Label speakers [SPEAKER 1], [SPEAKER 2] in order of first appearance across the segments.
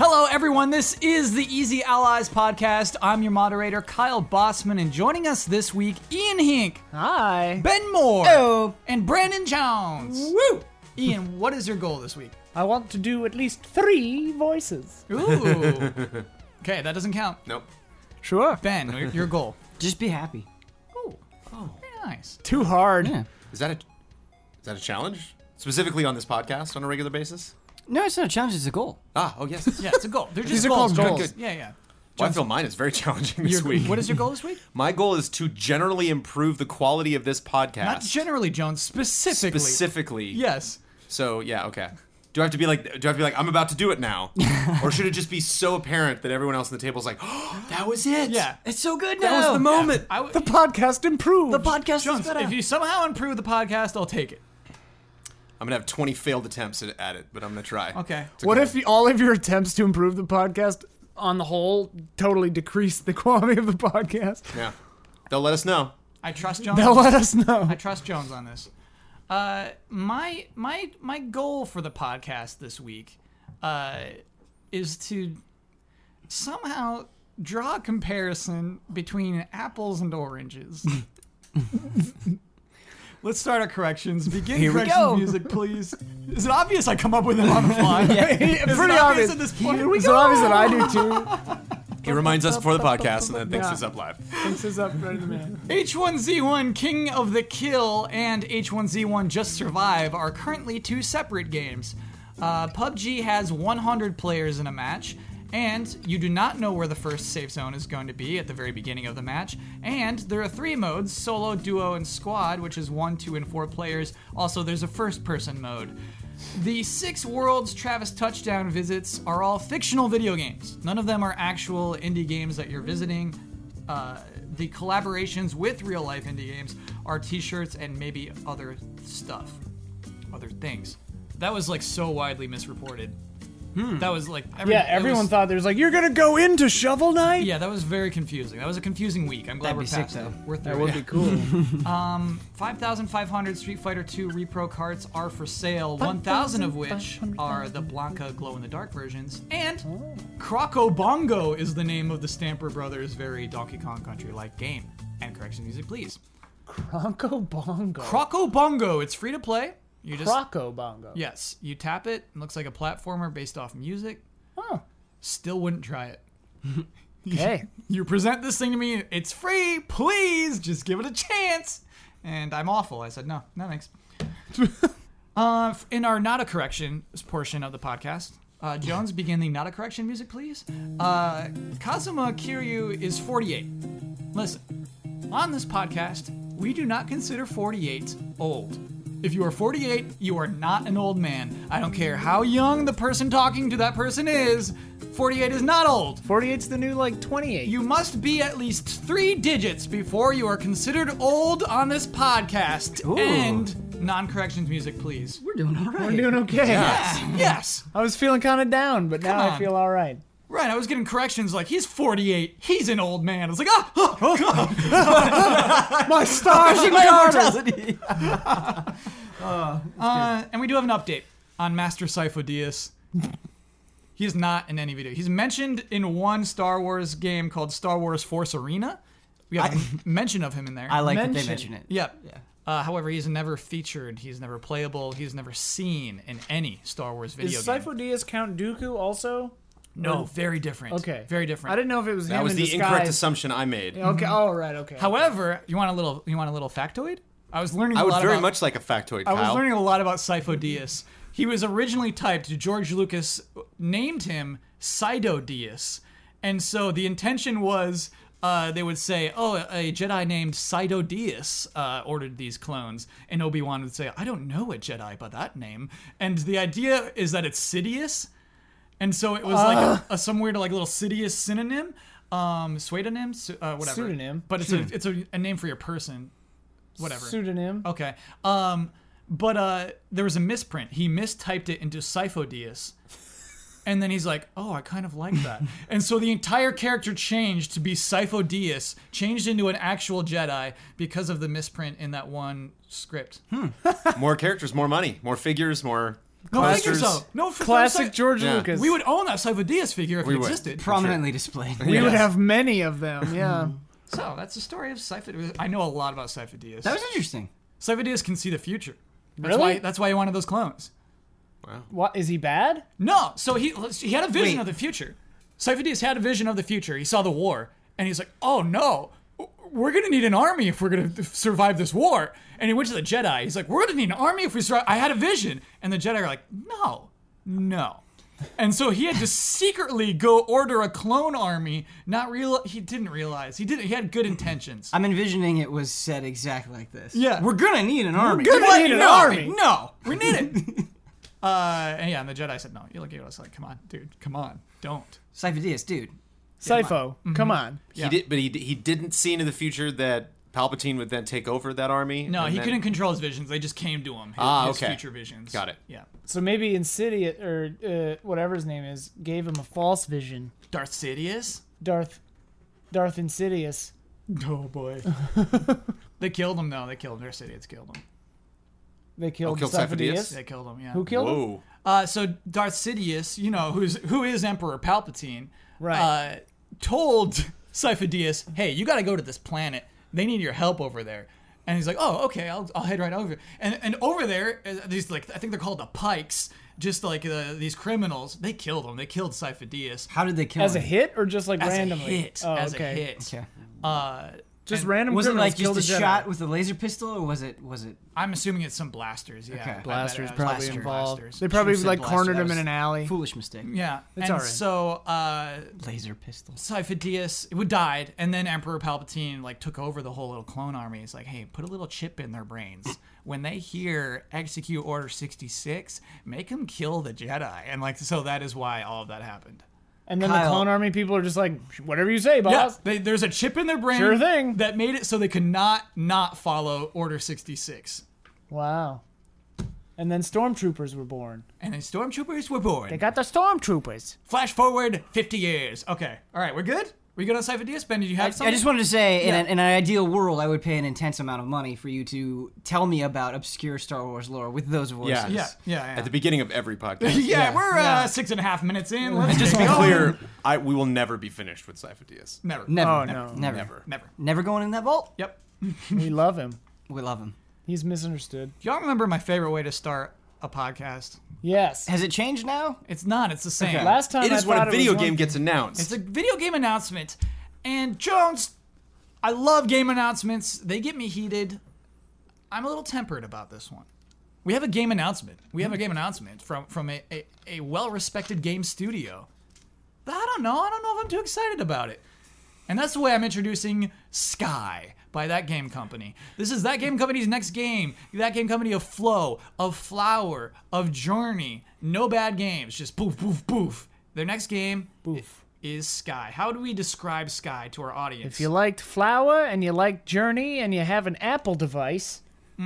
[SPEAKER 1] everyone. This is the Easy Allies podcast. I'm your moderator, Kyle Bossman, and joining us this week, Ian Hink,
[SPEAKER 2] Hi.
[SPEAKER 1] Ben Moore,
[SPEAKER 2] Hello.
[SPEAKER 1] and Brandon Jones.
[SPEAKER 2] Woo!
[SPEAKER 1] Ian, what is your goal this week?
[SPEAKER 2] I want to do at least three voices.
[SPEAKER 1] Ooh. okay, that doesn't count.
[SPEAKER 3] Nope.
[SPEAKER 2] Sure.
[SPEAKER 1] Ben, your, your goal.
[SPEAKER 4] Just be happy.
[SPEAKER 1] Ooh. Very nice.
[SPEAKER 2] Too hard.
[SPEAKER 4] Yeah.
[SPEAKER 3] Is that a is that a challenge specifically on this podcast on a regular basis?
[SPEAKER 4] No, it's not a challenge. It's a goal.
[SPEAKER 3] Ah, oh yes.
[SPEAKER 1] Yeah, it's a goal. They're just
[SPEAKER 2] are
[SPEAKER 1] goals.
[SPEAKER 2] called
[SPEAKER 1] Johnson.
[SPEAKER 3] goals.
[SPEAKER 1] Yeah, yeah.
[SPEAKER 3] Well, I feel mine is very challenging this
[SPEAKER 1] Your,
[SPEAKER 3] week.
[SPEAKER 1] what is your goal this week?
[SPEAKER 3] My goal is to generally improve the quality of this podcast.
[SPEAKER 1] Not generally, Jones. Specifically.
[SPEAKER 3] specifically.
[SPEAKER 1] Yes.
[SPEAKER 3] So yeah, okay. Do I have to be like? Do I have to be like? I'm about to do it now, or should it just be so apparent that everyone else on the table is like, oh, "That was it.
[SPEAKER 1] Yeah.
[SPEAKER 4] It's so good
[SPEAKER 3] that was the moment."
[SPEAKER 1] I w-
[SPEAKER 2] The podcast improved.
[SPEAKER 4] The podcast
[SPEAKER 1] Jones,
[SPEAKER 4] is better.
[SPEAKER 1] if you somehow improve the podcast, I'll take it.
[SPEAKER 3] I'm gonna have 20 failed attempts at, at it, but I'm gonna try.
[SPEAKER 1] Okay.
[SPEAKER 3] It's a
[SPEAKER 2] what
[SPEAKER 3] goal.
[SPEAKER 2] if y- all of your attempts to improve the podcast on the whole totally decrease the quality of the podcast?
[SPEAKER 3] Yeah. They'll let us know.
[SPEAKER 1] I trust Jones.
[SPEAKER 2] They'll let us know.
[SPEAKER 1] I trust Jones on this. Uh, my my my goal for the podcast this week uh, is to somehow draw a comparison between apples and oranges. Let's start our corrections. Begin
[SPEAKER 4] Here we
[SPEAKER 1] corrections
[SPEAKER 4] go.
[SPEAKER 1] music, please. Is it obvious I come up with them on the fly? Is it
[SPEAKER 2] Pretty obvious.
[SPEAKER 1] at this point.
[SPEAKER 2] It's obvious that I do too.
[SPEAKER 3] He reminds us before the podcast, and then thinks
[SPEAKER 2] Yeah.
[SPEAKER 3] it's up live.
[SPEAKER 2] Thanks is up right in the man.
[SPEAKER 1] H1Z1 King of the Kill and H1Z1 Just Survive are currently two separate games. Uh, PUBG has 100 players in a match, and you do not know where the first safe zone is going to be at the very beginning of the match. And there are three modes solo, duo, and squad, which is one, two, and four players. Also, there's a first person mode. The six worlds Travis touchdown visits are all fictional video games. None of them are actual indie games that you're visiting uh, the collaborations with real life indie games are t-shirts and maybe other stuff other things that was like so widely misreported that was like every,
[SPEAKER 2] Hmm. Yeah,
[SPEAKER 1] it
[SPEAKER 2] everyone
[SPEAKER 1] was-
[SPEAKER 2] thought there was like, you're gonna go into Shovel Knight.
[SPEAKER 1] yeah that was very confusing that was a confusing week i'm glad
[SPEAKER 4] That'd
[SPEAKER 1] we're
[SPEAKER 4] be sick,
[SPEAKER 1] past
[SPEAKER 4] though.
[SPEAKER 1] it. we're through Um,
[SPEAKER 2] That
[SPEAKER 1] it.
[SPEAKER 2] would be cool.
[SPEAKER 1] 5,500 Street Fighter II repro carts are for sale, 1,000 of which are the Blanca glow in the dark versions. And Croco Bongo is the name of the Stamper Brothers' very Donkey Kong Country like game. And correction music, please.
[SPEAKER 2] Bronco Bongo.
[SPEAKER 1] Croco Bongo, it's free to play. You just.
[SPEAKER 2] Croco Bongo.
[SPEAKER 1] yes, you tap it, it looks like a platformer based off music.
[SPEAKER 2] Oh.
[SPEAKER 1] Still wouldn't try it.
[SPEAKER 2] Okay.
[SPEAKER 1] You present this thing to me, it's free, please, just give it a chance. And I'm awful. I said, no, no thanks. uh, f- in our not a correction portion of the podcast, uh, Jones, begin the not a correction music, please. Uh, Kazuma Kiryu is 48. Listen, on this podcast, we do not consider 48 old. If you are 48, you are not an old man. I don't care how young the person talking to that person is, 48 is not old.
[SPEAKER 2] 48's the new like 28.
[SPEAKER 1] You must be at least three digits before you are considered old on this podcast.
[SPEAKER 4] Ooh.
[SPEAKER 1] And non corrections music, please.
[SPEAKER 4] We're doing all right.
[SPEAKER 2] We're doing okay.
[SPEAKER 1] yes.
[SPEAKER 2] I was feeling kind of down, but now
[SPEAKER 1] on.
[SPEAKER 2] I feel all right.
[SPEAKER 1] Right, I was getting corrections like, he's 48, he's an old man. I was like, ah, ah, ah.
[SPEAKER 2] My stars and
[SPEAKER 1] Uh, and we do have an update on Master Sifo Dyas. he is not in any video. He's mentioned in one Star Wars game called Star Wars Force Arena. We have a mention of him in there.
[SPEAKER 4] I like that
[SPEAKER 2] Mention.
[SPEAKER 4] they mention it.
[SPEAKER 1] Yep. Uh, however, he's never featured. He's never playable. He's never seen in any Star Wars video
[SPEAKER 2] Is
[SPEAKER 1] game.
[SPEAKER 2] Sifo Dyas Count Dooku also?
[SPEAKER 1] no, very different.
[SPEAKER 2] Okay.
[SPEAKER 1] very different.
[SPEAKER 2] I didn't know if it was
[SPEAKER 3] That
[SPEAKER 2] him
[SPEAKER 3] was
[SPEAKER 2] in
[SPEAKER 3] the
[SPEAKER 2] disguise.
[SPEAKER 3] incorrect assumption I made.
[SPEAKER 2] Okay. All right. Okay.
[SPEAKER 1] However, you want a little? You want a little factoid? I was learning.
[SPEAKER 3] I
[SPEAKER 1] a
[SPEAKER 3] would
[SPEAKER 1] lot
[SPEAKER 3] very
[SPEAKER 1] about,
[SPEAKER 3] much like a factoid,
[SPEAKER 1] I
[SPEAKER 3] Kyle.
[SPEAKER 1] was learning a lot about Sifo Dyas. He was originally typed. George Lucas named him Sido Dyas, and so the intention was. Uh, they would say, "Oh, a Jedi named Sido Dyas uh, ordered these clones," and Obi Wan would say, "I don't know a Jedi by that name." And the idea is that it's Sidious, and so it was like a, a- some weird like little Sidious synonym, um, pseudonym, su- uh, whatever.
[SPEAKER 2] Pseudonym.
[SPEAKER 1] but it's a it's a, a name for your person, whatever. Oh,
[SPEAKER 2] Pseudonym.
[SPEAKER 1] Okay. Um, but uh, there was a misprint. He mistyped it into Syphodius. And then he's like, oh, I kind of like that. and so the entire character changed to be Syphodius, changed into an actual Jedi because of the misprint in that one script.
[SPEAKER 3] more characters, more money, more figures, more
[SPEAKER 1] No figure
[SPEAKER 3] Clusters.
[SPEAKER 1] so. No f- no
[SPEAKER 2] Classic
[SPEAKER 1] site-
[SPEAKER 2] George
[SPEAKER 3] Yeah.
[SPEAKER 2] Lucas.
[SPEAKER 1] We would own that Cyphodeus figure if
[SPEAKER 3] We
[SPEAKER 1] it
[SPEAKER 3] would.
[SPEAKER 1] existed.
[SPEAKER 4] Prominently displayed.
[SPEAKER 2] We would
[SPEAKER 3] Yes.
[SPEAKER 2] have many of them. Yeah.
[SPEAKER 1] So that's the story of Cyphodeus. I know a lot about Cyphodeus.
[SPEAKER 4] That was interesting.
[SPEAKER 1] Cyphodeus can see the future. That's
[SPEAKER 2] Really?
[SPEAKER 1] Why, that's why he wanted those clones.
[SPEAKER 2] What is he bad?
[SPEAKER 1] No, so he he had a vision
[SPEAKER 4] Wait.
[SPEAKER 1] of the future. Cyphodeus had a vision of the future. He saw the war, and he's like, "Oh no, we're gonna need an army if we're gonna survive this war." And he went to the Jedi. He's like, "We're gonna need an army if we survive." I had a vision, and the Jedi are like, "No, no." And so he had to secretly go order a clone army. Not real, he didn't realize he did. He had good intentions.
[SPEAKER 4] I'm envisioning it was said exactly like this.
[SPEAKER 1] Yeah.
[SPEAKER 4] We're gonna need an army.
[SPEAKER 2] gonna
[SPEAKER 4] What?
[SPEAKER 2] need an
[SPEAKER 4] No,
[SPEAKER 2] army.
[SPEAKER 4] No.
[SPEAKER 1] We need it. uh, and yeah, and the Jedi said, "No." You look at us like, "Come on, dude, come on, don't."
[SPEAKER 4] Cyphodeus, dude.
[SPEAKER 2] Sypho,
[SPEAKER 1] Mm-hmm.
[SPEAKER 2] come on.
[SPEAKER 1] Yeah.
[SPEAKER 3] He did, but he d- he didn't see into the future that Palpatine would then take over that army.
[SPEAKER 1] No,
[SPEAKER 3] and
[SPEAKER 1] he
[SPEAKER 3] then-
[SPEAKER 1] couldn't control his visions. They just came to him. His,
[SPEAKER 3] Ah,
[SPEAKER 1] his
[SPEAKER 3] okay.
[SPEAKER 1] future visions.
[SPEAKER 3] Got it.
[SPEAKER 1] Yeah.
[SPEAKER 2] So maybe Insidious or uh, whatever his name is gave him a false vision.
[SPEAKER 1] Darth Sidious.
[SPEAKER 2] Darth, Darth Insidious.
[SPEAKER 1] Oh boy. they killed him though. They killed him. Darth Sidious killed him.
[SPEAKER 2] They killed,
[SPEAKER 3] Oh, killed
[SPEAKER 2] Syphidius.
[SPEAKER 3] Syphidius?
[SPEAKER 1] They killed him. Yeah.
[SPEAKER 2] Who killed him?
[SPEAKER 3] Whoa.
[SPEAKER 1] Uh, so Darth Sidious, you know, who's who is Emperor Palpatine,
[SPEAKER 2] Right.
[SPEAKER 1] Uh, told Cyphodeus, "Hey, you got to go to this planet. They need your help over there." And he's like, "Oh, okay, I'll, I'll head right over." And and over there, uh, these like I think they're called the Pikes, just like uh, these criminals. They killed him. They killed Cyphodeus
[SPEAKER 4] How did they kill
[SPEAKER 2] As a
[SPEAKER 4] him?
[SPEAKER 2] hit or just like
[SPEAKER 1] as
[SPEAKER 2] randomly?
[SPEAKER 1] a hit.
[SPEAKER 2] Oh,
[SPEAKER 1] as
[SPEAKER 2] okay.
[SPEAKER 1] a hit.
[SPEAKER 4] Okay.
[SPEAKER 1] Uh,
[SPEAKER 2] Just
[SPEAKER 1] And
[SPEAKER 2] random
[SPEAKER 4] Was it
[SPEAKER 2] criminals
[SPEAKER 4] like just
[SPEAKER 2] killed
[SPEAKER 4] a
[SPEAKER 2] Jedi.
[SPEAKER 4] shot with a laser pistol, or was it was it
[SPEAKER 1] I'm assuming it's some blasters. Yeah,
[SPEAKER 4] Okay.
[SPEAKER 1] I bet
[SPEAKER 2] Blasters
[SPEAKER 1] it was
[SPEAKER 2] probably
[SPEAKER 1] blaster-
[SPEAKER 2] involved.
[SPEAKER 1] blasters.
[SPEAKER 2] They probably
[SPEAKER 1] Should've said
[SPEAKER 2] like cornered him
[SPEAKER 1] blasters.
[SPEAKER 2] in an alley.
[SPEAKER 4] foolish mistake?
[SPEAKER 1] Yeah,
[SPEAKER 2] It's
[SPEAKER 1] and
[SPEAKER 2] alright.
[SPEAKER 1] so uh,
[SPEAKER 4] Laser pistol.
[SPEAKER 1] Cyphodeus would died, and then Emperor Palpatine like took over the whole little clone army. He's like, hey, put a little chip in their brains. When they hear execute Order sixty six, make them kill the Jedi, and like so that is why all of that happened.
[SPEAKER 2] And then the
[SPEAKER 4] Kyle.
[SPEAKER 2] clone army people are just like, whatever you say, boss.
[SPEAKER 1] Yeah, they, there's a chip in their brain
[SPEAKER 2] Sure thing.
[SPEAKER 1] that made it so they could not not follow Order sixty six,
[SPEAKER 2] Wow. And then stormtroopers were born.
[SPEAKER 1] and then stormtroopers were born.
[SPEAKER 2] They got the stormtroopers.
[SPEAKER 1] Flash forward 50 years. Okay. All right. We're good? We're good on Cyphodeus? Ben, did you have something?
[SPEAKER 4] I just wanted to say, in,
[SPEAKER 1] Yeah.
[SPEAKER 4] an, in an ideal world, I would pay an intense amount of money for you to tell me about obscure Star Wars lore with those voices.
[SPEAKER 3] Yeah.
[SPEAKER 1] Yeah. Yeah.
[SPEAKER 3] At the
[SPEAKER 1] Yeah.
[SPEAKER 3] beginning of every
[SPEAKER 1] Yeah,
[SPEAKER 3] podcast.
[SPEAKER 1] we're Uh, six and a half minutes in. Let's
[SPEAKER 3] Just to
[SPEAKER 1] take
[SPEAKER 3] be
[SPEAKER 1] it off.
[SPEAKER 3] clear, I we will never be finished with Cyphodeus.
[SPEAKER 1] Never. Uh,
[SPEAKER 4] Never.
[SPEAKER 2] Oh,
[SPEAKER 4] never,
[SPEAKER 2] no.
[SPEAKER 4] Never.
[SPEAKER 3] Never.
[SPEAKER 1] Never.
[SPEAKER 4] Never going in that vault.
[SPEAKER 1] Yep.
[SPEAKER 2] we love him.
[SPEAKER 4] We love him.
[SPEAKER 2] He's misunderstood.
[SPEAKER 1] Y'all remember my favorite way to start a podcast?
[SPEAKER 2] Yes.
[SPEAKER 4] Has it changed now?
[SPEAKER 1] It's not. It's the same.
[SPEAKER 2] Last time
[SPEAKER 3] It
[SPEAKER 2] I
[SPEAKER 3] is when
[SPEAKER 2] thought it
[SPEAKER 3] a video
[SPEAKER 2] was one
[SPEAKER 3] game
[SPEAKER 2] thing.
[SPEAKER 3] gets announced.
[SPEAKER 1] It's a video game announcement. And Jones, I love game announcements. They get me heated. I'm a little tempered about this one. We have a game announcement. We have a game announcement from from a, a, a well-respected game studio. But I don't know. I don't know if I'm too excited about it. And that's the way I'm introducing Sky by that game company. This is that game company's next game. That game company of Flow, of Flower, of Journey. No bad games, just poof, poof, poof. Their next game
[SPEAKER 2] Poof.
[SPEAKER 1] is Sky. How do we describe Sky to our audience?
[SPEAKER 2] If you liked Flower and you like Journey and you have an Apple device,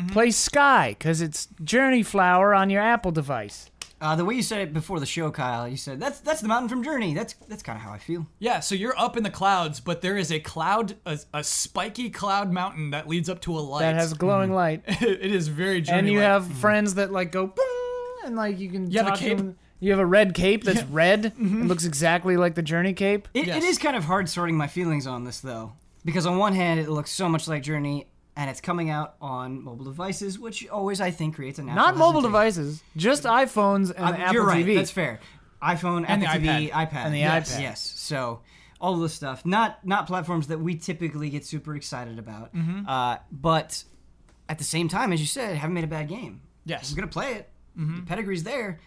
[SPEAKER 2] play Sky because it's Journey Flower on your Apple device.
[SPEAKER 4] Uh, the way you said it before the show, Kyle, you said that's that's the mountain from Journey. That's that's kind of how I feel.
[SPEAKER 1] yeah, so you're up in the clouds, but there is a cloud, a, a spiky cloud mountain that leads up to a light.
[SPEAKER 2] That has glowing light,
[SPEAKER 1] it is very journey.
[SPEAKER 2] and you have friends that like go boom, and like mm-hmm. you can.
[SPEAKER 1] You have a
[SPEAKER 2] talk to
[SPEAKER 1] cape?
[SPEAKER 2] them. You have a red cape that's
[SPEAKER 1] Yeah.
[SPEAKER 2] red. It looks exactly like the Journey cape.
[SPEAKER 4] It,
[SPEAKER 1] Yes.
[SPEAKER 4] it is kind of hard sorting my feelings on this though, because on one hand, it looks so much like Journey, and it's coming out on mobile devices, which always I think creates a natural
[SPEAKER 2] Not mobile
[SPEAKER 4] hesitation.
[SPEAKER 2] devices, just iPhones and
[SPEAKER 4] Uh,
[SPEAKER 2] Apple
[SPEAKER 4] you're right.
[SPEAKER 2] TV.
[SPEAKER 4] That's fair. iPhone,
[SPEAKER 1] And
[SPEAKER 4] Apple
[SPEAKER 1] the
[SPEAKER 4] TV,
[SPEAKER 1] iPad.
[SPEAKER 4] iPad,
[SPEAKER 2] And the
[SPEAKER 4] yes.
[SPEAKER 2] iPad.
[SPEAKER 4] Yes. So all of this stuff, not not platforms that we typically get super excited about,
[SPEAKER 2] Mm-hmm.
[SPEAKER 4] uh, but at the same time, as you said, haven't made a bad game.
[SPEAKER 1] Yes.
[SPEAKER 4] I'm gonna play it.
[SPEAKER 2] Mm-hmm.
[SPEAKER 4] The pedigree's there.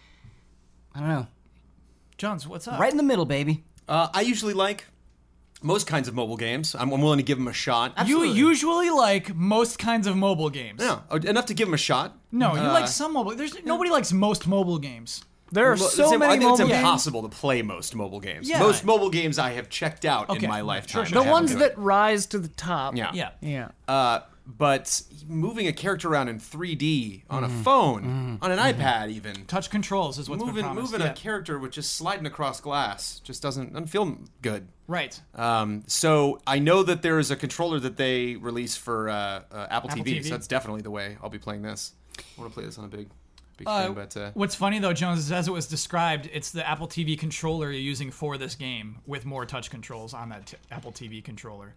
[SPEAKER 4] I don't know.
[SPEAKER 1] Jones, what's up?
[SPEAKER 4] Right in the middle, baby.
[SPEAKER 3] Uh, I usually like most kinds of mobile games. I'm, I'm willing to give them a shot.
[SPEAKER 1] You
[SPEAKER 4] Absolutely.
[SPEAKER 1] usually like most kinds of mobile games.
[SPEAKER 3] No, uh, enough to give them a shot.
[SPEAKER 1] No, you
[SPEAKER 3] Uh,
[SPEAKER 1] like some mobile. There's nobody likes most mobile games.
[SPEAKER 2] there are
[SPEAKER 3] Well,
[SPEAKER 2] so
[SPEAKER 3] Sam, I
[SPEAKER 2] many
[SPEAKER 3] think
[SPEAKER 2] mobile
[SPEAKER 3] it's
[SPEAKER 2] games.
[SPEAKER 3] impossible to play most mobile games.
[SPEAKER 1] Yeah.
[SPEAKER 3] Most mobile games I have checked out
[SPEAKER 1] Okay.
[SPEAKER 3] in my
[SPEAKER 1] Sure,
[SPEAKER 3] lifetime.
[SPEAKER 1] sure.
[SPEAKER 2] The
[SPEAKER 3] I haven't
[SPEAKER 2] ones
[SPEAKER 3] done
[SPEAKER 2] that
[SPEAKER 3] it.
[SPEAKER 2] rise to the top.
[SPEAKER 3] Yeah.
[SPEAKER 1] Yeah.
[SPEAKER 2] Yeah.
[SPEAKER 3] Uh, but moving a character around in 3D on a phone, on an iPad, even
[SPEAKER 1] Touch controls is what's been
[SPEAKER 3] moving
[SPEAKER 1] promised.
[SPEAKER 3] moving
[SPEAKER 1] yeah.
[SPEAKER 3] a character with just sliding across glass just doesn't doesn't feel good.
[SPEAKER 1] right.
[SPEAKER 3] Um, so I know that there is a controller that they release for uh, uh, Apple,
[SPEAKER 1] Apple
[SPEAKER 3] TV,
[SPEAKER 1] TV.
[SPEAKER 3] So that's definitely the way I'll be playing this. I want to play this on a big Big
[SPEAKER 1] Uh,
[SPEAKER 3] thing, but uh,
[SPEAKER 1] What's funny though, Jones, is as it was described, it's the Apple TV controller you're using for this game with more touch controls on that t- Apple TV controller.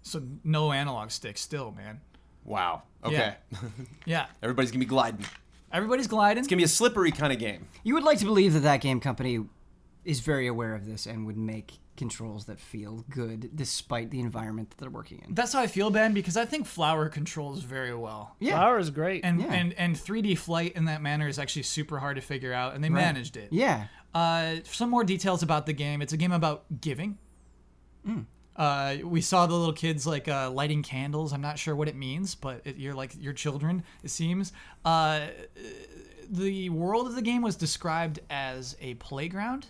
[SPEAKER 1] So no analog stick still, man.
[SPEAKER 3] wow. Okay,
[SPEAKER 1] Yeah. Yeah.
[SPEAKER 3] everybody's gonna be gliding. It's
[SPEAKER 1] Everybody's gliding.
[SPEAKER 3] gonna be a slippery kind of game.
[SPEAKER 4] You would like to believe that that game company is very aware of this and would make controls that feel good despite the environment that they're working in.
[SPEAKER 1] That's how I feel, Ben, because I think Flower controls very well.
[SPEAKER 4] Yeah.
[SPEAKER 2] Flower is great.
[SPEAKER 1] And,
[SPEAKER 4] Yeah.
[SPEAKER 1] and and 3D flight in that manner is actually super hard to figure out, and they managed it.
[SPEAKER 4] Yeah.
[SPEAKER 1] Uh, some more details about the game. It's a game about giving. Uh, we saw the little kids like uh, lighting candles. I'm not sure what it means, but it, you're like your children. It seems. Uh, the world of the game was described as a playground,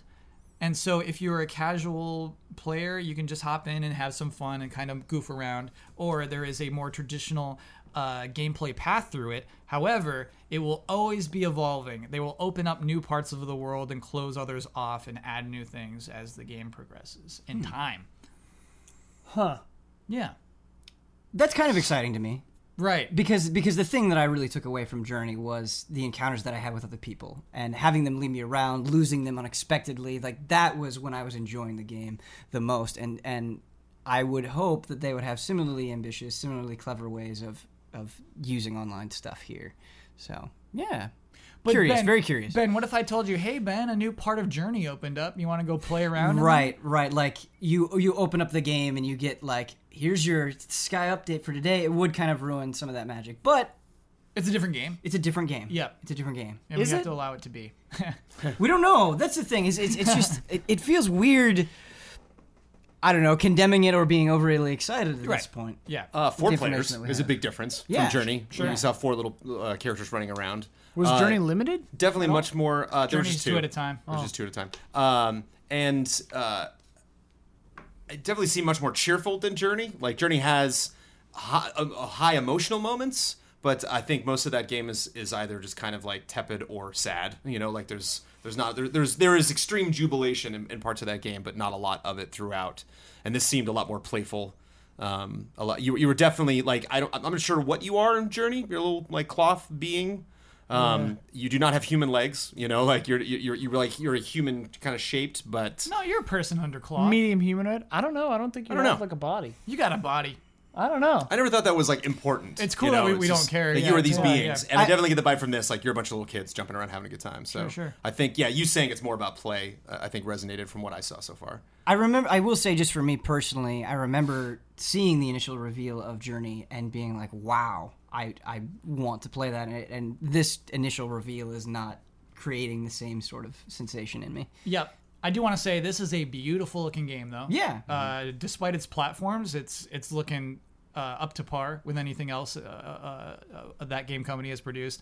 [SPEAKER 1] and so if you're a casual player, you can just hop in and have some fun and kind of goof around. Or there is a more traditional uh, gameplay path through it. However, it will always be evolving. They will open up new parts of the world and close others off and add new things as the game progresses
[SPEAKER 4] Hmm.
[SPEAKER 1] in time.
[SPEAKER 2] huh.
[SPEAKER 1] Yeah.
[SPEAKER 4] That's kind of exciting to me.
[SPEAKER 1] Right.
[SPEAKER 4] because because the thing that I really took away from Journey was the encounters that I had with other people and having them lead me around, losing them unexpectedly. Like that was when I was enjoying the game the most, and and I would hope that they would have similarly ambitious, similarly clever ways of of using online stuff here. So yeah, curious,
[SPEAKER 1] Ben-
[SPEAKER 4] very curious.
[SPEAKER 1] Ben, what if I told you, hey, Ben, a new part of Journey opened up. You want to go play around? in it?"
[SPEAKER 4] Right, right. Like you, you open up the game and you get like, here's your Sky update for today. It would kind of ruin some of that magic, but
[SPEAKER 1] It's a different game.
[SPEAKER 4] it's a different game.
[SPEAKER 1] Yeah.
[SPEAKER 4] it's a different game.
[SPEAKER 1] And
[SPEAKER 2] Is
[SPEAKER 1] we have
[SPEAKER 2] it?
[SPEAKER 1] to allow it to be.
[SPEAKER 4] We don't know. That's the thing. Is it's, it's just it, it feels weird. I don't know, condemning it or being overly excited at
[SPEAKER 1] Right.
[SPEAKER 4] this point.
[SPEAKER 1] yeah.
[SPEAKER 3] Uh, four
[SPEAKER 4] information
[SPEAKER 3] players
[SPEAKER 4] that we
[SPEAKER 3] is a
[SPEAKER 4] have.
[SPEAKER 3] big difference
[SPEAKER 4] Yeah,
[SPEAKER 3] from Journey.
[SPEAKER 4] sure.
[SPEAKER 3] We saw four little uh, characters running around.
[SPEAKER 2] Was
[SPEAKER 3] Uh,
[SPEAKER 2] Journey limited?
[SPEAKER 3] definitely much more. Uh, there was
[SPEAKER 1] Journey's
[SPEAKER 3] just
[SPEAKER 1] two at a time.
[SPEAKER 3] There was
[SPEAKER 1] Oh.
[SPEAKER 3] just two at a time. Um, and uh, it definitely seemed much more cheerful than Journey. Like Journey has high, uh, high emotional moments, but I think most of that game is is either just kind of like tepid or sad. You know, like there's there's not there, there's there is extreme jubilation in, in parts of that game, but not a lot of it throughout. And this seemed a lot more playful. Um, a lot. You, you were definitely like I don't. I'm not sure what you are in Journey. You're a little like cloth being. Um, You do not have human legs. You know, like you're you're you're like you're a human kind of shaped, but
[SPEAKER 1] no, you're a person under claw.
[SPEAKER 2] Medium humanoid? I don't know. I don't think you
[SPEAKER 3] don't
[SPEAKER 2] have
[SPEAKER 3] know.
[SPEAKER 2] like a body.
[SPEAKER 1] You got a body.
[SPEAKER 2] I don't know.
[SPEAKER 3] I never thought that was like important.
[SPEAKER 1] It's cool
[SPEAKER 3] you
[SPEAKER 1] that
[SPEAKER 3] know,
[SPEAKER 1] we- we don't
[SPEAKER 3] just
[SPEAKER 1] care,
[SPEAKER 3] That
[SPEAKER 1] yeah,
[SPEAKER 3] you are these
[SPEAKER 1] yeah,
[SPEAKER 3] beings,
[SPEAKER 1] yeah.
[SPEAKER 3] and I,
[SPEAKER 4] I-
[SPEAKER 3] definitely get the vibe from this. Like you're a bunch of little kids jumping around having a good time. So
[SPEAKER 1] Sure, sure.
[SPEAKER 3] I think yeah, you saying it's more about play. Uh, I think resonated from what I saw so far.
[SPEAKER 4] I remember. I will say, just for me personally, I remember seeing the initial reveal of Journey and being like, "Wow, I I want to play that." And, it- and this initial reveal is not creating the same sort of sensation in me.
[SPEAKER 1] Yep. I do want to say this is a beautiful looking game, though.
[SPEAKER 4] Yeah.
[SPEAKER 1] Uh, despite its platforms, it's it's looking uh, up to par with anything else uh, uh, uh, that game company has produced.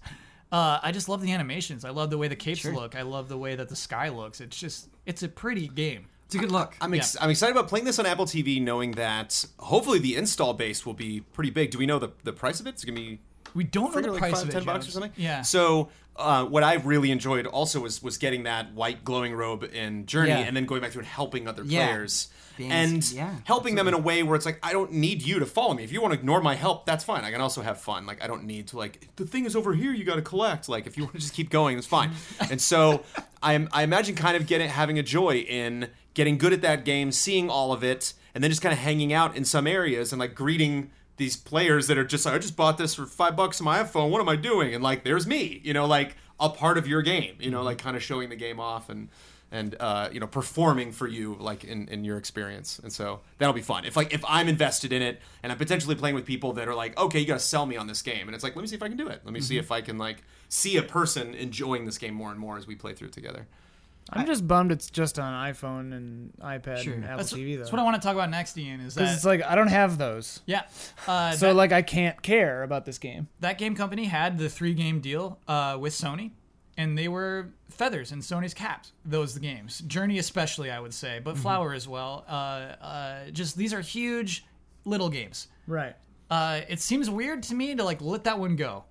[SPEAKER 1] Uh, I just love the animations. I love the way the capes look. I love the way that the sky looks. It's just it's a pretty game.
[SPEAKER 4] It's a good look.
[SPEAKER 3] I'm ex- I'm excited about playing this on Apple TV, knowing that hopefully the install base will be pretty big. Do we know the the price of it? It's gonna be
[SPEAKER 1] We don't know the
[SPEAKER 3] figure like
[SPEAKER 1] price
[SPEAKER 3] five,
[SPEAKER 1] of it.
[SPEAKER 3] ten bucks or
[SPEAKER 1] Jones.
[SPEAKER 3] something.
[SPEAKER 1] Yeah.
[SPEAKER 3] So uh, what I really enjoyed also was was getting that white glowing robe in Journey,
[SPEAKER 4] Yeah.
[SPEAKER 3] and then going back through and helping other
[SPEAKER 4] Yeah.
[SPEAKER 3] players.
[SPEAKER 4] Being-
[SPEAKER 3] and
[SPEAKER 4] yeah,
[SPEAKER 3] helping them in a way where it's like I don't need you to follow me. If you want to ignore my help, that's fine. I can also have fun. Like I don't need to like the thing is over here. You got to collect. Like if you want to just keep going, it's fine. and so I I imagine kind of getting having a joy in getting good at that game, seeing all of it, and then just kind of hanging out in some areas and like greeting these players that are just like I just bought this for five bucks on my iPhone. What am I doing? And like there's me. You know like a part of your game. You know like kind of showing the game off and and uh, you know performing for you like in, in your experience and so that'll be fun if like if i'm invested in it and i'm potentially playing with people that are like okay you gotta sell me on this game and it's like let me see if i can do it let me see if i can like see a person enjoying this game more and more as we play through it together
[SPEAKER 2] I'm just bummed it's just on iPhone and iPad
[SPEAKER 4] Sure.
[SPEAKER 2] and Apple
[SPEAKER 1] that's,
[SPEAKER 2] TV though.
[SPEAKER 1] that's what I want to talk about next, Ian. Is
[SPEAKER 2] 'Cause
[SPEAKER 1] that
[SPEAKER 2] it's like I don't have those.
[SPEAKER 1] yeah? Uh,
[SPEAKER 2] So
[SPEAKER 1] that-
[SPEAKER 2] like I can't care about this game.
[SPEAKER 1] that game company had the three game deal uh, with Sony, and they were feathers in Sony's caps. Those games, Journey especially, I would say,
[SPEAKER 2] Mm-hmm.
[SPEAKER 1] but Flower as well. Uh, uh, just these are huge little games.
[SPEAKER 2] Right.
[SPEAKER 1] Uh, it seems weird to me to like let that one go,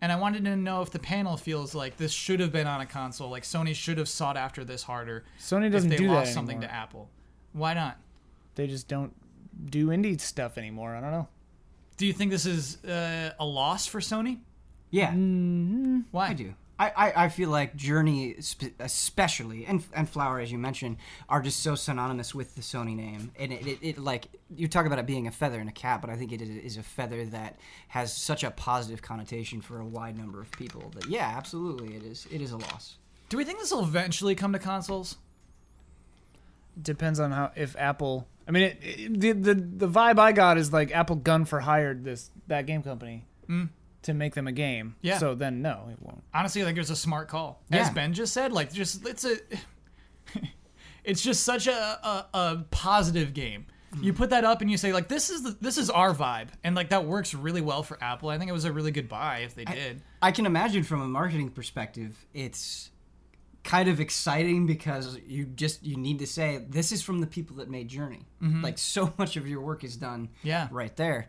[SPEAKER 1] and I wanted to know if the panel feels like this should have been on a console. Like Sony should have sought after this harder.
[SPEAKER 2] Sony
[SPEAKER 1] if
[SPEAKER 2] doesn't
[SPEAKER 1] they
[SPEAKER 2] do
[SPEAKER 1] lost
[SPEAKER 2] that
[SPEAKER 1] something to
[SPEAKER 2] anymore.
[SPEAKER 1] Apple, why not?
[SPEAKER 2] They just don't do indie stuff anymore. I don't know.
[SPEAKER 1] Do you think this is uh, a loss for Sony?
[SPEAKER 4] Yeah,
[SPEAKER 1] Why?
[SPEAKER 4] I do. I, I, I feel like Journey, spe- especially, and and Flower, as you mentioned, are just so synonymous with the Sony name. And it, it, it like you talk about it being a feather in a cap, but I think it is- is a feather that has such a positive connotation for a wide number of people. That yeah, absolutely, it is. It is a loss.
[SPEAKER 1] Do we think this will eventually come to consoles?
[SPEAKER 2] depends on how if Apple. I mean, it, it, the the the vibe I got is like Apple gun for hired this that game company to make them a game.
[SPEAKER 1] Hmm. Yeah.
[SPEAKER 2] So then no, it won't.
[SPEAKER 1] honestly, like it was a smart call. As
[SPEAKER 4] Yeah.
[SPEAKER 1] Ben just said, like just it's a, it's just such a a, a positive game. You put that up and you say like this is the, this is our vibe, and like that works really well for Apple. I think it was a really good buy if they did.
[SPEAKER 4] I can imagine from a marketing perspective, it's kind of exciting because you just you need to say this is from the people that made Journey.
[SPEAKER 2] Mm-hmm.
[SPEAKER 4] Like so much of your work is done
[SPEAKER 1] Yeah.
[SPEAKER 4] right there.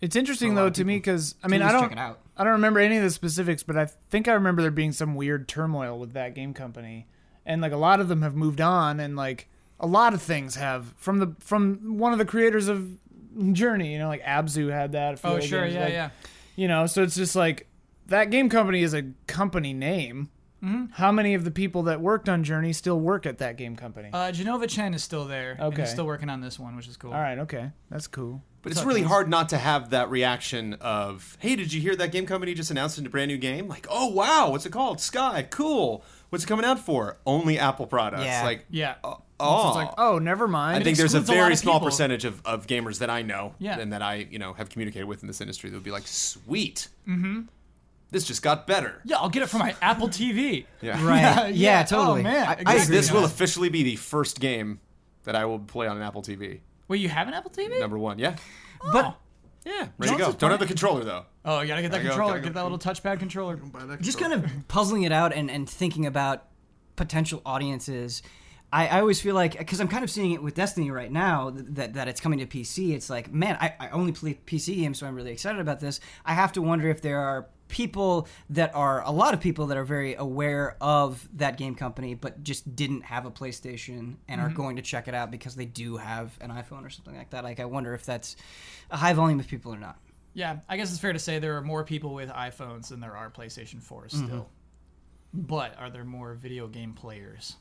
[SPEAKER 2] It's interesting
[SPEAKER 4] For a lot
[SPEAKER 2] though
[SPEAKER 4] of
[SPEAKER 2] to me because I mean
[SPEAKER 4] Please
[SPEAKER 2] I don't
[SPEAKER 4] check it out.
[SPEAKER 2] I don't remember any of the specifics, but I think I remember there being some weird turmoil with that game company, and like a lot of them have moved on, and like a lot of things have from the from one of the creators of Journey, you know, like Abzu had that. a few
[SPEAKER 1] Oh
[SPEAKER 2] other
[SPEAKER 1] sure,
[SPEAKER 2] games,
[SPEAKER 1] yeah,
[SPEAKER 2] like,
[SPEAKER 1] yeah.
[SPEAKER 2] You know, so it's just like that game company is a company name.
[SPEAKER 1] Mm-hmm.
[SPEAKER 2] How many of the people that worked on Journey still work at that game company?
[SPEAKER 1] Uh, Genova Chen is still there. and
[SPEAKER 2] Okay.
[SPEAKER 1] is still working on this one, which is cool.
[SPEAKER 2] All right, okay, that's cool.
[SPEAKER 3] But it's really hard not to have that reaction of, "Hey, did you hear that game company just announced a brand new game?" Like, "Oh wow, what's it called? Sky, cool. What's it coming out for? Only Apple products."
[SPEAKER 4] Yeah.
[SPEAKER 3] Like,
[SPEAKER 1] Yeah.
[SPEAKER 3] oh,
[SPEAKER 1] it's like,
[SPEAKER 2] Oh, never mind.
[SPEAKER 3] I think there's a
[SPEAKER 1] excludes a lot
[SPEAKER 3] very
[SPEAKER 1] of
[SPEAKER 3] small
[SPEAKER 1] people.
[SPEAKER 3] percentage of, of gamers that I know
[SPEAKER 1] Yeah.
[SPEAKER 3] and that I you know have communicated with in this industry that would be like, "Sweet, mm-hmm. this just got better."
[SPEAKER 1] Yeah, I'll get it from my Apple TV.
[SPEAKER 3] Yeah.
[SPEAKER 4] Right.
[SPEAKER 1] Yeah,
[SPEAKER 4] Yeah,
[SPEAKER 1] yeah.
[SPEAKER 4] totally.
[SPEAKER 1] Oh, man.
[SPEAKER 4] I- I
[SPEAKER 1] Exactly.
[SPEAKER 4] agree.
[SPEAKER 3] This will officially be the first game that I will play on an Apple TV.
[SPEAKER 1] Wait, you have an Apple TV?
[SPEAKER 3] Number one, yeah,
[SPEAKER 1] But
[SPEAKER 3] yeah, ready
[SPEAKER 1] John's
[SPEAKER 3] to go.
[SPEAKER 1] is
[SPEAKER 3] Don't have the
[SPEAKER 1] playing-
[SPEAKER 3] controller though.
[SPEAKER 1] oh, you gotta get that
[SPEAKER 3] I go,
[SPEAKER 1] controller.
[SPEAKER 3] I go.
[SPEAKER 1] Get that little touchpad controller.
[SPEAKER 4] just kind of puzzling it out and, and thinking about potential audiences. I, I always feel like because I'm kind of seeing it with Destiny right now th- that that it's coming to PC. It's like, man, I, I only play PC games, so I'm really excited about this. I have to wonder if there are people that are a lot of people that are very aware of that game company, but just didn't have a PlayStation and are going to check it out because they do have an iPhone or something like that. Like, I wonder if that's a high volume of people or not.
[SPEAKER 1] Yeah, I guess it's fair to say there are more people with iPhones than there are PlayStation 4s
[SPEAKER 4] Mm-hmm.
[SPEAKER 1] still. But are there more video game players?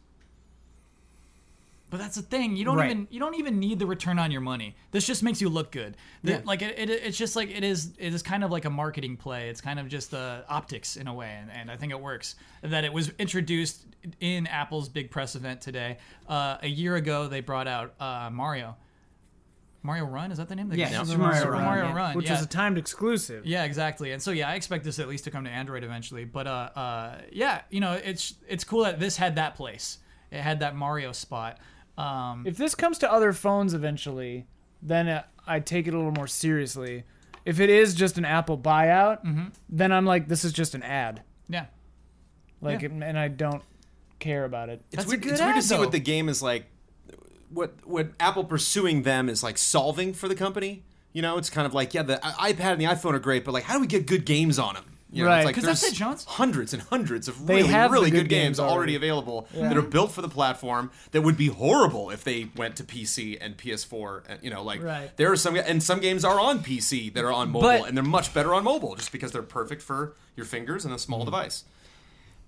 [SPEAKER 1] But that's the thing. You don't
[SPEAKER 4] Right.
[SPEAKER 1] even you don't even need the return on your money. This just makes you look good. The-
[SPEAKER 4] Yeah.
[SPEAKER 1] Like it, it, it's just like it is it is kind of like a marketing play. It's kind of just uh, optics in a way, and, and I think it works. That it was introduced in Apple's big press event today. Uh, a year ago, they brought out uh, Mario. Mario Run is that the name? They
[SPEAKER 4] Yeah,
[SPEAKER 1] just-
[SPEAKER 4] Super Mario Run,
[SPEAKER 1] Mario
[SPEAKER 4] yeah.
[SPEAKER 1] Run,
[SPEAKER 2] Which
[SPEAKER 1] yeah.
[SPEAKER 2] is a timed exclusive.
[SPEAKER 1] Yeah, exactly. And so yeah, I expect this at least to come to Android eventually. But uh, uh, yeah, you know, it's it's cool that this had that place. It had that Mario spot. Um,
[SPEAKER 2] If this comes to other phones eventually, then uh, I take it a little more seriously. If it is just an Apple buyout, then I'm like, this is just an ad.
[SPEAKER 1] yeah,
[SPEAKER 2] Like,
[SPEAKER 1] Yeah.
[SPEAKER 2] it, and I don't care about it.
[SPEAKER 3] It's
[SPEAKER 1] That's a
[SPEAKER 3] weird,
[SPEAKER 1] good
[SPEAKER 3] it's weird
[SPEAKER 1] ad,
[SPEAKER 3] to see
[SPEAKER 1] though.
[SPEAKER 3] what the game is like. What what Apple pursuing them is like solving for the company. You know, it's kind of like yeah, the i- iPad and the iPhone are great, but like how do we get good games on them? You know,
[SPEAKER 2] Right.
[SPEAKER 3] it's like
[SPEAKER 1] 'Cause that's
[SPEAKER 3] there's
[SPEAKER 1] it, Jones.
[SPEAKER 3] Hundreds and hundreds of
[SPEAKER 2] They
[SPEAKER 3] really
[SPEAKER 2] have the
[SPEAKER 3] really
[SPEAKER 2] good
[SPEAKER 3] good, games,
[SPEAKER 2] games already.
[SPEAKER 3] already available that are built for the platform that would be horrible if they went to PC and PS4. And, you know, like
[SPEAKER 1] Right.
[SPEAKER 3] there are some and some games are on PC that are on mobile
[SPEAKER 4] But-
[SPEAKER 3] and they're much better on mobile just because they're perfect for your fingers and a small device.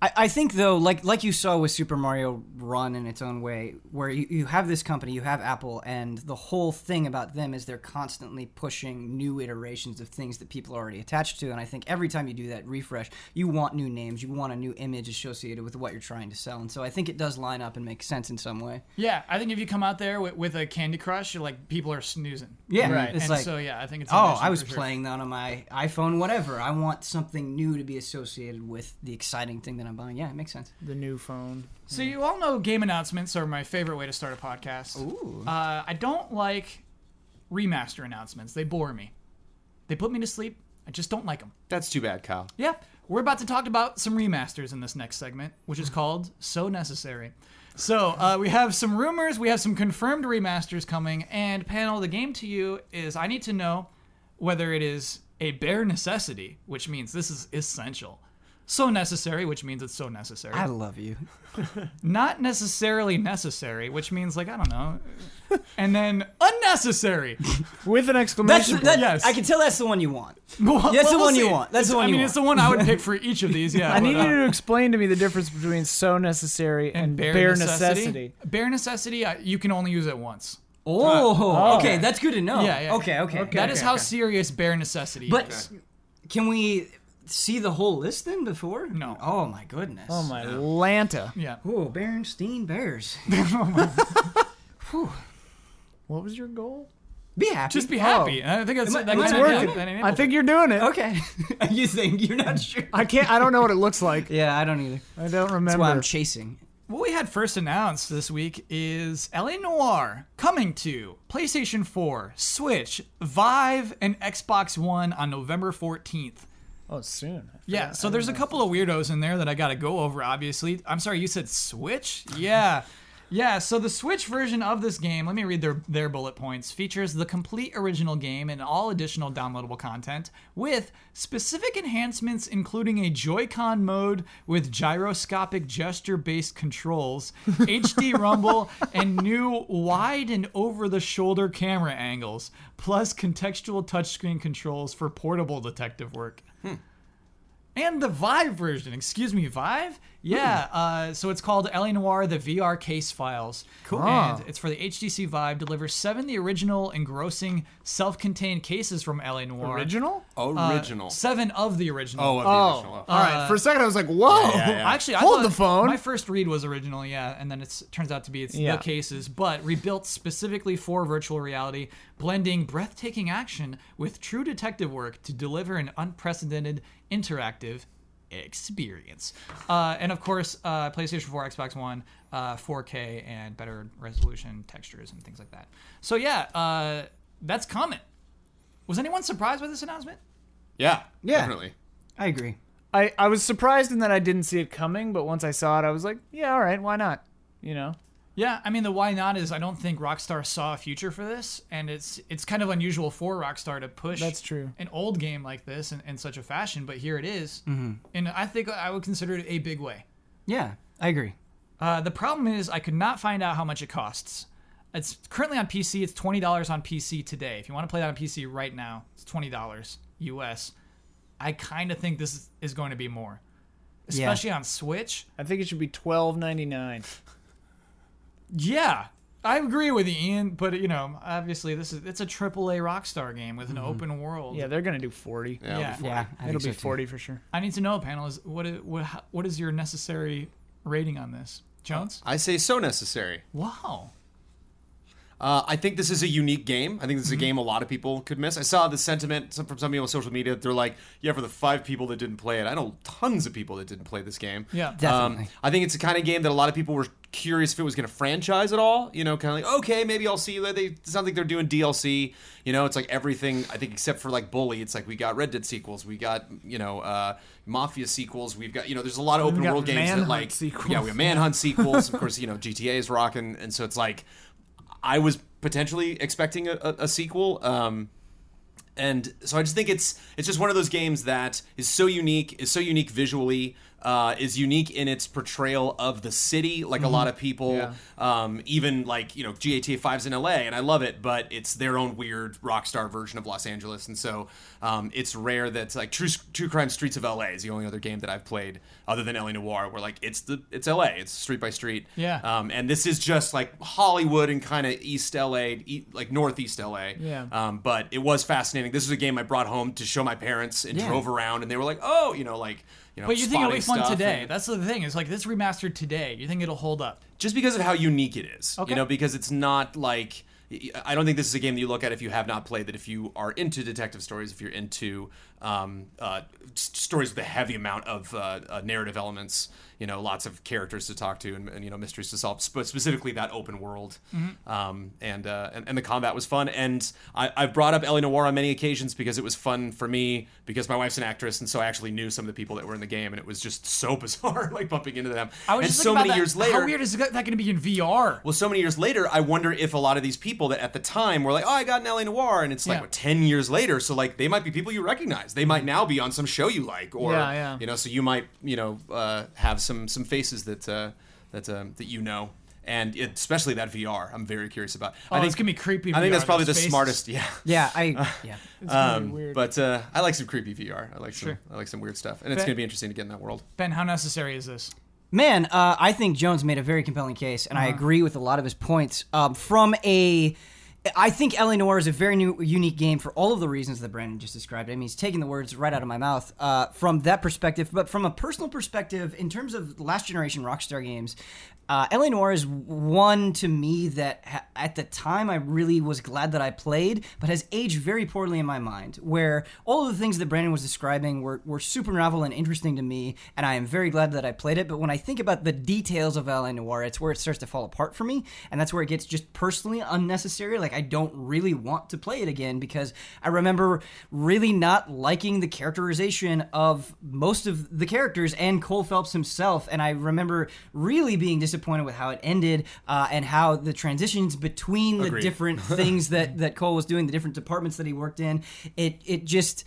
[SPEAKER 4] I, I think though, like like you saw with Super Mario Run in its own way, where you, you have this company, you have Apple, and the whole thing about them is they're constantly pushing new iterations of things that people are already attached to. And I think every time you do that refresh, you want new names, you want a new image associated with what you're trying to sell. And so I think it does line up and make sense in some way.
[SPEAKER 1] yeah. I think if you come out there with, with a Candy Crush, you're like people are snoozing.
[SPEAKER 4] Yeah,
[SPEAKER 2] Right.
[SPEAKER 4] it's
[SPEAKER 1] and
[SPEAKER 4] like
[SPEAKER 1] so yeah, I think it's.
[SPEAKER 4] Oh,
[SPEAKER 1] interesting
[SPEAKER 4] I was
[SPEAKER 1] for sure.
[SPEAKER 4] playing that on my iPhone, whatever. I want something new to be associated with the exciting thing that I'm buying. Yeah, it makes sense.
[SPEAKER 2] The new phone.
[SPEAKER 1] So you all know game announcements are my favorite way to start a podcast.
[SPEAKER 4] Ooh.
[SPEAKER 1] Uh, I don't like remaster announcements. They bore me. They put me to sleep. I just don't like them.
[SPEAKER 3] That's too bad, Kyle.
[SPEAKER 1] Yeah, we're about to talk about some remasters in this next segment, which is called So Necessary. So, uh, we have some rumors, we have some confirmed remasters coming, and panel, the game to you is I need to know whether it is a bare necessity, which means this is essential, so necessary, which means it's so necessary.
[SPEAKER 4] I love you.
[SPEAKER 1] Not necessarily necessary, which means like I don't know. And then unnecessary.
[SPEAKER 2] With an
[SPEAKER 4] That's
[SPEAKER 2] exclamation point.
[SPEAKER 4] that,
[SPEAKER 1] Yes.
[SPEAKER 4] I can tell that's the one you want.
[SPEAKER 1] Well,
[SPEAKER 4] That's the
[SPEAKER 1] we'll
[SPEAKER 4] one you
[SPEAKER 1] see.
[SPEAKER 4] want. That's the
[SPEAKER 1] It's-
[SPEAKER 4] one
[SPEAKER 1] I
[SPEAKER 4] you
[SPEAKER 1] mean, it's the
[SPEAKER 4] want.
[SPEAKER 1] one I would pick for each of these. Yeah.
[SPEAKER 2] I
[SPEAKER 1] but,
[SPEAKER 2] need
[SPEAKER 1] uh,
[SPEAKER 2] you to explain to me the difference between so necessary and, bare, necessity.
[SPEAKER 1] Bare necessity. I, you can only use it once.
[SPEAKER 4] Oh, okay.
[SPEAKER 2] okay.
[SPEAKER 4] That's good to know.
[SPEAKER 1] Yeah, yeah.
[SPEAKER 4] Oh, Okay, okay.
[SPEAKER 2] Okay.
[SPEAKER 1] That is how serious bare necessity.
[SPEAKER 4] But
[SPEAKER 1] is.
[SPEAKER 4] can we see the whole list then before?
[SPEAKER 1] No.
[SPEAKER 4] Oh my goodness.
[SPEAKER 2] Oh my Lanta.
[SPEAKER 1] yeah.
[SPEAKER 4] Ooh, Berenstein Bears.
[SPEAKER 2] What was your goal?
[SPEAKER 4] Be happy.
[SPEAKER 1] Just be happy. I think that's
[SPEAKER 4] Oh. Am
[SPEAKER 1] that
[SPEAKER 4] I- am I
[SPEAKER 1] kinda-
[SPEAKER 4] working?
[SPEAKER 1] that- that
[SPEAKER 2] I
[SPEAKER 1] enabled
[SPEAKER 2] think you're doing it.
[SPEAKER 4] okay. you think you're not sure?
[SPEAKER 2] I can't. I don't know what it looks like.
[SPEAKER 4] Yeah, I don't either.
[SPEAKER 2] I don't
[SPEAKER 4] That's why
[SPEAKER 2] remember.
[SPEAKER 4] I'm chasing.
[SPEAKER 1] What we had first announced this week is LA Noir coming to PlayStation 4, Switch, Vive, and Xbox One on November 14th.
[SPEAKER 2] Oh, soon.
[SPEAKER 1] Yeah, so there's a couple of weirdos in there that I gotta go over, obviously. I'm sorry, you said Switch? Yeah. Yeah, so the Switch version of this game, let me read their, their bullet points, features the complete original game and all additional downloadable content, with specific enhancements including a Joy-Con mode with gyroscopic gesture based controls, HD rumble, and new wide and over the shoulder camera angles, plus contextual touchscreen controls for portable detective work and the Vive version. Excuse me, Vive. Yeah. Uh, so it's called LA Noir: The VR Case Files. Cool. And it's for the HTC Vive. Delivers seven the original engrossing self-contained cases from LA Noir. Uh,
[SPEAKER 2] Original?
[SPEAKER 3] Original.
[SPEAKER 1] Seven of the original.
[SPEAKER 3] oh, of the
[SPEAKER 2] Oh,
[SPEAKER 3] original.
[SPEAKER 2] all right. For a second, I was like, "Whoa!"
[SPEAKER 3] yeah, yeah.
[SPEAKER 1] Actually, I
[SPEAKER 2] Hold
[SPEAKER 1] thought
[SPEAKER 2] the phone.
[SPEAKER 1] My first read was original, yeah, and then it turns out to be it's
[SPEAKER 2] Yeah.
[SPEAKER 1] the cases, but rebuilt specifically for virtual reality, blending breathtaking action with true detective work to deliver an unprecedented interactive experience. Uh, and of course, uh, PlayStation 4, Xbox One, uh, 4K, and better resolution, textures, and things like that. So yeah, uh, that's coming. Was anyone surprised by this announcement?
[SPEAKER 3] Yeah,
[SPEAKER 4] Yeah.
[SPEAKER 3] definitely.
[SPEAKER 4] I agree.
[SPEAKER 2] I I was surprised in that I didn't see it coming, but once I saw it, I was like, "Yeah, all right. Why not?" You know.
[SPEAKER 1] Yeah, I mean the why not is I don't think Rockstar saw a future for this, and it's it's kind of unusual for Rockstar to push
[SPEAKER 2] That's true.
[SPEAKER 1] an old game like this in, in such a fashion, but here it is,
[SPEAKER 2] Mm-hmm.
[SPEAKER 1] and I think I would consider it a big way.
[SPEAKER 4] Yeah, I agree.
[SPEAKER 1] Uh, the problem is I could not find out how much it costs. It's currently on PC. It's twenty dollars on PC today. If you want to play that on PC right now, it's twenty dollars US. I kind of think this is- is going to be more, especially on Switch.
[SPEAKER 2] I think it should be twelve ninety nine.
[SPEAKER 1] Yeah, I agree with you, Ian. But you know, obviously, this is it's a triple A Rockstar game with an
[SPEAKER 3] Mm-hmm.
[SPEAKER 1] open world.
[SPEAKER 2] Yeah, they're gonna do forty.
[SPEAKER 3] Yeah.
[SPEAKER 1] Yeah.
[SPEAKER 4] Yeah, I think
[SPEAKER 2] It'll
[SPEAKER 4] so
[SPEAKER 2] be
[SPEAKER 4] too.
[SPEAKER 2] forty for sure.
[SPEAKER 1] I need to know, panel, is what i- what how- what is your necessary rating on this, Jones?
[SPEAKER 3] I say so necessary.
[SPEAKER 1] Wow.
[SPEAKER 3] Uh, I think this is a unique game. I think this is a game a lot of people could miss. I saw the sentiment some- from some people on social media. They're like, "Yeah, for the five people that didn't play it, I know tons of people that didn't play this game."
[SPEAKER 1] Yeah. Uh,
[SPEAKER 4] Definitely.
[SPEAKER 3] Um, I think it's the kind of game that a lot of people were curious if it was going to franchise at all. You know, kind of like, okay, maybe I'll see. that They it sounds like they're doing DLC. You know, it's like everything. I think except for like Bully, it's like we got Red Dead sequels, we got you know uh, Mafia sequels, we've got you know, there's a lot of open
[SPEAKER 2] got
[SPEAKER 3] world games that
[SPEAKER 2] Manhunt
[SPEAKER 3] like
[SPEAKER 2] sequels.
[SPEAKER 3] yeah, we have Manhunt sequels. of course, you know GTA is rocking, and so it's like I was potentially expecting a, a, a sequel. Um, and so I just think it's it's just one of those games that is so unique, is so unique visually, uh, is unique in its portrayal of the city. Like a lot of people,
[SPEAKER 2] Mm-hmm. Yeah.
[SPEAKER 3] um, even like you know GTA 5's in LA, and I love it, but it's their own weird Rockstar version of Los Angeles, and so um, it's rare that like True True Crime Streets of LA is the only other game that I've played other than LA Noir, where like it's the it's LA, it's street by street,
[SPEAKER 1] Yeah.
[SPEAKER 3] um, and this is just like Hollywood and kind of East LA, e- like Northeast LA.
[SPEAKER 2] Yeah.
[SPEAKER 3] Um, but it was fascinating. This was a game I brought home to show my parents and
[SPEAKER 4] Yeah.
[SPEAKER 3] drove around, and they were like, "Oh, you know, like you know."
[SPEAKER 1] But you think it'll be
[SPEAKER 3] spotting
[SPEAKER 1] fun
[SPEAKER 3] stuff
[SPEAKER 1] today?
[SPEAKER 3] and-
[SPEAKER 1] That's the thing. Is like this remastered today. You think it'll hold up?
[SPEAKER 3] just because of how unique it is.
[SPEAKER 1] Okay.
[SPEAKER 3] You know, because it's not like I don't think this is a game that you look at if you have not played. That if you are into detective stories, if you're into um, uh, s- stories with a heavy amount of uh, uh, narrative elements, you know, lots of characters to talk to and, and, you know mysteries to solve. But specifically that open world,
[SPEAKER 1] Mm-hmm.
[SPEAKER 3] um, and, uh, and and the combat was fun. And I, I've brought up Ellie Noir on many occasions because it was fun for me because my wife's an actress, and so I actually knew some of the people that were in the game, and it was just so bizarre, like bumping into them.
[SPEAKER 1] I was
[SPEAKER 3] and
[SPEAKER 1] just
[SPEAKER 3] so
[SPEAKER 1] thinking
[SPEAKER 3] many
[SPEAKER 1] about
[SPEAKER 3] years
[SPEAKER 1] that.
[SPEAKER 3] later,
[SPEAKER 1] How weird is that, that going to be in VR?
[SPEAKER 3] well, so many years later, I wonder if a lot of these people that at the time were like, "Oh, I got an LA Noir," and it's like
[SPEAKER 1] Yeah.
[SPEAKER 3] what, ten years later, so like they might be people you recognize. guys. They might now be on some show you like, or
[SPEAKER 2] Yeah, yeah.
[SPEAKER 3] you know, so you might you know uh, have some some faces that uh, that um, that you know, and it, especially that VR. I'm very curious about.
[SPEAKER 1] Oh,
[SPEAKER 3] I think
[SPEAKER 1] it's gonna be creepy.
[SPEAKER 3] I think
[SPEAKER 1] VR,
[SPEAKER 3] that's probably the
[SPEAKER 1] those faces.
[SPEAKER 3] smartest. Yeah.
[SPEAKER 4] Yeah, I yeah.
[SPEAKER 3] Um,
[SPEAKER 2] weird.
[SPEAKER 3] But uh, I like some creepy VR. I like some
[SPEAKER 1] Sure.
[SPEAKER 3] I like some weird stuff, and it's
[SPEAKER 1] But-
[SPEAKER 3] gonna be interesting to get in that world.
[SPEAKER 1] Ben, how necessary is this?
[SPEAKER 4] Man, uh, I think Jones made a very compelling case, and I agree with a lot of his points. Um, from a, I think LA Noir is a very new, unique game for all of the reasons that Brandon just described. I mean, he's taking the words right out of my mouth uh, from that perspective. But from a personal perspective, in terms of last generation Rockstar games, uh, LA Noir is one to me that ha- at the time I really was glad that I played, but has aged very poorly in my mind. Where all of the things that Brandon was describing were, were super novel and interesting to me, and I am very glad that I played it. But when I think about the details of LA Noir, it's where it starts to fall apart for me, and that's where it gets just personally unnecessary. Like, I don't really want to play it again because I remember really not liking the characterization of most of the characters and Cole Phelps himself, and I remember really being disappointed with how it ended uh, and how the transitions between the
[SPEAKER 3] Agreed.
[SPEAKER 4] different things that, that Cole was doing, the different departments that he worked in. It it just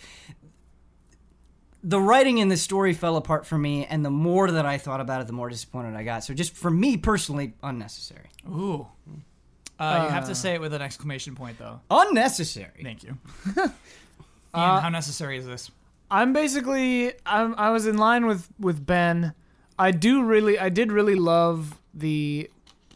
[SPEAKER 4] the writing in this story fell apart for me, and the more that I thought about it, the more disappointed I got. So just for me personally, unnecessary.
[SPEAKER 1] Ooh. Uh, you have to say it with an exclamation point, though.
[SPEAKER 4] Unnecessary.
[SPEAKER 1] Thank you. Ian,
[SPEAKER 3] Uh,
[SPEAKER 1] how necessary is this?
[SPEAKER 2] I'm basically I'm, I was in line with with Ben. I do really I did really love the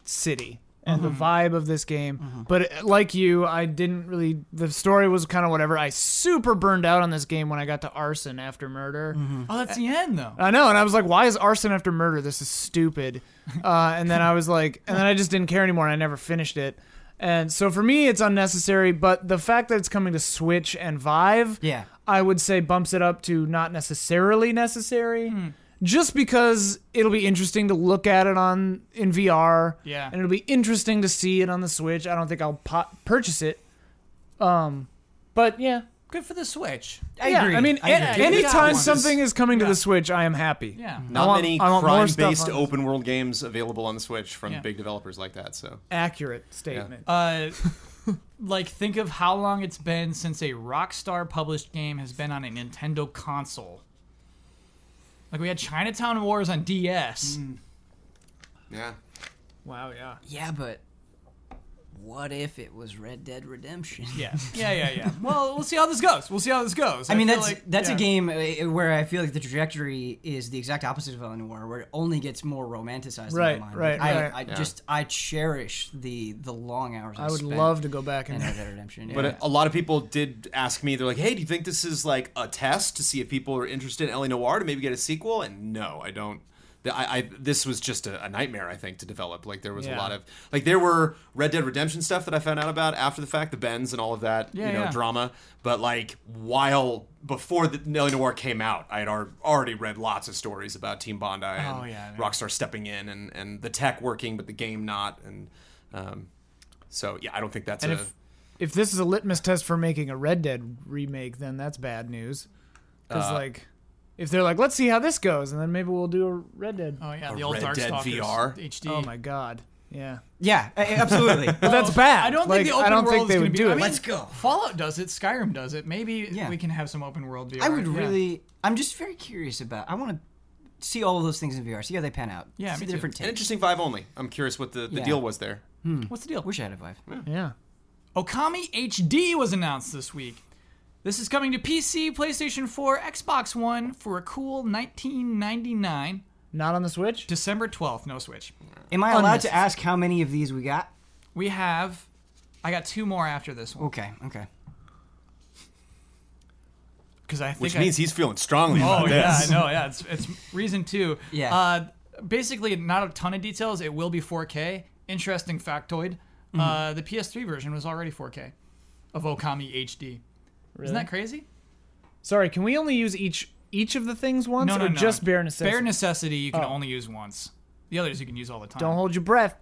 [SPEAKER 2] city and
[SPEAKER 4] Mm-hmm.
[SPEAKER 2] the vibe of this game, but uh, like you, I didn't really. The story was kind of whatever. I super burned out on this game when I got to arson after murder.
[SPEAKER 4] Mm-hmm.
[SPEAKER 3] mm.
[SPEAKER 1] Oh, that's the end,
[SPEAKER 3] Uh,
[SPEAKER 1] though.
[SPEAKER 2] I know, and I was like, "Why is arson after murder? This is stupid." Uh, and then I was like, and then I just didn't care anymore, and I never finished it. And so for me, it's unnecessary. But the fact that it's coming to Switch and Vive,
[SPEAKER 4] Yeah.
[SPEAKER 2] I would say bumps it up to not necessarily necessary.
[SPEAKER 4] Hmm.
[SPEAKER 2] Just because it'll be interesting to look at it on in VR,
[SPEAKER 1] Yeah.
[SPEAKER 2] and it'll be interesting to see it on the Switch. I don't think I'll po- purchase it, um, but yeah,
[SPEAKER 1] Good for the Switch.
[SPEAKER 4] I
[SPEAKER 2] yeah.
[SPEAKER 4] agree.
[SPEAKER 2] I mean,
[SPEAKER 4] I
[SPEAKER 2] a-
[SPEAKER 4] agree.
[SPEAKER 2] anytime
[SPEAKER 1] Yeah.
[SPEAKER 2] something is coming to the Switch, I am happy.
[SPEAKER 1] Yeah.
[SPEAKER 3] Not
[SPEAKER 2] want-
[SPEAKER 3] many
[SPEAKER 2] I want more
[SPEAKER 3] crime-based
[SPEAKER 2] stuff on this.
[SPEAKER 3] open world games available on the Switch from
[SPEAKER 1] Yeah.
[SPEAKER 3] big developers like that. So
[SPEAKER 2] accurate statement.
[SPEAKER 1] Uh, like, think of how long it's been since a Rockstar published game has been on a Nintendo console. Like, we had Chinatown Wars on DS.
[SPEAKER 3] yeah,
[SPEAKER 2] Wow, yeah.
[SPEAKER 4] Mm, yeah, but what if it was Red Dead Redemption?
[SPEAKER 1] Yeah. Yeah, yeah, yeah. well, we'll see how this goes. We'll see how this goes.
[SPEAKER 4] I mean,
[SPEAKER 1] feel
[SPEAKER 4] that's
[SPEAKER 1] like-
[SPEAKER 4] that's
[SPEAKER 2] yeah.
[SPEAKER 4] a game uh, where I feel like the trajectory is the exact opposite of Ellen Noir, where it only gets more romanticized.
[SPEAKER 2] Right,
[SPEAKER 4] in my mind.
[SPEAKER 2] right,
[SPEAKER 4] I,
[SPEAKER 2] right.
[SPEAKER 4] I
[SPEAKER 3] Yeah.
[SPEAKER 4] just I cherish the the long hours. I,
[SPEAKER 2] I would
[SPEAKER 4] spent
[SPEAKER 2] love to go back
[SPEAKER 4] in
[SPEAKER 2] and
[SPEAKER 4] Red Dead Redemption.
[SPEAKER 3] But
[SPEAKER 4] yeah.
[SPEAKER 3] a, a lot of people did ask me, they're like, hey, do you think this is like a test to see if people are interested in Ellie Noir to maybe get a sequel? And no, I don't. The- I, I, this was just a, a nightmare, I think, to develop. Like there was
[SPEAKER 2] Yeah.
[SPEAKER 3] a lot of like there were Red Dead Redemption stuff that I found out about after the fact, the Bens and all of that,
[SPEAKER 1] Yeah,
[SPEAKER 3] you know,
[SPEAKER 1] yeah.
[SPEAKER 3] drama. But like while before the Ellie Noir came out, I had ar- already read lots of stories about Team Bondi and
[SPEAKER 1] Oh, yeah, yeah.
[SPEAKER 3] Rockstar stepping in and and the tech working but the game not and. Um, so yeah, I don't think that's
[SPEAKER 2] And
[SPEAKER 3] a.
[SPEAKER 2] if if this is a litmus test for making a Red Dead remake, then that's bad news. Because
[SPEAKER 3] Uh,
[SPEAKER 2] like, if they're like, let's see how this goes, and then maybe we'll do a Red Dead.
[SPEAKER 1] Oh, yeah.
[SPEAKER 3] A
[SPEAKER 1] The old
[SPEAKER 3] Red Dead
[SPEAKER 1] Darkstalkers.
[SPEAKER 3] VR?
[SPEAKER 1] HD.
[SPEAKER 2] Oh my God, yeah.
[SPEAKER 4] yeah, a- absolutely.
[SPEAKER 2] But that's bad.
[SPEAKER 1] I don't
[SPEAKER 2] Like,
[SPEAKER 1] think the open
[SPEAKER 2] I don't
[SPEAKER 1] world
[SPEAKER 2] think
[SPEAKER 1] is
[SPEAKER 2] they
[SPEAKER 1] going
[SPEAKER 2] would
[SPEAKER 1] to be.
[SPEAKER 2] do
[SPEAKER 1] I
[SPEAKER 2] it.
[SPEAKER 1] mean,
[SPEAKER 4] Let's go.
[SPEAKER 1] Fallout does it. Skyrim does it. Maybe
[SPEAKER 4] Yeah.
[SPEAKER 1] we can have some open world VR.
[SPEAKER 4] I would
[SPEAKER 1] Yeah.
[SPEAKER 4] really. I'm just very curious about. I want to see all of those things in VR. See how they pan out.
[SPEAKER 1] Yeah, me
[SPEAKER 4] see the
[SPEAKER 1] too.
[SPEAKER 4] different
[SPEAKER 3] An
[SPEAKER 4] takes.
[SPEAKER 3] interesting vibe only. I'm curious what the, the
[SPEAKER 4] Yeah.
[SPEAKER 3] deal was there.
[SPEAKER 1] What's the deal?
[SPEAKER 4] Wish I had a vibe.
[SPEAKER 2] yeah.
[SPEAKER 1] Okami HD was announced this week. This is coming to PC, PlayStation 4, Xbox One for a cool 19.99,
[SPEAKER 2] Not on the Switch.
[SPEAKER 1] December 12th. No Switch.
[SPEAKER 4] Am I allowed to ask how many of these we got?
[SPEAKER 1] We have. I got two more after this one
[SPEAKER 4] Okay, okay.
[SPEAKER 1] because I think.
[SPEAKER 3] Which
[SPEAKER 1] I-
[SPEAKER 3] means he's feeling strongly
[SPEAKER 1] Oh
[SPEAKER 3] about
[SPEAKER 1] yeah,
[SPEAKER 3] this.
[SPEAKER 1] I know. Yeah, it's, it's reason two.
[SPEAKER 4] Yeah.
[SPEAKER 1] Uh, basically, not a ton of details. It will be 4K. Interesting factoid. Uh, the PS3 version was already 4K of Okami HD. Isn't that crazy?
[SPEAKER 2] Sorry, can we only use each each of the things once,
[SPEAKER 1] No, no,
[SPEAKER 2] or
[SPEAKER 1] no.
[SPEAKER 2] just bare necessity?
[SPEAKER 1] Bare necessity you can
[SPEAKER 2] Oh.
[SPEAKER 1] only use once. The others you can use all the time.
[SPEAKER 2] Don't hold your breath.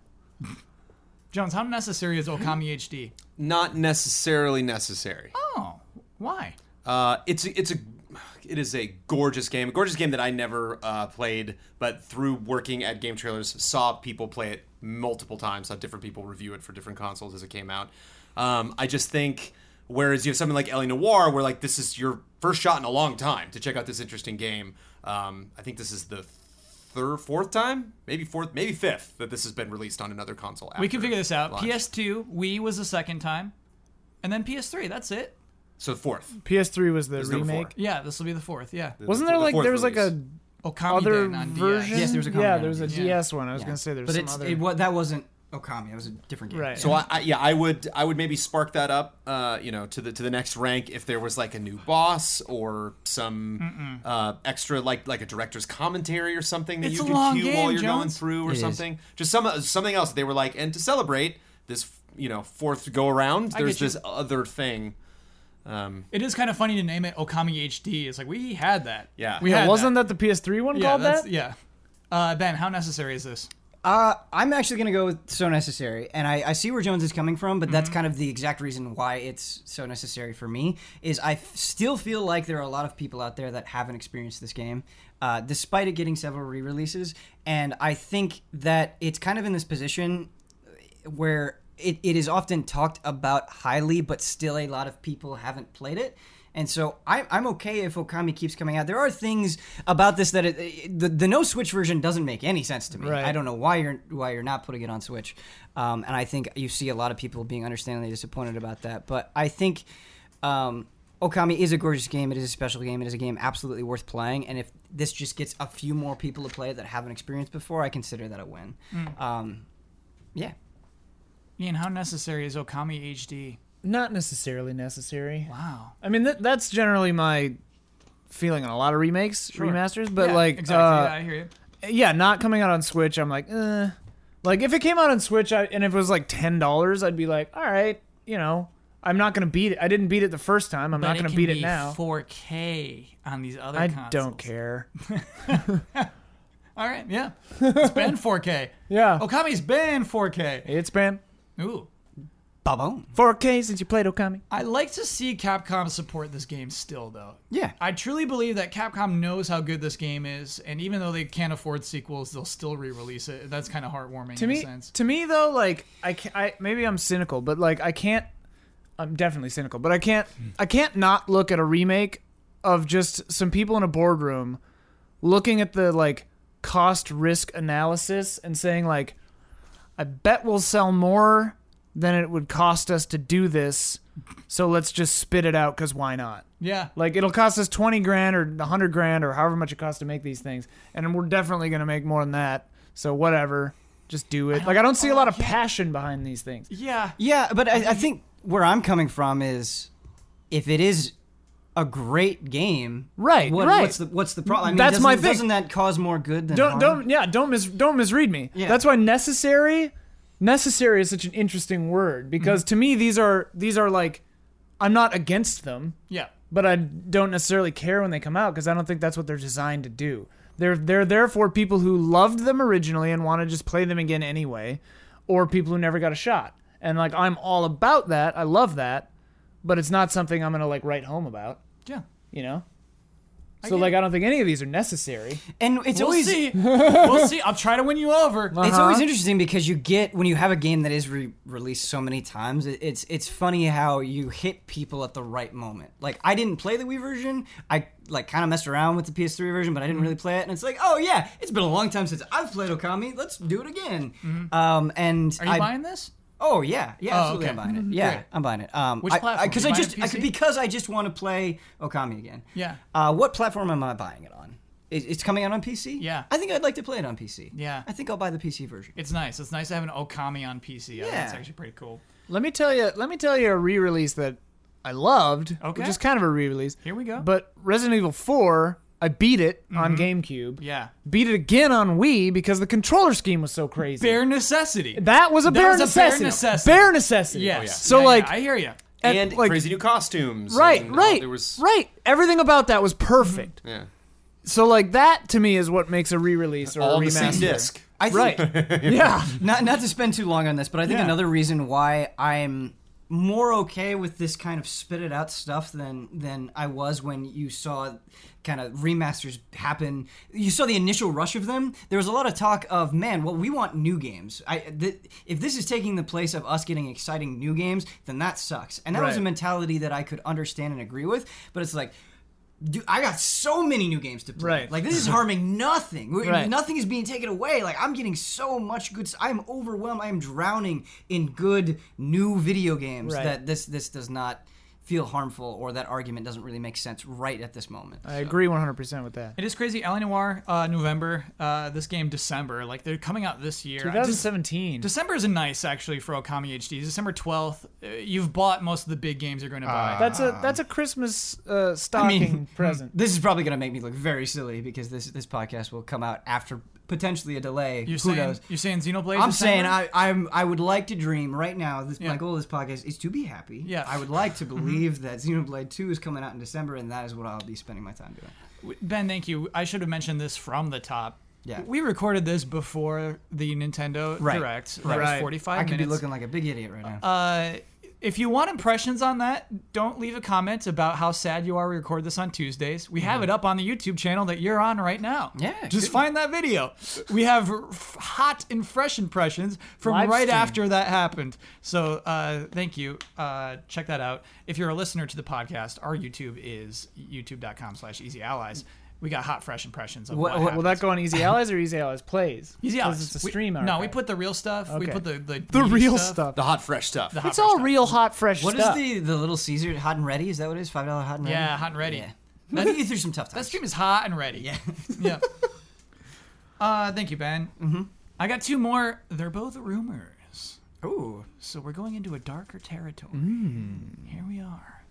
[SPEAKER 1] Jones, how necessary is Okami HD?
[SPEAKER 3] Not necessarily necessary.
[SPEAKER 1] Oh, why?
[SPEAKER 3] Uh, it's a- it's a it is a gorgeous game, a gorgeous game that I never uh, played, but through working at game trailers, saw people play it multiple times, saw different people review it for different consoles as it came out. Um, I just think Whereas you have something like Ellie Noir, where like this is your first shot in a long time to check out this interesting game. Um, I think this is the third, fourth time, maybe fourth, maybe fifth that this has been released on another console.
[SPEAKER 1] We can figure this out.
[SPEAKER 3] launch.
[SPEAKER 1] PS2, Wii was the second time, and then PS3. That's it.
[SPEAKER 3] So fourth,
[SPEAKER 2] PS3 was the
[SPEAKER 3] There's number four.
[SPEAKER 2] remake.
[SPEAKER 1] Yeah, this will be the fourth. Yeah.
[SPEAKER 2] Wasn't
[SPEAKER 3] The-
[SPEAKER 2] there
[SPEAKER 3] the
[SPEAKER 2] like
[SPEAKER 3] fourth
[SPEAKER 2] there was like
[SPEAKER 3] release.
[SPEAKER 2] a
[SPEAKER 1] Okami
[SPEAKER 2] other
[SPEAKER 1] then on
[SPEAKER 2] version?
[SPEAKER 1] DS.
[SPEAKER 4] Yes, there was a Konami
[SPEAKER 2] yeah,
[SPEAKER 4] on
[SPEAKER 2] there was a
[SPEAKER 1] DS.
[SPEAKER 2] DS one. I was gonna say there's
[SPEAKER 4] but
[SPEAKER 2] some
[SPEAKER 4] it's,
[SPEAKER 2] other.
[SPEAKER 4] it, wa- that wasn't Okami. That was a different game.
[SPEAKER 2] right.
[SPEAKER 3] So I, I yeah, I would I would maybe spark that up, uh, you know, to the to the next rank if there was like a new boss or some uh, extra like like a director's commentary or something that
[SPEAKER 1] It's
[SPEAKER 3] you
[SPEAKER 1] a
[SPEAKER 3] can
[SPEAKER 1] long
[SPEAKER 3] cue while
[SPEAKER 1] game,
[SPEAKER 3] you're going
[SPEAKER 1] Jones.
[SPEAKER 3] through or
[SPEAKER 4] It is.
[SPEAKER 3] something. Just some something else they were like, and to celebrate this, you know, fourth go around,
[SPEAKER 1] get
[SPEAKER 3] there's
[SPEAKER 1] you.
[SPEAKER 3] this other thing. Um,
[SPEAKER 1] It is kind of funny to name it Okami HD. It's like we had that.
[SPEAKER 3] Yeah.
[SPEAKER 1] we
[SPEAKER 2] Yeah,
[SPEAKER 1] had
[SPEAKER 2] wasn't that. the PS3 one
[SPEAKER 1] that. Yeah,
[SPEAKER 2] called
[SPEAKER 1] that's
[SPEAKER 2] that?
[SPEAKER 1] yeah. Uh, ben, how necessary is this?
[SPEAKER 4] Uh, I'm actually going to go with so necessary, and I, I see where Jones is coming from, but
[SPEAKER 2] Mm-hmm.
[SPEAKER 4] that's kind of the exact reason why it's so necessary for me. Is I f- still feel like there are a lot of people out there that haven't experienced this game, uh, despite it getting several re-releases, and I think that it's kind of in this position where it, it is often talked about highly, but still a lot of people haven't played it. And so I, I'm okay if Okami keeps coming out. There are things about this that it, it- the, the no Switch version doesn't make any sense to me.
[SPEAKER 2] Right.
[SPEAKER 4] I don't know why you're why you're not putting it on Switch. Um, and I think you see a lot of people being understandably disappointed about that. But I think um, Okami is a gorgeous game. It is a special game. It is a game absolutely worth playing. And if this just gets a few more people to play it that haven't experienced before, I consider that a win. Um, yeah.
[SPEAKER 1] Ian, how necessary is Okami HD?
[SPEAKER 2] Not necessarily necessary.
[SPEAKER 1] Wow.
[SPEAKER 2] I mean, that, that's generally my feeling on a lot of remakes, remasters, but
[SPEAKER 1] Yeah,
[SPEAKER 2] like,
[SPEAKER 1] exactly. yeah,
[SPEAKER 2] uh,
[SPEAKER 1] I hear you.
[SPEAKER 2] yeah. not coming out on Switch, I'm like, eh. Like, if it came out on Switch I, and if it was like $10, I'd be like, all right, you know, I'm not going to beat it. I didn't beat it the first time. I'm not going to beat it now.
[SPEAKER 1] 4K on these other.
[SPEAKER 2] I
[SPEAKER 1] consoles.
[SPEAKER 2] don't care.
[SPEAKER 1] All right. Yeah. It's been 4K.
[SPEAKER 2] Yeah.
[SPEAKER 1] Okami's been 4K.
[SPEAKER 2] It's been
[SPEAKER 1] Ooh.
[SPEAKER 4] Babone.
[SPEAKER 2] 4K since you played Okami.
[SPEAKER 1] I like to see Capcom support this game still, though.
[SPEAKER 4] Yeah.
[SPEAKER 1] I truly believe that Capcom knows how good this game is, and even though they can't afford sequels, they'll still re-release it. That's kind of heartwarming
[SPEAKER 2] to
[SPEAKER 1] in
[SPEAKER 2] me
[SPEAKER 1] a sense.
[SPEAKER 2] to me though like I, ca I maybe i'm cynical but like i can't i'm definitely cynical but i can't i can't not look at a remake of just some people in a boardroom looking at the like cost risk analysis and saying like i bet we'll sell more than it would cost us to do this so let's just spit it out because why not
[SPEAKER 1] Yeah.
[SPEAKER 2] like it'll cost us twenty grand or hundred grand or however much it costs to make these things, and we're definitely gonna make more than that. So whatever, just do it. like I don't see a lot of passion behind these things.
[SPEAKER 1] Yeah.
[SPEAKER 4] Yeah, but I, I think where I'm coming from is if it is a great game,
[SPEAKER 2] Right,
[SPEAKER 4] What,
[SPEAKER 2] right.
[SPEAKER 4] What's the what's the problem? I mean,
[SPEAKER 2] That's
[SPEAKER 4] doesn't-
[SPEAKER 2] my thing.
[SPEAKER 4] Doesn't that cause more good than
[SPEAKER 2] Don't
[SPEAKER 4] harm?
[SPEAKER 2] don't yeah don't mis don't misread me.
[SPEAKER 4] Yeah.
[SPEAKER 2] That's why necessary necessary is such an interesting word because to me these are these are like I'm not against them,
[SPEAKER 1] Yeah.
[SPEAKER 2] but I don't necessarily care when they come out because I don't think that's what they're designed to do. They're they're there for people who loved them originally and want to just play them again anyway, or people who never got a shot. And like I'm all about that. I love that, but it's not something I'm gonna like write home about.
[SPEAKER 1] Yeah.
[SPEAKER 2] You know.
[SPEAKER 1] get
[SPEAKER 2] So
[SPEAKER 1] it.
[SPEAKER 2] like I don't think any of these are necessary.
[SPEAKER 4] And it's
[SPEAKER 1] We'll
[SPEAKER 4] always
[SPEAKER 1] see. we'll see. I'll try to win you over.
[SPEAKER 2] Uh-huh.
[SPEAKER 4] It's always interesting because you get when you have a game that is re- released so many times. It, it's it's funny how you hit people at the right moment. Like I didn't play the Wii version. I like kind of messed around with the PS3 version, but I
[SPEAKER 2] Mm-hmm.
[SPEAKER 4] didn't really play it. And it's like, oh yeah, it's been a long time since I've played Okami. Let's do it again.
[SPEAKER 2] Mm-hmm.
[SPEAKER 4] Um, and
[SPEAKER 1] Are you
[SPEAKER 4] I,
[SPEAKER 1] buying this?
[SPEAKER 4] Oh yeah, yeah,
[SPEAKER 1] Oh,
[SPEAKER 4] absolutely.
[SPEAKER 1] okay.
[SPEAKER 4] I'm buying it. Yeah,
[SPEAKER 1] Great.
[SPEAKER 4] I'm buying it. Um,
[SPEAKER 1] Which
[SPEAKER 4] I-
[SPEAKER 1] platform?
[SPEAKER 4] Because
[SPEAKER 1] You
[SPEAKER 4] I,
[SPEAKER 1] buying
[SPEAKER 4] just
[SPEAKER 1] it
[SPEAKER 4] I could-
[SPEAKER 1] PC?
[SPEAKER 4] because I just want to play Okami again.
[SPEAKER 1] Yeah.
[SPEAKER 4] Uh, what platform am I buying it on? It, it's coming out on PC.
[SPEAKER 1] Yeah.
[SPEAKER 4] I think I'd like to play it on PC.
[SPEAKER 1] Yeah.
[SPEAKER 4] I think I'll buy the PC version.
[SPEAKER 1] It's nice. It's nice to have an Okami on PC. Yeah. That's
[SPEAKER 4] Yeah.
[SPEAKER 1] actually pretty cool.
[SPEAKER 2] Let me tell you. Let me tell you a re-release that I loved,
[SPEAKER 1] Okay.
[SPEAKER 2] which is kind of a re-release.
[SPEAKER 1] Here we go. Mm-hmm.
[SPEAKER 2] But Resident Evil 4, I beat it on GameCube.
[SPEAKER 1] Yeah.
[SPEAKER 2] Beat it again on Wii because the controller scheme was so crazy.
[SPEAKER 1] Bare necessity.
[SPEAKER 2] that was a
[SPEAKER 1] That
[SPEAKER 2] bare
[SPEAKER 1] was a bare
[SPEAKER 2] necessity.
[SPEAKER 1] necessity.
[SPEAKER 2] Bare necessity.
[SPEAKER 1] yes.
[SPEAKER 2] So
[SPEAKER 1] Oh, Yeah, yeah,
[SPEAKER 2] like,
[SPEAKER 1] I hear you.
[SPEAKER 2] at-
[SPEAKER 3] and
[SPEAKER 2] like-
[SPEAKER 3] crazy new costumes.
[SPEAKER 2] right,
[SPEAKER 3] and, uh,
[SPEAKER 2] right,
[SPEAKER 3] There was
[SPEAKER 2] right. Everything about that was perfect.
[SPEAKER 3] yeah,
[SPEAKER 2] So like, that to me is what makes a re-release or
[SPEAKER 3] all
[SPEAKER 2] a
[SPEAKER 3] on the same
[SPEAKER 2] remaster.
[SPEAKER 3] disc.
[SPEAKER 4] I think,
[SPEAKER 2] Right. yeah.
[SPEAKER 4] not not to spend too long on this, but I think
[SPEAKER 1] Yeah.
[SPEAKER 4] another reason why I'm more okay with this kind of spit it out stuff than than I was when you saw kind of remasters happen. You saw the initial rush of them. There was a lot of talk of man, well, we want new games. I th- if this is taking the place of us getting exciting new games, then that sucks. And that was a
[SPEAKER 2] Right.
[SPEAKER 4] mentality that I could understand and agree with. But it's like. Dude, I got so many new games to play.
[SPEAKER 2] Right.
[SPEAKER 4] Like this is harming nothing. We-
[SPEAKER 2] Right.
[SPEAKER 4] Nothing is being taken away. Like I'm getting so much good. s- I'm overwhelmed. I'm drowning in good new video games.
[SPEAKER 2] Right.
[SPEAKER 4] That this this does not feel harmful, or that argument doesn't really make sense right at this moment.
[SPEAKER 2] I agree 100% with that.
[SPEAKER 1] It is crazy. LA Noir, uh, November. Uh, this game, December. Like, they're coming out this year. I just-
[SPEAKER 2] 2017.
[SPEAKER 1] December is nice, actually, for Okami HD. December 12th. Uh, You've bought most of the big games you're going to buy.
[SPEAKER 2] that's a that's a Christmas uh, stocking present.
[SPEAKER 4] This is probably gonna make me look very silly because this this podcast will come out after potentially a delay.
[SPEAKER 1] you're
[SPEAKER 4] Who
[SPEAKER 1] saying,
[SPEAKER 4] knows?
[SPEAKER 1] You're saying Xenoblade?
[SPEAKER 4] I'm
[SPEAKER 1] December?
[SPEAKER 4] saying I, I'm I would like to dream right now. This
[SPEAKER 1] Yeah.
[SPEAKER 4] my goal of this podcast is to be happy.
[SPEAKER 1] Yeah. Mm-hmm.
[SPEAKER 4] I would like to believe that Xenoblade Two is coming out in December, and that is what I'll be spending my time doing.
[SPEAKER 1] Ben, thank you. I should have mentioned this from the top.
[SPEAKER 4] Yeah.
[SPEAKER 1] We recorded this before the Nintendo
[SPEAKER 4] Right.
[SPEAKER 1] Direct. That was
[SPEAKER 2] Right.
[SPEAKER 1] 45
[SPEAKER 4] I could be
[SPEAKER 1] minutes.
[SPEAKER 4] looking like a big idiot right now.
[SPEAKER 1] Uh, if you want impressions on that, don't leave a comment about how sad you are. We record this on Tuesdays. We
[SPEAKER 2] Mm-hmm.
[SPEAKER 1] have it up on the YouTube channel that you're on right now.
[SPEAKER 4] Yeah,
[SPEAKER 1] just
[SPEAKER 4] good.
[SPEAKER 1] find that video. We have r- f- hot and fresh impressions from
[SPEAKER 2] Live
[SPEAKER 1] right
[SPEAKER 2] stream.
[SPEAKER 1] after that happened. So uh, thank you. Uh, check that out. If you're a listener to the podcast, our YouTube is youtube.com/slash Easy Allies. We got hot fresh impressions of what,
[SPEAKER 4] What- what-
[SPEAKER 2] Will
[SPEAKER 1] happened.
[SPEAKER 2] that go on Easy Allies or Easy Allies Plays?
[SPEAKER 1] Easy
[SPEAKER 2] 'Cause
[SPEAKER 1] Allies.
[SPEAKER 2] It's a
[SPEAKER 1] We-
[SPEAKER 2] stream.
[SPEAKER 1] no,
[SPEAKER 2] archive.
[SPEAKER 1] we put the real stuff. We
[SPEAKER 2] Okay.
[SPEAKER 1] put the the,
[SPEAKER 2] the
[SPEAKER 1] meaty
[SPEAKER 2] real
[SPEAKER 1] stuff.
[SPEAKER 2] stuff.
[SPEAKER 3] The hot fresh stuff.
[SPEAKER 1] The hot
[SPEAKER 2] It's
[SPEAKER 1] fresh
[SPEAKER 2] all
[SPEAKER 1] stuff.
[SPEAKER 2] real hot fresh
[SPEAKER 4] What is
[SPEAKER 2] stuff.
[SPEAKER 4] the the little Caesar hot and ready? Is that what it is? Five dollar hot and ready.
[SPEAKER 1] Yeah, hot and ready.
[SPEAKER 4] Yeah. I think you threw some tough
[SPEAKER 1] That
[SPEAKER 4] times.
[SPEAKER 1] stream is hot and ready. Yeah. yeah. Uh, thank you, Ben. Mm-hmm. I got two more. They're both rumors.
[SPEAKER 4] Ooh,
[SPEAKER 1] So we're going into a darker territory. Here we are.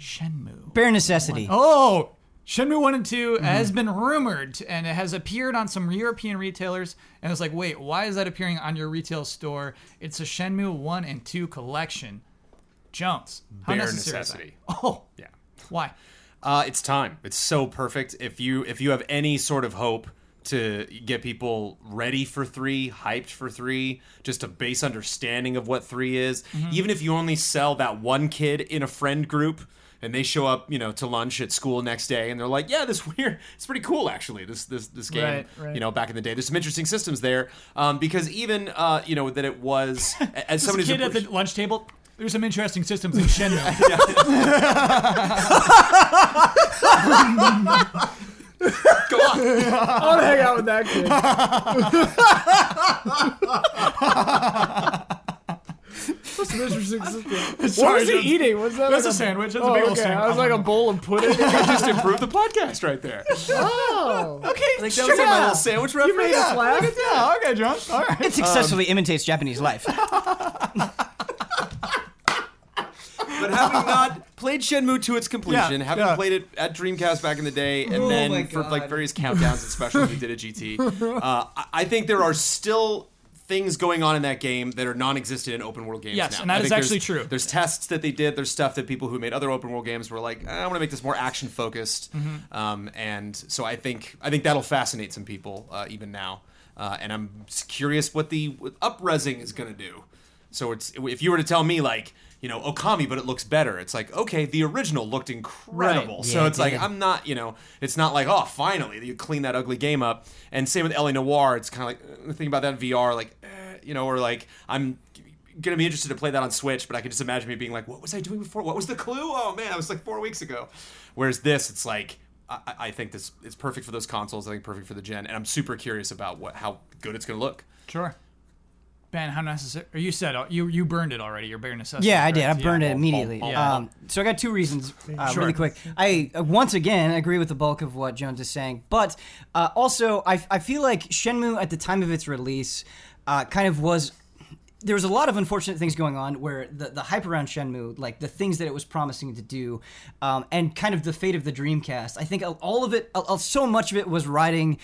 [SPEAKER 1] Shenmue.
[SPEAKER 4] bare necessity.
[SPEAKER 1] Oh! Shenmue 1 and 2 has been rumored and it has appeared on some European retailers. And it's like, wait, why is that appearing on your retail store? It's a Shenmue 1 and 2 collection. Jones. How
[SPEAKER 3] Bare
[SPEAKER 1] necessary is that?
[SPEAKER 3] necessity.
[SPEAKER 1] Oh,
[SPEAKER 3] yeah.
[SPEAKER 1] why?
[SPEAKER 3] Uh, it's time. It's so perfect. If you if you have any sort of hope to get people ready for three, hyped for three, just a base understanding of what three is, even if you only sell that one kid in a friend group. And they show up, you know, to lunch at school next day, and they're like, "Yeah, this weird. It's pretty cool, actually. This this this game.
[SPEAKER 2] Right, right.
[SPEAKER 3] You know, back in the day, there's some interesting systems there. Um, because even, uh, you know, that it was as somebody
[SPEAKER 1] This
[SPEAKER 3] who's
[SPEAKER 1] kid at
[SPEAKER 3] appre-
[SPEAKER 1] the lunch table. There's some interesting systems in Shenmue.
[SPEAKER 3] go on.
[SPEAKER 2] I want to hang out with that kid. What's an interesting system? What was he
[SPEAKER 1] that's-
[SPEAKER 2] eating? Was that
[SPEAKER 1] that's
[SPEAKER 2] like
[SPEAKER 1] a sandwich. That's a
[SPEAKER 2] oh,
[SPEAKER 1] bagel
[SPEAKER 2] okay.
[SPEAKER 1] sandwich.
[SPEAKER 2] I was like a bowl of pudding.
[SPEAKER 3] I just improved the podcast right there.
[SPEAKER 2] oh,
[SPEAKER 1] okay,
[SPEAKER 3] Like that
[SPEAKER 1] sure.
[SPEAKER 3] was like my
[SPEAKER 1] yeah.
[SPEAKER 3] little sandwich reference.
[SPEAKER 2] made us laugh.
[SPEAKER 1] yeah, Oh, okay, John. All right.
[SPEAKER 4] it successfully imitates Japanese life.
[SPEAKER 3] but having not played Shenmue to its completion,
[SPEAKER 1] Yeah,
[SPEAKER 3] having
[SPEAKER 1] yeah.
[SPEAKER 3] played it at Dreamcast back in the day, and
[SPEAKER 4] Oh my
[SPEAKER 3] then for like
[SPEAKER 4] God.
[SPEAKER 3] various countdowns and specials we did at GT, uh, I- I think there are still things going on in that game that are non-existent in open world games
[SPEAKER 1] Yes,
[SPEAKER 3] now.
[SPEAKER 1] and that
[SPEAKER 3] I
[SPEAKER 1] is
[SPEAKER 3] think there's-
[SPEAKER 1] actually true.
[SPEAKER 3] there's tests that they did there's stuff that people who made other open world games were like "Eh, i want to make this more action focused
[SPEAKER 4] Mm-hmm.
[SPEAKER 3] um, and so i think i think that'll fascinate some people uh, even now uh, and i'm s- curious what the what upresing is going to do so it's if you were to tell me like you know okami but it looks better it's like okay the original looked incredible
[SPEAKER 4] Right.
[SPEAKER 3] so
[SPEAKER 4] Yeah, it
[SPEAKER 3] it's like
[SPEAKER 4] did.
[SPEAKER 3] i'm not you know it's not like oh finally you clean that ugly game up and same with la noir it's kind of like uh, thinking about that in vr like eh, you know or like i'm gonna be interested to play that on Switch, but I can just imagine me being like, "What was I doing before? What was the clue? Oh man, I was like four weeks ago." Whereas this, it's like I, I- I think this it's perfect for those consoles. I think perfect for the gen, and I'm super curious about what how good it's gonna look.
[SPEAKER 1] Sure. Ben, how necessary? Or you said uh, you you burned it already. Your bare necessity.
[SPEAKER 4] Yeah, I did. I
[SPEAKER 1] correct?
[SPEAKER 4] burned
[SPEAKER 1] Yeah.
[SPEAKER 4] it immediately.
[SPEAKER 1] Yeah.
[SPEAKER 4] Um, so I got two reasons, uh,
[SPEAKER 1] Sure.
[SPEAKER 4] really quick. I uh, once again agree with the bulk of what Jones is saying, but uh, also I, I feel like Shenmue at the time of its release uh, kind of was. There was a lot of unfortunate things going on where the, the hype around Shenmue, like the things that it was promising to do, um, and kind of the fate of the Dreamcast. I think all of it, uh, so much of it was riding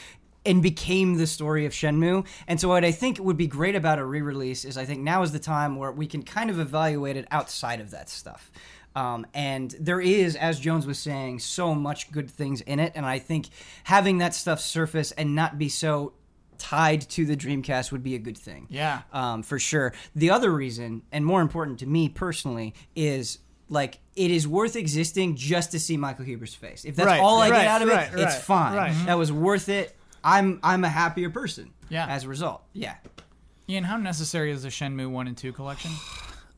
[SPEAKER 4] and became the story of Shenmue. And so what I think would be great about a re-release is I think now is the time where we can kind of evaluate it outside of that stuff. Um, and there is, as Jones was saying, so much good things in it, and I think having that stuff surface and not be so tied to the Dreamcast would be a good thing.
[SPEAKER 1] Yeah.
[SPEAKER 4] um, for sure. The other reason, and more important to me personally, is like it is worth existing just to see Michael Huber's face. If that's
[SPEAKER 2] Right,
[SPEAKER 4] all I
[SPEAKER 2] right,
[SPEAKER 4] get out of
[SPEAKER 2] right,
[SPEAKER 4] it, it's
[SPEAKER 2] right,
[SPEAKER 4] fine.
[SPEAKER 2] right. Mhm.
[SPEAKER 4] That was worth it. I'm I'm a happier person.
[SPEAKER 1] Yeah.
[SPEAKER 4] As a result. Yeah.
[SPEAKER 1] Ian, how necessary is the Shenmue One and Two collection?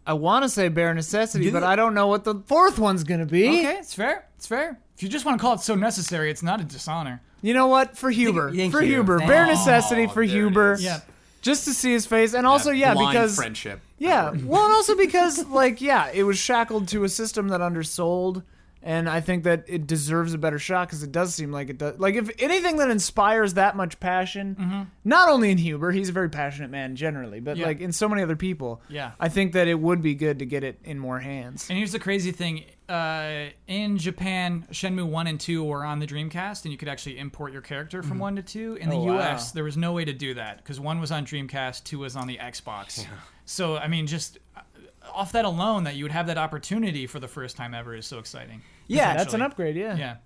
[SPEAKER 2] I want to say bare necessity,
[SPEAKER 4] Do
[SPEAKER 2] but
[SPEAKER 4] you-
[SPEAKER 2] I don't know what the fourth one's gonna be.
[SPEAKER 1] Okay, it's fair. It's fair. If you just want to call it so necessary, it's not a dishonor.
[SPEAKER 2] You know what? For Huber,
[SPEAKER 4] thank
[SPEAKER 2] for
[SPEAKER 4] you.
[SPEAKER 2] Huber,
[SPEAKER 4] Thank
[SPEAKER 2] bare
[SPEAKER 4] you.
[SPEAKER 2] necessity for
[SPEAKER 3] there it
[SPEAKER 2] Huber.
[SPEAKER 3] is.
[SPEAKER 1] Yeah.
[SPEAKER 2] Just to see his face, and also
[SPEAKER 3] That
[SPEAKER 2] yeah,
[SPEAKER 3] blind
[SPEAKER 2] because
[SPEAKER 3] friendship.
[SPEAKER 2] yeah, well, and also because like yeah, it was shackled to a system that undersold, and I think that it deserves a better shot because it does seem like it does. Like if anything that inspires that much passion, not only in Huber, he's a very passionate man generally, but
[SPEAKER 1] Mm-hmm. Yeah.
[SPEAKER 2] like in so many other people,
[SPEAKER 1] Yeah.
[SPEAKER 2] I think that it would be good to get it in more hands.
[SPEAKER 1] And here's the crazy thing: uh, in Japan, Shenmue One and Two were on the Dreamcast, and you could actually import your character from one to two. In the
[SPEAKER 2] Oh, wow.
[SPEAKER 1] U.S., there was no way to do that because one was on Dreamcast, two was on the Xbox. So I mean, just uh, off that alone, that you would have that opportunity for the first time ever is so exciting.
[SPEAKER 4] Yeah,
[SPEAKER 2] That's an
[SPEAKER 1] Potentially.
[SPEAKER 2] upgrade, yeah.
[SPEAKER 1] Yeah.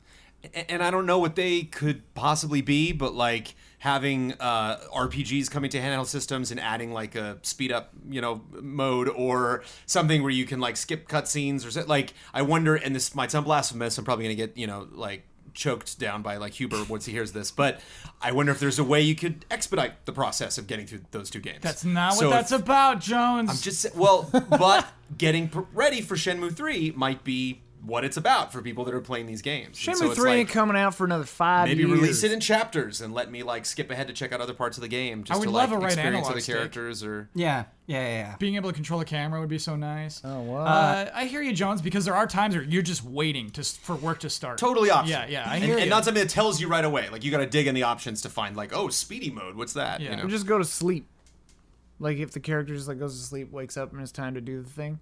[SPEAKER 3] A- and I don't know what they could possibly be, but like having uh, RPGs coming to handheld systems and adding like a speed up, you know, mode or something where you can like skip cutscenes or so, like I wonder. And this might sound blasphemous. I'm probably gonna get you know like choked down by like Huber once he hears this, but I wonder if there's a way you could expedite the process of getting through those two games.
[SPEAKER 1] That's not what
[SPEAKER 3] So if-
[SPEAKER 1] that's about, Jones.
[SPEAKER 3] I'm just sa- well, but getting pr- ready for Shenmue three might be what it's about for people that are playing these games. And
[SPEAKER 2] Shenmue
[SPEAKER 3] so it's
[SPEAKER 2] three
[SPEAKER 3] like-
[SPEAKER 2] ain't coming out for another five
[SPEAKER 3] Maybe
[SPEAKER 2] years.
[SPEAKER 3] release it in chapters and let me like skip ahead to check out other parts of the game just
[SPEAKER 1] would
[SPEAKER 3] to
[SPEAKER 1] love
[SPEAKER 3] like
[SPEAKER 1] a right
[SPEAKER 3] experience
[SPEAKER 1] analog
[SPEAKER 3] other
[SPEAKER 1] stick.
[SPEAKER 3] characters or
[SPEAKER 4] Yeah. Yeah. Yeah. yeah.
[SPEAKER 1] being able to control a camera would be so nice. Oh
[SPEAKER 2] wow.
[SPEAKER 1] Uh, I hear you, Jones, because there are times where you're just waiting to s- for work to start.
[SPEAKER 3] totally optional.
[SPEAKER 1] Yeah, yeah, I
[SPEAKER 3] and,
[SPEAKER 1] hear
[SPEAKER 3] and
[SPEAKER 1] you.
[SPEAKER 3] not something that tells you right away. Like you got to dig in the options to find like, oh, speedy mode. What's that?
[SPEAKER 1] Yeah.
[SPEAKER 3] You know?
[SPEAKER 2] Or just go to sleep. Like if the character just like goes to sleep, wakes up, and it's time to do the thing.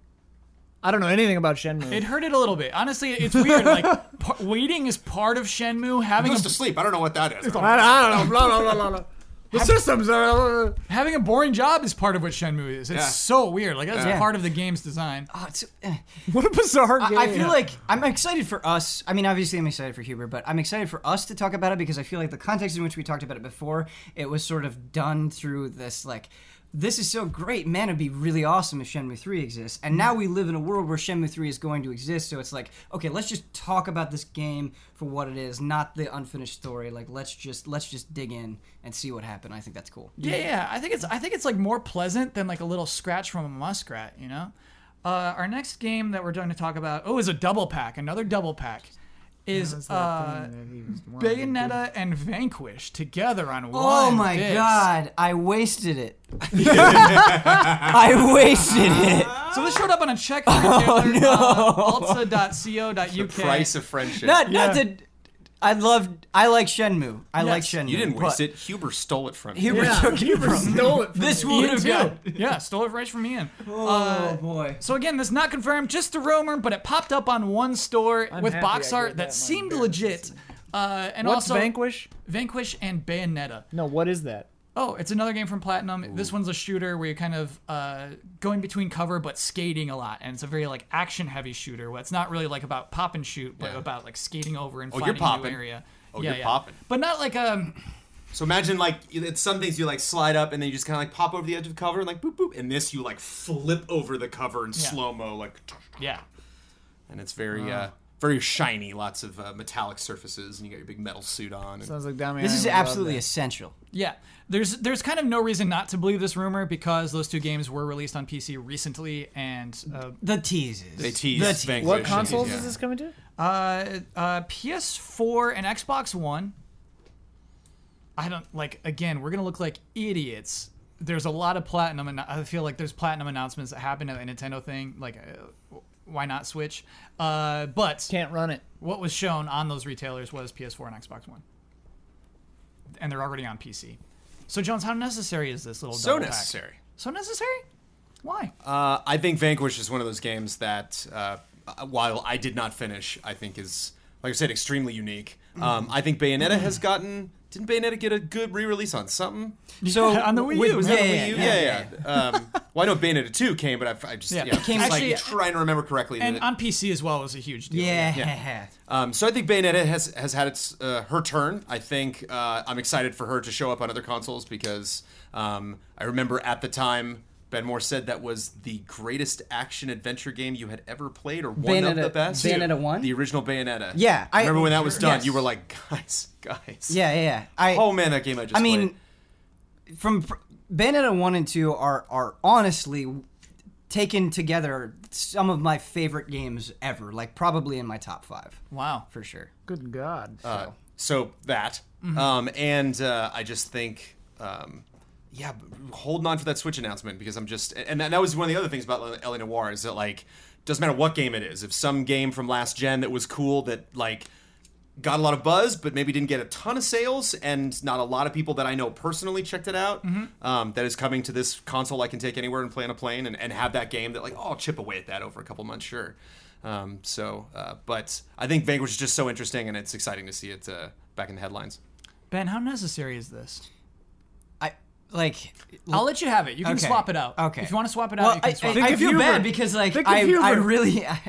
[SPEAKER 2] I don't know anything about Shenmue.
[SPEAKER 1] It hurted a little bit. Honestly, it's weird. like par- waiting is part of Shenmue. Having
[SPEAKER 3] Goes
[SPEAKER 1] a
[SPEAKER 3] to sleep. I don't know what that is.
[SPEAKER 2] I, I don't know. Blah blah blah blah. blah. The systems are. uh,
[SPEAKER 1] having a boring job is part of what Shenmue is. It's
[SPEAKER 3] Yeah.
[SPEAKER 1] so weird. Like that's
[SPEAKER 4] Yeah.
[SPEAKER 1] part of the game's design.
[SPEAKER 4] Oh, it's, eh.
[SPEAKER 2] What a bizarre game.
[SPEAKER 4] I, I feel like I'm excited for us. I mean, obviously, I'm excited for Huber, but I'm excited for us to talk about it because I feel like the context in which we talked about it before, it was sort of done through this like. This is so great, man! It'd be really awesome if Shenmue 3 exists. And now we live in a world where Shenmue 3 is going to exist, so it's like, okay, let's just talk about this game for what it is, not the unfinished story. Like, let's just let's just dig in and see what happened. I think that's cool.
[SPEAKER 1] Yeah, yeah. I think it's I think it's like more pleasant than like a little scratch from a muskrat. You know. Uh, our next game that we're going to talk about oh is a double pack. Another double pack is uh, Bayonetta and Vanquish together on one.
[SPEAKER 4] Oh my
[SPEAKER 1] disc.
[SPEAKER 4] god, I wasted it. I wasted it.
[SPEAKER 1] So this showed up on a check for oh, no. uh, alta.co.uk.
[SPEAKER 3] The price of friendship.
[SPEAKER 4] Not not the I love I like Shenmue. I like
[SPEAKER 1] Yes.
[SPEAKER 4] Shenmue.
[SPEAKER 3] you didn't waste
[SPEAKER 4] but
[SPEAKER 3] it. Huber stole it from you.
[SPEAKER 4] Huber took it from me.
[SPEAKER 2] stole it. From
[SPEAKER 4] This
[SPEAKER 1] Ian
[SPEAKER 4] would have
[SPEAKER 1] too.
[SPEAKER 4] been.
[SPEAKER 1] Yeah, stole it right from Ian.
[SPEAKER 4] Oh boy.
[SPEAKER 1] So again, this is not confirmed, just a rumor, but it popped up on one store with
[SPEAKER 2] happy
[SPEAKER 1] box
[SPEAKER 2] I
[SPEAKER 1] art
[SPEAKER 2] gave
[SPEAKER 1] that,
[SPEAKER 2] that
[SPEAKER 1] seemed
[SPEAKER 2] one
[SPEAKER 1] legit. Uh, and
[SPEAKER 2] What's
[SPEAKER 1] also
[SPEAKER 2] Vanquish?
[SPEAKER 1] Vanquish and Bayonetta.
[SPEAKER 2] No, what is that?
[SPEAKER 1] Oh, it's another game from Platinum. This one's a shooter where you're kind of uh, going between cover but skating a lot, and it's a very like action-heavy shooter. Where it's not really like about pop and shoot, but
[SPEAKER 3] Yeah.
[SPEAKER 1] about like skating over and
[SPEAKER 3] Oh, you're
[SPEAKER 1] finding a new
[SPEAKER 3] popping.
[SPEAKER 1] area.
[SPEAKER 3] Oh, you're popping.
[SPEAKER 1] But not like um.
[SPEAKER 3] So imagine like it's some things you like slide up and then you just kind of like pop over the edge of the cover and like boop boop. And this you like flip over the cover in
[SPEAKER 1] Yeah.
[SPEAKER 3] slow mo like.
[SPEAKER 1] Yeah.
[SPEAKER 3] and it's very uh, very shiny, lots of uh, metallic surfaces, and you got your big metal suit on. And
[SPEAKER 2] Sounds like Damian.
[SPEAKER 4] This is
[SPEAKER 2] would love
[SPEAKER 4] absolutely
[SPEAKER 2] that.
[SPEAKER 4] essential.
[SPEAKER 1] Yeah, there's there's kind of no reason not to believe this rumor because those two games were released on PC recently, and uh,
[SPEAKER 4] The teases.
[SPEAKER 3] they tease
[SPEAKER 4] The te-
[SPEAKER 3] Vanquish.
[SPEAKER 2] What consoles
[SPEAKER 3] Yeah.
[SPEAKER 2] is this coming to?
[SPEAKER 1] uh, uh, PS4 and Xbox One. I don't like again. We're gonna look like idiots. There's a lot of platinum, and I feel like there's platinum announcements that happen at the Nintendo thing. Like, uh, why not Switch? Uh, but
[SPEAKER 2] Can't run it.
[SPEAKER 1] what was shown on those retailers was PS4 and Xbox One, and they're already on PC. So Jones, how necessary is this little
[SPEAKER 3] So
[SPEAKER 1] double pack?
[SPEAKER 3] necessary.
[SPEAKER 1] So necessary? Why?
[SPEAKER 3] Uh, I think Vanquish is one of those games that, uh, while
[SPEAKER 1] Mm-hmm.
[SPEAKER 3] I did not finish, I think is, like I said, extremely unique. Um, I think Bayonetta has gotten Didn't Bayonetta get a good re-release on something?
[SPEAKER 4] So
[SPEAKER 1] on the Wii
[SPEAKER 4] with-
[SPEAKER 1] U.
[SPEAKER 4] was
[SPEAKER 1] Yeah,
[SPEAKER 4] that on
[SPEAKER 3] Wii U? yeah, yeah. Um, well, I know Bayonetta 2 came, but I, I just
[SPEAKER 1] Yeah.
[SPEAKER 3] yeah,
[SPEAKER 1] It came-
[SPEAKER 3] just,
[SPEAKER 1] actually-
[SPEAKER 3] like trying to remember correctly.
[SPEAKER 1] and
[SPEAKER 3] that-
[SPEAKER 1] on PC as well was a huge deal.
[SPEAKER 4] Yeah.
[SPEAKER 3] um, so I think Bayonetta has has had its uh, her turn. I think uh, I'm excited for her to show up on other consoles because um, I remember at the time. Ben Moore said that was the greatest action adventure game you had ever played, or one of
[SPEAKER 4] Bayonetta-
[SPEAKER 3] the best.
[SPEAKER 4] Bayonetta 1?
[SPEAKER 3] the original Bayonetta.
[SPEAKER 4] Yeah,
[SPEAKER 3] I
[SPEAKER 4] I-
[SPEAKER 3] remember when that was done.
[SPEAKER 4] Yes.
[SPEAKER 3] You were like, guys, guys.
[SPEAKER 4] Yeah, yeah, yeah. I,
[SPEAKER 3] Oh man, that game I just.
[SPEAKER 4] I mean,
[SPEAKER 3] played.
[SPEAKER 4] from pr- Bayonetta one and two are are honestly taken together some of my favorite games ever. Like probably in my top five
[SPEAKER 1] Wow.
[SPEAKER 4] for sure.
[SPEAKER 2] Good God.
[SPEAKER 3] Uh, so that, um, and uh, I just think, um, yeah, b- holding on for that Switch announcement because I'm just, and that, that was one of the other things about Ellie Noir is that like, doesn't matter what game it is, if some game from last gen that was cool that like got a lot of buzz but maybe didn't get a ton of sales and not a lot of people that i know personally checked it out um, that is coming to this console i can take anywhere and play on a plane and, and have that game that like oh i'll chip away at that over a couple months sure um, so uh, but i think vanquish is just so interesting and it's exciting to see it uh, back in the headlines
[SPEAKER 1] Ben, how necessary is this?
[SPEAKER 4] I like.
[SPEAKER 1] I'll let you have it. You can
[SPEAKER 4] Okay.
[SPEAKER 1] swap it out.
[SPEAKER 4] Okay.
[SPEAKER 1] If you want to swap it out,
[SPEAKER 4] Well,
[SPEAKER 1] you can
[SPEAKER 4] I,
[SPEAKER 1] swap
[SPEAKER 4] I-
[SPEAKER 1] it
[SPEAKER 4] I
[SPEAKER 2] of
[SPEAKER 4] feel
[SPEAKER 2] Huber.
[SPEAKER 4] bad because like
[SPEAKER 2] Think of
[SPEAKER 4] I, I
[SPEAKER 2] Huber.
[SPEAKER 4] really I,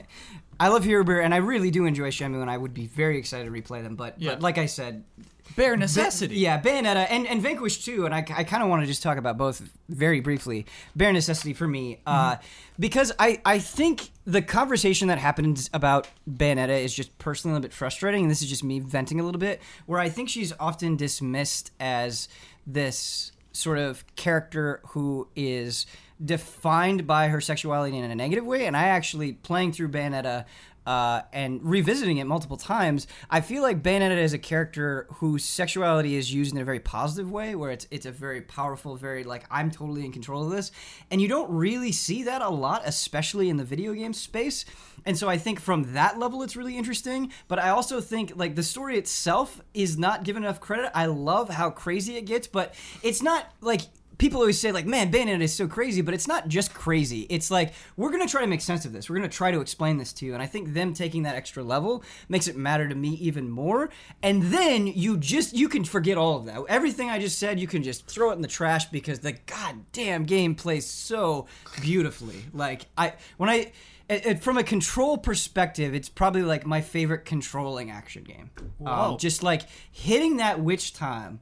[SPEAKER 4] I love Huber and I really do enjoy Shenmue and I would be very excited to replay them. But,
[SPEAKER 1] Yeah.
[SPEAKER 4] but like I said,
[SPEAKER 1] out. Bare necessity.
[SPEAKER 4] Yeah, Bayonetta and, and Vanquish 2, and I, I kind of want to just talk about both very briefly. Bare necessity for me, uh,
[SPEAKER 2] Mm-hmm.
[SPEAKER 4] because I, I think the conversation that happens about Bayonetta is just personally a little bit frustrating, and this is just me venting a little bit, where I think she's often dismissed as this sort of character who is defined by her sexuality in a negative way, and I actually, playing through Bayonetta, uh, and revisiting it multiple times, I feel like Bayonetta is a character whose sexuality is used in a very positive way, where it's it's a very powerful, very like I'm totally in control of this, and you don't really see that a lot, especially in the video game space. And so I think from that level, it's really interesting. But I also think like the story itself is not given enough credit. I love how crazy it gets, but it's not like people always say like man bayonetta is so crazy but it's not just crazy it's like we're gonna try to make sense of this we're gonna try to explain this to you and i think them taking that extra level makes it matter to me even more and then you just you can forget all of that everything i just said you can just throw it in the trash because the goddamn game plays so beautifully like i when i it, it- from a control perspective, it's probably like my favorite controlling action game. Um, just like hitting that witch time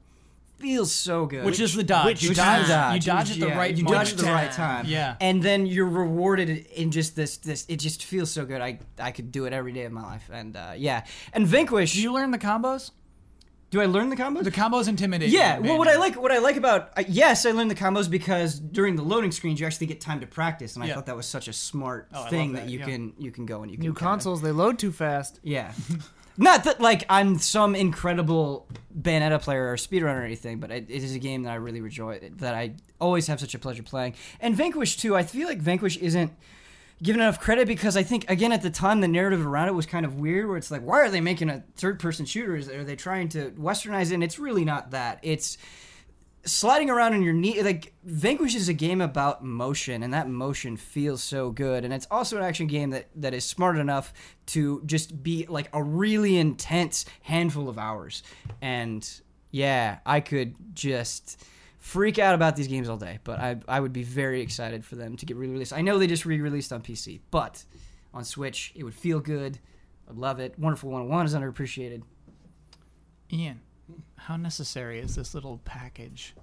[SPEAKER 4] feels so good.
[SPEAKER 1] Which is the dodge.
[SPEAKER 2] which
[SPEAKER 1] you
[SPEAKER 2] time?
[SPEAKER 1] dodge. You dodge at the
[SPEAKER 4] Yeah,
[SPEAKER 1] right
[SPEAKER 4] You
[SPEAKER 1] moment.
[SPEAKER 4] dodge at the right time.
[SPEAKER 1] Yeah.
[SPEAKER 4] And then you're rewarded in just this this it just feels so good. I I could do it every day of my life. And uh yeah. And Vanquish
[SPEAKER 1] Did you learn the combos?
[SPEAKER 4] do I learn the combos?
[SPEAKER 1] The combos intimidate.
[SPEAKER 4] yeah,
[SPEAKER 1] you,
[SPEAKER 4] well,
[SPEAKER 1] Ben.
[SPEAKER 4] what I like, what I like about uh, yes, I learned the combos because during the loading screens you actually get time to practice, and I
[SPEAKER 1] Yeah. Oh,
[SPEAKER 4] thought that was such a smart
[SPEAKER 1] I
[SPEAKER 4] thing
[SPEAKER 1] love
[SPEAKER 4] that,
[SPEAKER 1] that,
[SPEAKER 4] you
[SPEAKER 1] yeah.
[SPEAKER 4] can you can go and you can
[SPEAKER 2] New
[SPEAKER 4] kinda-
[SPEAKER 2] consoles, they load too fast.
[SPEAKER 4] yeah. Not that like I'm some incredible Bayonetta player or speedrunner or anything, but it, it is a game that I really enjoy, that I always have such a pleasure playing. And Vanquish too, I feel like Vanquish isn't given enough credit because I think again at the time the narrative around it was kind of weird, where it's like, why are they making a third-person shooter? Is are they trying to westernize it? And it's really not that. It's sliding around on your knee like vanquish is a game about motion and that motion feels so good and it's also an action game that that is smart enough to just be like a really intense handful of hours and yeah i could just freak out about these games all day but i i would be very excited for them to get re-released i know they just re-released on pc but on switch it would feel good i'd love it wonderful 101 is underappreciated
[SPEAKER 1] Ian, how necessary is this little package?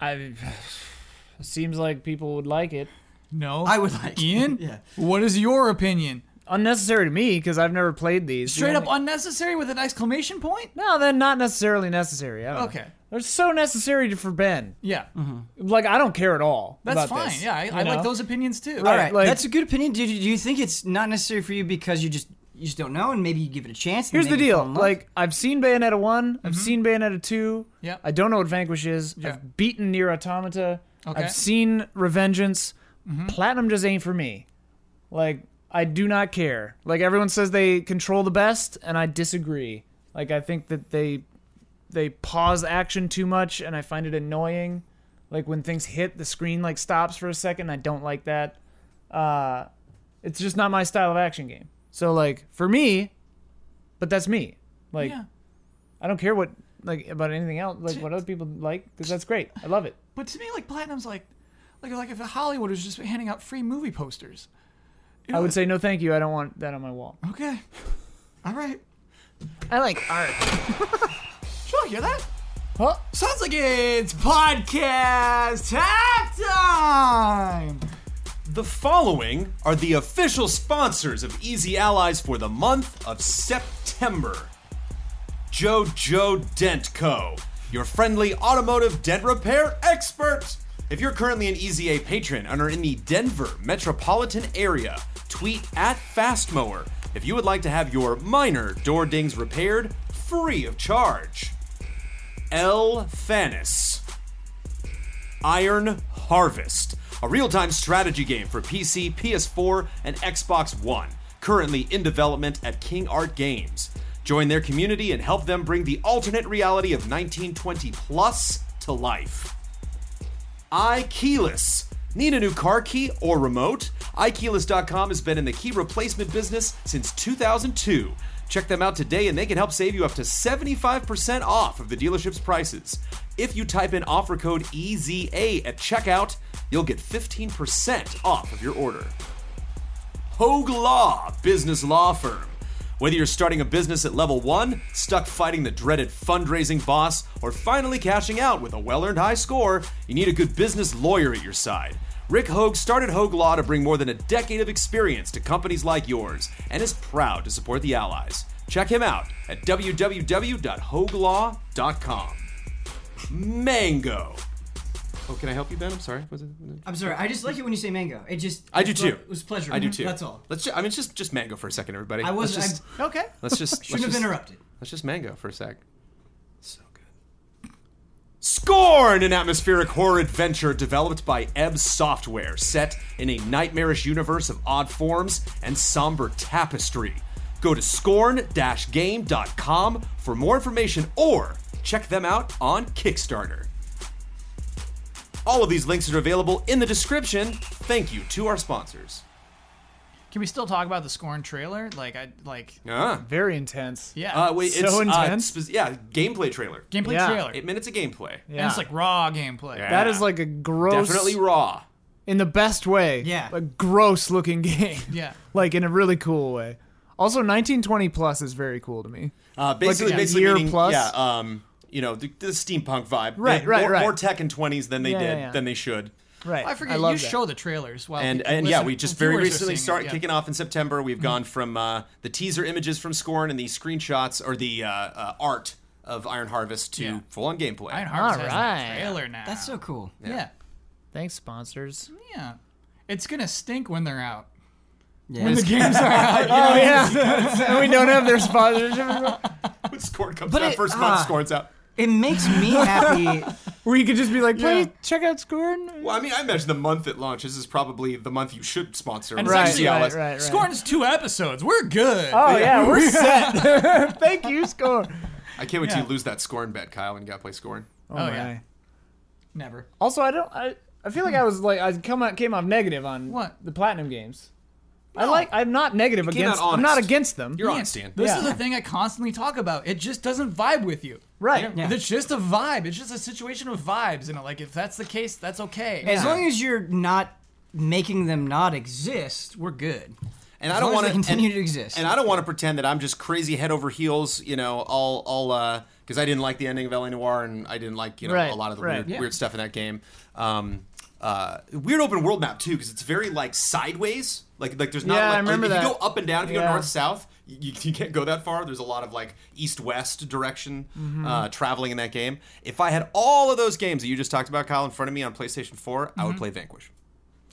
[SPEAKER 2] I. It seems like people would like it.
[SPEAKER 1] No.
[SPEAKER 4] I would like-
[SPEAKER 1] Ian?
[SPEAKER 4] Yeah.
[SPEAKER 1] What is your opinion?
[SPEAKER 2] Unnecessary to me because I've never played these.
[SPEAKER 1] Straight up unnecessary with an exclamation point?
[SPEAKER 2] No, then not necessarily necessary. I don't know.
[SPEAKER 1] Okay.
[SPEAKER 2] They're so necessary to- for Ben.
[SPEAKER 1] Yeah.
[SPEAKER 2] Like I don't care at all.
[SPEAKER 1] That's
[SPEAKER 2] about
[SPEAKER 1] fine.
[SPEAKER 2] this,
[SPEAKER 1] yeah, I,
[SPEAKER 2] you
[SPEAKER 1] I like
[SPEAKER 2] know?
[SPEAKER 1] those opinions too.
[SPEAKER 4] All right,
[SPEAKER 2] like-
[SPEAKER 4] that's a good opinion. Do, do you think it's not necessary for you because you just you just don't know, and maybe you give it a chance? and
[SPEAKER 2] Here's the
[SPEAKER 4] maybe you
[SPEAKER 2] deal.
[SPEAKER 4] fall in love?
[SPEAKER 2] Like I've seen Bayonetta one, I've seen Bayonetta two.
[SPEAKER 1] Yeah.
[SPEAKER 2] I don't know what Vanquish is.
[SPEAKER 1] Yeah.
[SPEAKER 2] I've beaten Nier
[SPEAKER 1] Okay.
[SPEAKER 2] Automata.
[SPEAKER 1] Mm-hmm.
[SPEAKER 2] I've seen Revengeance. Platinum just ain't for me. Like I do not care. Like everyone says they control the best, and I disagree. Like I think that they they pause action too much, and I find it annoying. Like when things hit, the screen like stops for a second. I don't like that. Uh, it's just not my style of action game. So like for me, but that's me. Like
[SPEAKER 1] yeah.
[SPEAKER 2] I don't care what like about anything else, like what other people like, because that's great. I love it.
[SPEAKER 1] But to me, like platinum's like, like like if Hollywood was just handing out free movie posters. You
[SPEAKER 2] I
[SPEAKER 1] know,
[SPEAKER 2] would say no, thank you. I don't want that on my wall.
[SPEAKER 1] Okay. All right.
[SPEAKER 2] I like art.
[SPEAKER 1] Sure, hear that?
[SPEAKER 2] Huh?
[SPEAKER 1] Sounds like it's podcast halftime.
[SPEAKER 3] The following are the official sponsors of Easy Allies for the month of September. JoJo Dent Co., your friendly automotive dent repair expert. If you're currently an EZA patron and are in the Denver metropolitan area, tweet at Fastmower if you would like to have your minor door dings repaired free of charge. L. Fanis. Iron Harvest, a real time strategy game for PC, PS4, and Xbox One, currently in development at King Art Games. Join their community and help them bring the alternate reality of 1920 plus to life iKeyless. Need a new car key or remote? iKeyless.com has been in the key replacement business since 2002. Check them out today and they can help save you up to 75% off of the dealership's prices. If you type in offer code EZA at checkout, you'll get 15% off of your order. Hogue Law Business Law Firm. Whether you're starting a business at level one, stuck fighting the dreaded fundraising boss, or finally cashing out with a well earned high score, you need a good business lawyer at your side. Rick Hogue started Hogue Law to bring more than a decade of experience to companies like yours and is proud to support the allies. Check him out at www.hogelaw.com. Mango. Oh, can I help you, Ben? I'm sorry. Was it?
[SPEAKER 4] I'm sorry. I just like it when you say mango. It just
[SPEAKER 3] I do
[SPEAKER 4] it's
[SPEAKER 3] too.
[SPEAKER 4] like- It was pleasurable.
[SPEAKER 3] I do too.
[SPEAKER 4] That's all.
[SPEAKER 3] Let's. Ju- I mean, it's just just mango for a second, everybody.
[SPEAKER 4] I was.
[SPEAKER 3] Let's
[SPEAKER 4] I
[SPEAKER 3] just,
[SPEAKER 2] Okay.
[SPEAKER 3] let's just
[SPEAKER 4] shouldn't
[SPEAKER 3] let's
[SPEAKER 4] have
[SPEAKER 3] just,
[SPEAKER 4] interrupted.
[SPEAKER 3] Let's just mango for a sec. So good. Scorn, an atmospheric horror adventure developed by Ebb Software, set in a nightmarish universe of odd forms and somber tapestry. Go to scorn-game.com for more information or check them out on Kickstarter. All of these links are available in the description. Thank you to our sponsors.
[SPEAKER 1] Can we still talk about the Scorn trailer? Like I like
[SPEAKER 3] Ah.
[SPEAKER 2] Very intense.
[SPEAKER 1] yeah.
[SPEAKER 3] Uh, wait,
[SPEAKER 2] So
[SPEAKER 3] it's, uh,
[SPEAKER 2] intense.
[SPEAKER 3] spec- yeah, gameplay trailer.
[SPEAKER 1] gameplay
[SPEAKER 2] yeah.
[SPEAKER 1] trailer.
[SPEAKER 3] Eight minutes of gameplay.
[SPEAKER 2] Yeah.
[SPEAKER 1] And it's like raw gameplay.
[SPEAKER 3] Yeah.
[SPEAKER 2] that is like a gross,
[SPEAKER 3] Definitely raw.
[SPEAKER 2] in the best way.
[SPEAKER 4] Yeah.
[SPEAKER 2] A gross looking game.
[SPEAKER 1] Yeah.
[SPEAKER 2] Like in a really cool way. Also, 1920 plus is very cool to me.
[SPEAKER 3] Uh, basically,
[SPEAKER 2] Like a
[SPEAKER 3] basically
[SPEAKER 2] year
[SPEAKER 3] meaning,
[SPEAKER 2] plus?
[SPEAKER 3] yeah, um, you know, the, the steampunk vibe. They
[SPEAKER 2] Right,
[SPEAKER 3] had
[SPEAKER 2] right,
[SPEAKER 3] more,
[SPEAKER 2] right.
[SPEAKER 3] More tech in twenties than they
[SPEAKER 2] Yeah,
[SPEAKER 3] did
[SPEAKER 2] yeah, yeah.
[SPEAKER 3] than they
[SPEAKER 1] Uh,
[SPEAKER 3] should.
[SPEAKER 2] Right.
[SPEAKER 1] I forget
[SPEAKER 2] love
[SPEAKER 1] you
[SPEAKER 2] that.
[SPEAKER 1] show the trailers while
[SPEAKER 3] And
[SPEAKER 1] people-
[SPEAKER 3] and yeah,
[SPEAKER 1] listen-
[SPEAKER 3] we just very
[SPEAKER 1] viewers are
[SPEAKER 3] recently
[SPEAKER 1] seeing it,
[SPEAKER 3] start
[SPEAKER 1] yeah. Mm-hmm.
[SPEAKER 3] kicking off in September. We've gone from uh, the teaser images from Scorn and the screenshots or the uh, uh, art of Iron Harvest to
[SPEAKER 1] Yeah.
[SPEAKER 3] full on gameplay.
[SPEAKER 1] Iron Harvest
[SPEAKER 2] All
[SPEAKER 1] has
[SPEAKER 2] right.
[SPEAKER 1] a trailer now.
[SPEAKER 4] That's so cool.
[SPEAKER 1] yeah.
[SPEAKER 2] Thanks, sponsors.
[SPEAKER 1] Yeah. It's gonna stink when they're out.
[SPEAKER 4] Yeah.
[SPEAKER 1] When the games are out.
[SPEAKER 2] Oh yeah, and we don't have their sponsorship.
[SPEAKER 3] When Scorn comes
[SPEAKER 4] But
[SPEAKER 3] out
[SPEAKER 4] it-
[SPEAKER 3] first
[SPEAKER 4] ah.
[SPEAKER 3] month, Scorn's out.
[SPEAKER 4] It makes me happy.
[SPEAKER 2] Where you could just be like, play,
[SPEAKER 1] Yeah.
[SPEAKER 2] check out Scorn.
[SPEAKER 3] Well, I mean, I imagine the month it launches is probably the month you should sponsor.
[SPEAKER 1] And
[SPEAKER 3] with
[SPEAKER 1] it's
[SPEAKER 2] Right,
[SPEAKER 1] actually-
[SPEAKER 3] CLS.
[SPEAKER 2] right, right, right.
[SPEAKER 1] Scorn's two episodes. We're good.
[SPEAKER 2] Oh yeah, we're set. Thank you, Scorn.
[SPEAKER 3] I can't wait
[SPEAKER 1] Yeah.
[SPEAKER 3] till you lose that Scorn bet, Kyle, and you gotta play Scorn.
[SPEAKER 2] Oh,
[SPEAKER 1] yeah.
[SPEAKER 2] my.
[SPEAKER 1] Never.
[SPEAKER 2] Also, I don't. I, I feel like I was like I come out, came off negative on
[SPEAKER 1] What?
[SPEAKER 2] the platinum games. I like. I'm not negative
[SPEAKER 3] came out
[SPEAKER 2] against. I'm not
[SPEAKER 3] honest.
[SPEAKER 2] against them.
[SPEAKER 3] You're on,
[SPEAKER 1] Man,
[SPEAKER 3] Stan.
[SPEAKER 1] This is
[SPEAKER 2] Yeah.
[SPEAKER 1] the thing I constantly talk about. It just doesn't vibe with you.
[SPEAKER 2] right.
[SPEAKER 4] Yeah.
[SPEAKER 1] It's just a vibe. It's just a situation of vibes. And like, if that's the case, that's okay.
[SPEAKER 4] As long as you're not making them not exist, we're good.
[SPEAKER 3] And
[SPEAKER 4] As
[SPEAKER 3] I don't
[SPEAKER 4] long
[SPEAKER 3] want
[SPEAKER 4] as
[SPEAKER 3] to
[SPEAKER 4] they continue to exist.
[SPEAKER 3] And I don't want to pretend that I'm just crazy head over heels, you know, all all uh because I didn't like the ending of LA Noir and I didn't like, you know,
[SPEAKER 2] Right,
[SPEAKER 3] a lot of the
[SPEAKER 2] right.
[SPEAKER 3] weird,
[SPEAKER 2] Yeah.
[SPEAKER 3] weird stuff in that game. Um uh weird open world map too because it's very like sideways. Like like there's not
[SPEAKER 2] Yeah,
[SPEAKER 3] like
[SPEAKER 2] I remember
[SPEAKER 3] if you
[SPEAKER 2] that.
[SPEAKER 3] go up and down, if you
[SPEAKER 2] Yeah.
[SPEAKER 3] go north south, you, you can't go that far. There's a lot of like east west direction
[SPEAKER 2] Mm-hmm.
[SPEAKER 3] uh traveling in that game. If I had all of those games that you just talked about Kyle in front of me on PlayStation 4, I
[SPEAKER 2] Mm-hmm.
[SPEAKER 3] would play Vanquish.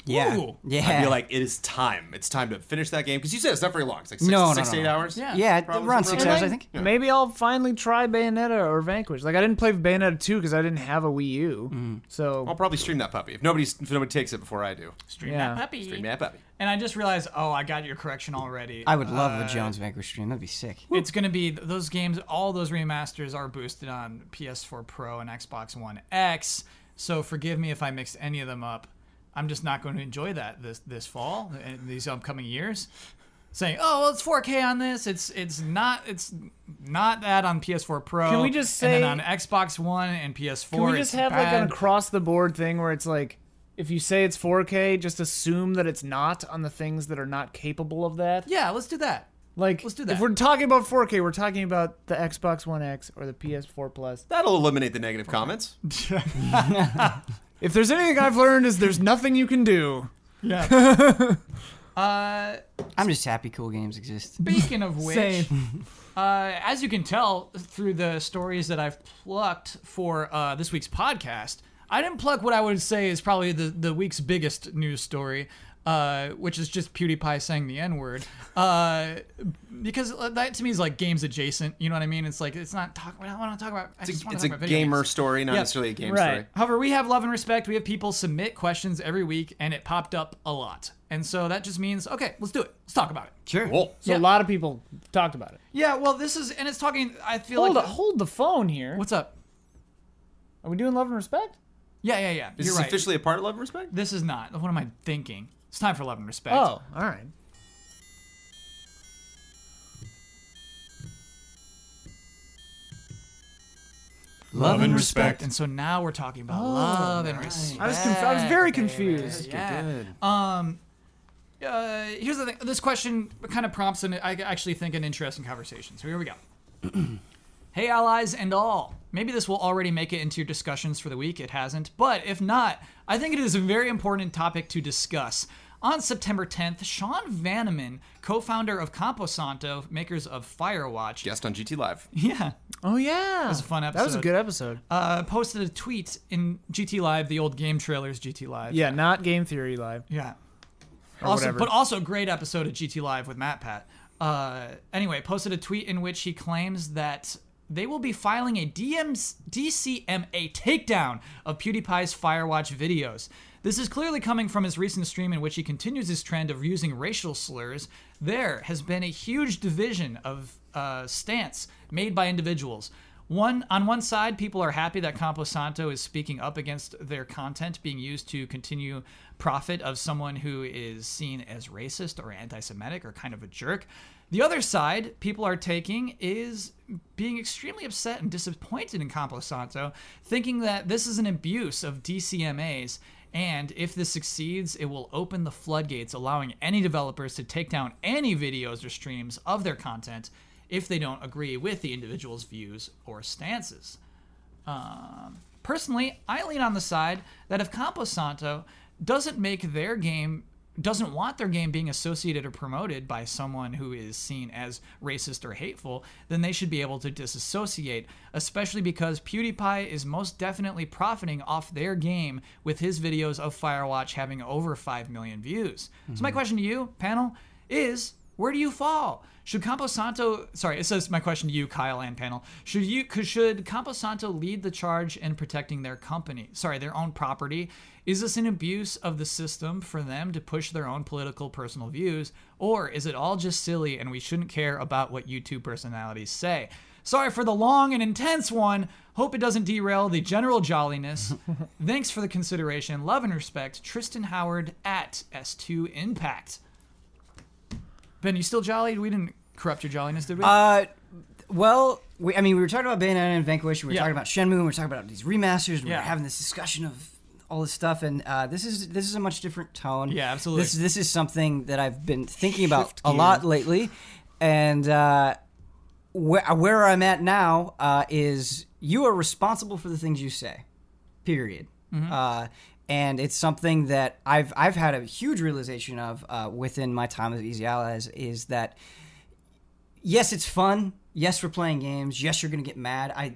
[SPEAKER 4] yeah.
[SPEAKER 1] Ooh.
[SPEAKER 4] Yeah.
[SPEAKER 3] I feel like it is time. It's time to finish that game because you said it's not very long. It's like six,
[SPEAKER 4] No, no,
[SPEAKER 3] six
[SPEAKER 4] no,
[SPEAKER 3] to eight
[SPEAKER 4] no.
[SPEAKER 3] hours.
[SPEAKER 1] Yeah.
[SPEAKER 4] yeah,
[SPEAKER 3] Probably
[SPEAKER 4] around
[SPEAKER 3] something
[SPEAKER 4] six
[SPEAKER 3] like
[SPEAKER 4] hours,
[SPEAKER 3] that.
[SPEAKER 4] I think.
[SPEAKER 2] Maybe I'll finally try Bayonetta or Vanquish. Like I didn't play Bayonetta 2 because I didn't have a Wii U.
[SPEAKER 1] Mm.
[SPEAKER 2] So
[SPEAKER 3] I'll probably stream that puppy if nobody if nobody takes it before I do.
[SPEAKER 1] Stream
[SPEAKER 2] Yeah.
[SPEAKER 1] that puppy.
[SPEAKER 3] Stream that puppy.
[SPEAKER 1] And I just realized, oh, I got your correction already. Uh,
[SPEAKER 4] I would love
[SPEAKER 3] Uh,
[SPEAKER 4] a Jones Vanquish stream. That'd be sick.
[SPEAKER 1] It's going to be those games, all those remasters are boosted on PS4 Pro and Xbox One X. So forgive me if I mixed any of them up. I'm just not going to enjoy that this this fall and these upcoming eh, years. saying, "Oh, well, it's 4K on this. It's it's not it's not that on PS4 Pro.
[SPEAKER 2] Can we just
[SPEAKER 1] and
[SPEAKER 2] say-
[SPEAKER 1] then on Xbox One and PS4?
[SPEAKER 2] Can we just
[SPEAKER 1] it's
[SPEAKER 2] have like
[SPEAKER 1] bad.
[SPEAKER 2] an across the board thing where it's like, if you say it's 4K, just assume that it's not on the things that are not capable of that.
[SPEAKER 1] yeah? Let's do that.
[SPEAKER 2] Like,
[SPEAKER 1] Let's do
[SPEAKER 2] If
[SPEAKER 1] that.
[SPEAKER 2] we're talking about 4K, we're talking about the Xbox One X or the PS4 Plus.
[SPEAKER 3] That'll eliminate the negative comments.
[SPEAKER 2] If there's anything I've learned is there's nothing you can do.
[SPEAKER 1] Yeah. uh,
[SPEAKER 4] I'm just happy cool games exist.
[SPEAKER 1] speaking of which,
[SPEAKER 2] Same.
[SPEAKER 1] Uh, as you can tell through the stories that I've plucked for uh, this week's podcast, I didn't pluck what I would say is probably the, the week's biggest news story, uh, which is just PewDiePie saying the N word. Uh, because uh, that to me is like games adjacent. You know what I mean? It's like, it's not talk. I don't want to talk about. I
[SPEAKER 3] It's
[SPEAKER 1] just
[SPEAKER 3] a,
[SPEAKER 1] wanna
[SPEAKER 3] it's
[SPEAKER 1] talk
[SPEAKER 3] a
[SPEAKER 1] about video
[SPEAKER 3] gamer
[SPEAKER 1] games.
[SPEAKER 3] story, not
[SPEAKER 1] Yeah.
[SPEAKER 3] necessarily a game
[SPEAKER 2] Right.
[SPEAKER 3] story.
[SPEAKER 1] However, we have love and respect. We have people submit questions every week, and it popped up a lot. And so that just means, okay, let's do it. Let's talk about it.
[SPEAKER 4] Sure.
[SPEAKER 3] Whoa.
[SPEAKER 2] So
[SPEAKER 1] Yeah.
[SPEAKER 2] a lot of people talked about it.
[SPEAKER 1] Yeah, well, this is, and it's talking, I feel
[SPEAKER 2] Hold,
[SPEAKER 1] like.
[SPEAKER 2] the, hold the phone here.
[SPEAKER 1] What's up?
[SPEAKER 2] Are we doing love and respect?
[SPEAKER 1] Yeah, yeah, yeah.
[SPEAKER 3] Is
[SPEAKER 1] You're
[SPEAKER 3] this
[SPEAKER 1] right.
[SPEAKER 3] officially a part of Love and Respect?
[SPEAKER 1] This is not. What am I thinking? It's time for love and respect.
[SPEAKER 2] Oh, all right.
[SPEAKER 4] Love and respect.
[SPEAKER 1] And so now we're talking about
[SPEAKER 3] Oh,
[SPEAKER 1] love and
[SPEAKER 2] I
[SPEAKER 1] respect.
[SPEAKER 2] was conf- I was very confused.
[SPEAKER 1] Yeah. Um, uh, here's the thing. This question kind of prompts, an, I actually think, an interesting conversation. So here we go. hey, allies and all. Maybe this will already make it into your discussions for the week. It hasn't, but if not, I think it is a very important topic to discuss. On September 10th, Sean Vanneman, co-founder of Camposanto, makers of Firewatch,
[SPEAKER 3] Guest on GT Live.
[SPEAKER 1] yeah,
[SPEAKER 2] Oh yeah, that was
[SPEAKER 1] a fun
[SPEAKER 2] That was a
[SPEAKER 1] episode.
[SPEAKER 2] good episode.
[SPEAKER 1] uh, posted a tweet in GT Live, the old game trailers GT Live.
[SPEAKER 2] yeah, not Game Theory Live.
[SPEAKER 1] Yeah. Also,
[SPEAKER 2] whatever.
[SPEAKER 1] but also great episode of GT Live with Matt Pat. Uh, anyway, posted a tweet in which he claims that they will be filing a DM's, DCMA takedown of PewDiePie's Firewatch videos. This is clearly coming from his recent stream in which he continues his trend of using racial slurs. There has been a huge division of uh, stance made by individuals. One on one side, people are happy that Camposanto is speaking up against their content being used to continue profit of someone who is seen as racist or anti-Semitic or kind of a jerk. The other side, people are taking is being extremely upset and disappointed in Camposanto, thinking that this is an abuse of DCMAs. And if this succeeds, it will open the floodgates, allowing any developers to take down any videos or streams of their content if they don't agree with the individual's views or stances. Um, personally, I lean on the side that if Camposanto doesn't make their game, doesn't want their game being associated or promoted by someone who is seen as racist or hateful, then they should be able to disassociate, especially because PewDiePie is most definitely profiting off their game with his videos of Firewatch having over 5 million views. So, my question to you, panel, is where do you fall? Should Camposanto, sorry, it says my question to you, Kyle and panel. Should you could- should Camposanto lead the charge in protecting their company, sorry, their own property? Is this an abuse of the system for them to push their own political personal views, or is it all just silly and we shouldn't care about what YouTube personalities say? Sorry for the long and intense one. Hope it doesn't derail the general jolliness. Thanks for the consideration. Love and respect, Tristan Howard at S2 Impact. Ben, you still jolly? We didn't corrupt your jolliness, did we?
[SPEAKER 4] Uh, well, we, I mean, we were talking about Bayonetta and Vanquish. And we were
[SPEAKER 1] Yeah.
[SPEAKER 4] talking about Shenmue. And we were talking about these remasters. And We
[SPEAKER 1] Yeah.
[SPEAKER 4] were having this discussion of all this stuff. And uh, this is this is a much different tone.
[SPEAKER 1] Yeah, absolutely.
[SPEAKER 4] This this is something that I've been thinking about
[SPEAKER 2] Shift
[SPEAKER 4] a
[SPEAKER 2] gear.
[SPEAKER 4] lot lately, and uh, where where I'm at now uh, is you are responsible for the things you say. Period.
[SPEAKER 1] Mm-hmm.
[SPEAKER 4] Uh, and it's something that I've I've had a huge realization of uh, within my time as Easy Allies is that yes, it's fun. Yes, we're playing games. Yes, you're gonna get mad. I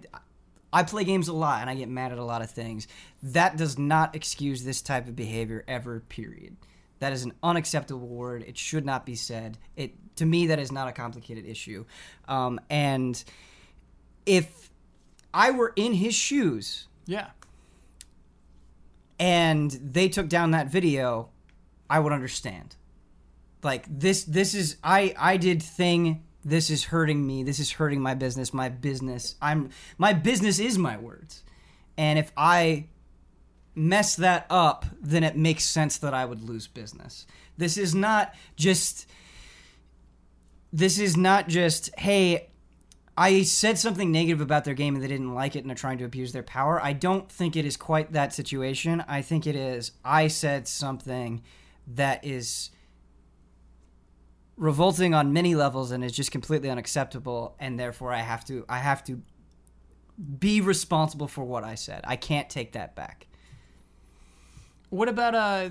[SPEAKER 4] I play games a lot and I get mad at a lot of things. That does not excuse this type of behavior ever. Period. That is an unacceptable word. It should not be said. It to me that is not a complicated issue, um, and if I were in his shoes
[SPEAKER 1] yeah.
[SPEAKER 4] and they took down that video, I would understand. Like this this is I I did thing this is hurting me. This is hurting my business. My business. I'm my business is my words. And if I mess that up, then it makes sense that I would lose business. This is not just this is not just hey i said something negative about their game and they didn't like it and are trying to abuse their power i don't think it is quite that situation i think it is i said something that is revolting on many levels and is just completely unacceptable and therefore i have to i have to be responsible for what i said i can't take that back
[SPEAKER 1] What about uh,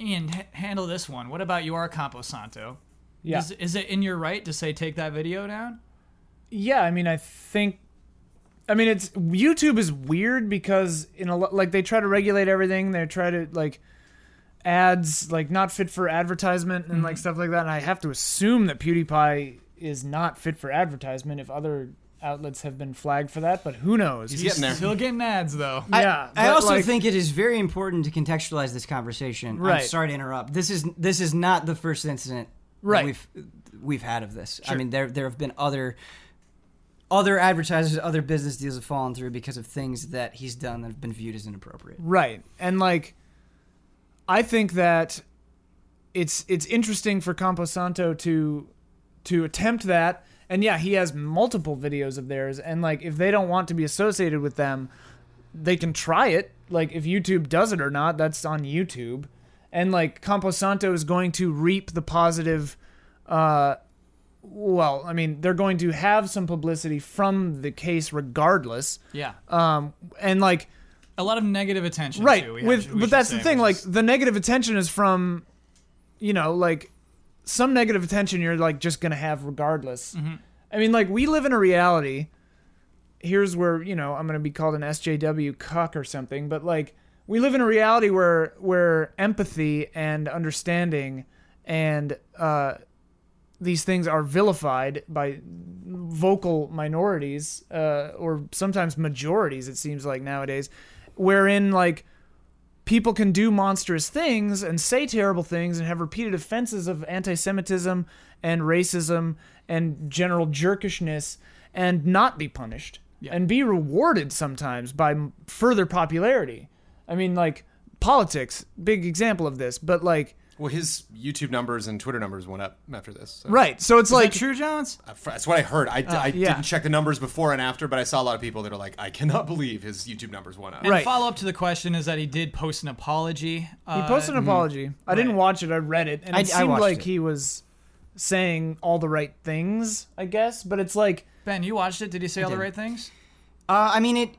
[SPEAKER 1] Ian? H- handle this one. What about you are Camposanto?
[SPEAKER 2] Yeah.
[SPEAKER 1] Is, is it in your right to say take that video down?
[SPEAKER 2] Yeah, I mean, I think, I mean, it's YouTube is weird because in a lo- like they try to regulate everything. They try to like ads like not fit for advertisement and like stuff like that. And I have to assume that PewDiePie is not fit for advertisement if other outlets have been flagged for that. But who knows?
[SPEAKER 3] He's getting there.
[SPEAKER 1] Still getting ads though.
[SPEAKER 4] I-
[SPEAKER 2] yeah,
[SPEAKER 4] I,
[SPEAKER 2] but,
[SPEAKER 4] also
[SPEAKER 2] like-
[SPEAKER 4] think it is very important to contextualize this conversation. I'm
[SPEAKER 2] Right.
[SPEAKER 4] sorry to interrupt. This is this is not the first incident
[SPEAKER 2] Right.
[SPEAKER 4] we've we've had of this. I mean, there there have been other other advertisers, other business deals have fallen through because of things that he's done that have been viewed as inappropriate.
[SPEAKER 2] Right. And like I think that it's it's interesting for Camposanto to to attempt that. And yeah, he has multiple videos of theirs and like if they don't want to be associated with them, they can try it. Like if YouTube does it or not, that's on YouTube. And like Camposanto is going to reap the positive uh well, I mean, they're going to have some publicity from the case regardless.
[SPEAKER 1] Yeah.
[SPEAKER 2] Um and like
[SPEAKER 1] A lot of negative attention.
[SPEAKER 2] right
[SPEAKER 1] Too, we have
[SPEAKER 2] with
[SPEAKER 1] to- we
[SPEAKER 2] but
[SPEAKER 1] should
[SPEAKER 2] that's the
[SPEAKER 1] say,
[SPEAKER 2] thing
[SPEAKER 1] which
[SPEAKER 2] like
[SPEAKER 1] is-
[SPEAKER 2] the negative attention is from you know like some negative attention you're like just gonna have regardless
[SPEAKER 1] Mm-hmm.
[SPEAKER 2] i mean like we live in a reality here's where you know i'm gonna be called an sjw cuck or something but like we live in a reality where where empathy and understanding and uh these things are vilified by vocal minorities uh, or sometimes majorities it seems like nowadays wherein like people can do monstrous things and say terrible things and have repeated offenses of anti-semitism and racism and general jerkishness and not be punished and be rewarded sometimes by m- further popularity i mean like politics big example of this but like
[SPEAKER 3] Well, his YouTube numbers and Twitter numbers went up after this. So.
[SPEAKER 2] right so
[SPEAKER 1] Is
[SPEAKER 2] it's
[SPEAKER 1] that
[SPEAKER 2] like
[SPEAKER 1] true, Johns.
[SPEAKER 3] Uh, That's what I heard. I, I
[SPEAKER 2] yeah.
[SPEAKER 3] didn't check the numbers before and after, but I saw a lot of people that are like, I cannot believe his YouTube numbers went up.
[SPEAKER 1] And
[SPEAKER 2] right.
[SPEAKER 1] Follow up to the question is that he did post an apology. Uh,
[SPEAKER 2] He posted
[SPEAKER 1] mm,
[SPEAKER 2] an apology. I didn't watch it. I read it, and
[SPEAKER 4] I-
[SPEAKER 2] it
[SPEAKER 4] I
[SPEAKER 2] seemed
[SPEAKER 4] watched
[SPEAKER 2] like
[SPEAKER 4] it.
[SPEAKER 2] he was saying all the right things. I guess, but it's like
[SPEAKER 1] Ben, you watched it. Did he say all the right things?
[SPEAKER 4] Uh, I mean it.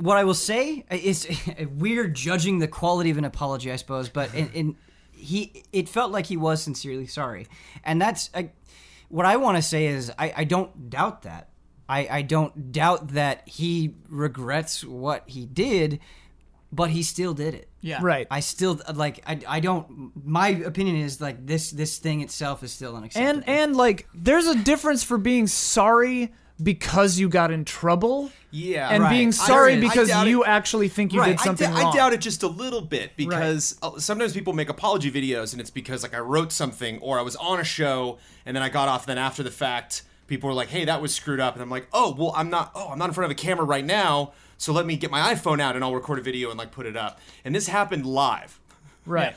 [SPEAKER 4] What I will say uh, is weird judging the quality of an apology, I suppose, but in, in he it felt like he was sincerely sorry, and that's I, what I want to say is I, I don't doubt that. I, I don't doubt that he regrets what he did, but he still did it.
[SPEAKER 1] Yeah.
[SPEAKER 2] right.
[SPEAKER 4] I still like I, I don't. My opinion is like this this thing itself is still unacceptable.
[SPEAKER 2] and and like, there's a difference for being sorry because you got in trouble,
[SPEAKER 3] Yeah.
[SPEAKER 2] and
[SPEAKER 4] right. I
[SPEAKER 2] being sorry
[SPEAKER 3] doubt it.
[SPEAKER 2] because
[SPEAKER 3] I doubt
[SPEAKER 2] you
[SPEAKER 3] it.
[SPEAKER 2] actually think you did
[SPEAKER 3] I
[SPEAKER 2] something
[SPEAKER 3] d- I,
[SPEAKER 2] wrong.
[SPEAKER 3] doubt it just a little bit because uh, sometimes people make apology videos and it's because like I wrote something or I was on a show and then I got off. Then after the fact, people were like, "Hey, that was screwed up," and I'm like, "Oh, well, I'm not. Oh, I'm not in front of a camera right now, so let me get my iPhone out and I'll record a video and like put it up." And this happened live.
[SPEAKER 2] Right.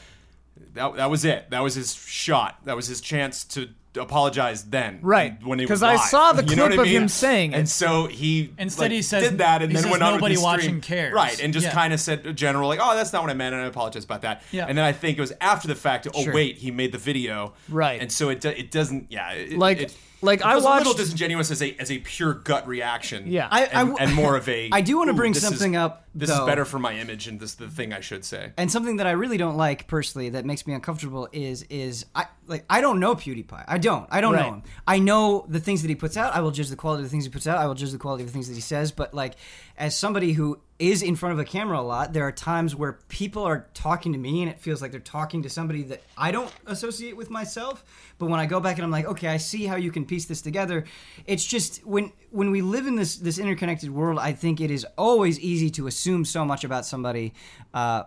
[SPEAKER 3] That that was it. That was his shot. That was his chance to apologize then.
[SPEAKER 2] Right.
[SPEAKER 3] When he
[SPEAKER 2] 'Cause
[SPEAKER 3] was
[SPEAKER 2] I
[SPEAKER 3] live.
[SPEAKER 2] saw the
[SPEAKER 3] You know
[SPEAKER 2] clip
[SPEAKER 3] what I
[SPEAKER 2] of him
[SPEAKER 3] mean?
[SPEAKER 2] saying
[SPEAKER 3] And
[SPEAKER 2] it.
[SPEAKER 3] so he
[SPEAKER 1] Instead
[SPEAKER 3] like,
[SPEAKER 1] he says-
[SPEAKER 3] did that and
[SPEAKER 1] he
[SPEAKER 3] then
[SPEAKER 1] says
[SPEAKER 3] went on with
[SPEAKER 1] nobody
[SPEAKER 3] his
[SPEAKER 1] watching
[SPEAKER 3] stream.
[SPEAKER 1] cares.
[SPEAKER 3] Right. And just
[SPEAKER 1] Yeah.
[SPEAKER 3] kind of said a general like, "Oh, that's not what I meant and I apologize about that."
[SPEAKER 1] Yeah.
[SPEAKER 3] And then I think it was after the fact, "Oh,
[SPEAKER 4] Sure.
[SPEAKER 3] wait, he made the video."
[SPEAKER 2] Right.
[SPEAKER 3] And so it do- it doesn't yeah, it,
[SPEAKER 2] Like-
[SPEAKER 3] it,
[SPEAKER 2] like,
[SPEAKER 3] it
[SPEAKER 2] I
[SPEAKER 3] was a
[SPEAKER 2] watched-
[SPEAKER 3] little disingenuous as a as a pure gut reaction.
[SPEAKER 2] Yeah.
[SPEAKER 4] I- I
[SPEAKER 3] and,
[SPEAKER 4] w-
[SPEAKER 3] and more of a
[SPEAKER 4] I do wanna
[SPEAKER 3] "Ooh,
[SPEAKER 4] bring
[SPEAKER 3] this is-
[SPEAKER 4] something up,
[SPEAKER 3] This
[SPEAKER 4] though.
[SPEAKER 3] is better for my image and this is the thing I should say.
[SPEAKER 4] and something that I really don't like personally that makes me uncomfortable is is I like I don't know PewDiePie. I don't. I don't
[SPEAKER 2] Right.
[SPEAKER 4] know him. I know the things that he puts out. I will judge the quality of the things he puts out. I will judge the quality of the things that he says. But like as somebody who is in front of a camera a lot, there are times where people are talking to me and it feels like they're talking to somebody that I don't associate with myself. But when I go back and I'm like, okay, I see how you can piece this together. It's just when when we live in this this interconnected world, I think it is always easy to assume so much about somebody. Uh,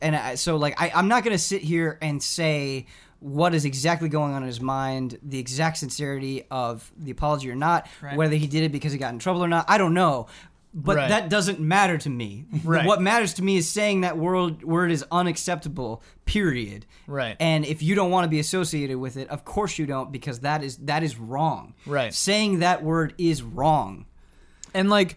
[SPEAKER 4] and I, so like I, I'm not gonna sit here and say what is exactly going on in his mind, the exact sincerity of the apology or not, whether he did it because he got in trouble or not. I don't know. but
[SPEAKER 2] Right.
[SPEAKER 4] that doesn't matter to me.
[SPEAKER 2] Right.
[SPEAKER 4] What matters to me is saying that world word is unacceptable. Period.
[SPEAKER 2] Right.
[SPEAKER 4] And if you don't want to be associated with it, of course you don't, because that is that is wrong.
[SPEAKER 2] Right.
[SPEAKER 4] Saying that word is wrong.
[SPEAKER 2] And like,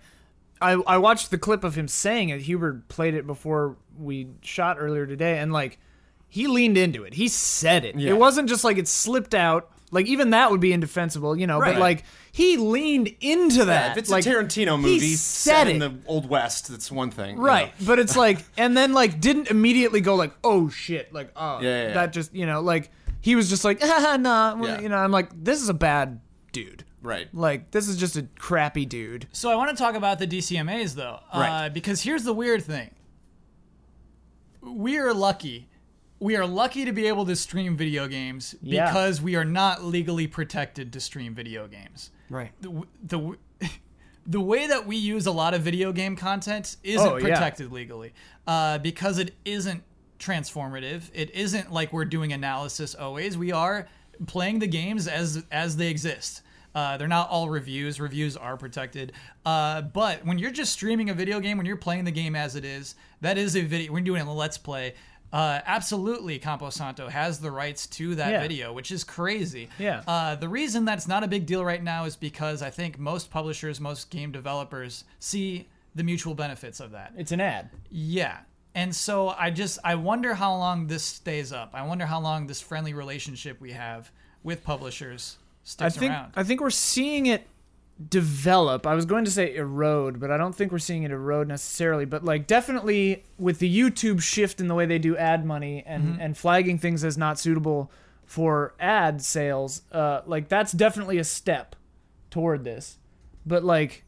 [SPEAKER 2] I I watched the clip of him saying it. Hubert played it before we shot earlier today, and like, he leaned into it. He said it.
[SPEAKER 3] Yeah.
[SPEAKER 2] It wasn't just like it slipped out. Like even that would be indefensible, you know.
[SPEAKER 4] Right.
[SPEAKER 2] But like he leaned into that.
[SPEAKER 3] if it's
[SPEAKER 2] like,
[SPEAKER 3] a Tarantino
[SPEAKER 2] he
[SPEAKER 3] movie
[SPEAKER 2] said
[SPEAKER 3] set in
[SPEAKER 2] it.
[SPEAKER 3] the Old West, that's one thing. you
[SPEAKER 2] Right,
[SPEAKER 3] know.
[SPEAKER 2] but it's like, and then like didn't immediately go like, oh shit, like oh
[SPEAKER 3] Yeah, yeah, yeah.
[SPEAKER 2] that just you know like he was just like ah, nah, well,
[SPEAKER 3] Yeah.
[SPEAKER 2] you know I'm like this is a bad dude,
[SPEAKER 3] Right.
[SPEAKER 2] like this is just a crappy dude.
[SPEAKER 1] So I want to talk about the DCMAs though, uh,
[SPEAKER 3] Right.
[SPEAKER 1] because here's the weird thing. We are lucky. We are lucky to be able to stream video games
[SPEAKER 2] Yeah.
[SPEAKER 1] because we are not legally protected to stream video games.
[SPEAKER 4] Right.
[SPEAKER 1] The w- the w- the way that we use a lot of video game content isn't
[SPEAKER 2] Oh, yeah.
[SPEAKER 1] protected legally uh, because it isn't transformative. It isn't like we're doing analysis always. We are playing the games as as they exist. Uh, they're not all reviews. Reviews are protected, uh, but when you're just streaming a video game, when you're playing the game as it is, that is a video. When you're doing a let's play, uh, absolutely, Camposanto has the rights to that
[SPEAKER 2] Yeah.
[SPEAKER 1] video, which is crazy.
[SPEAKER 2] Yeah.
[SPEAKER 1] Uh, the reason that's not a big deal right now is because I think most publishers, most game developers see the mutual benefits of that.
[SPEAKER 2] It's an ad.
[SPEAKER 1] Yeah. And so I just I wonder how long this stays up. I wonder how long this friendly relationship we have with publishers
[SPEAKER 2] I
[SPEAKER 1] sticks
[SPEAKER 2] think
[SPEAKER 1] around.
[SPEAKER 2] I think we're seeing it develop. I was going to say erode, but I don't think we're seeing it erode necessarily. But like definitely with the YouTube shift in the way they do ad money and
[SPEAKER 1] Mm-hmm.
[SPEAKER 2] and flagging things as not suitable for ad sales, uh, like that's definitely a step toward this. But like.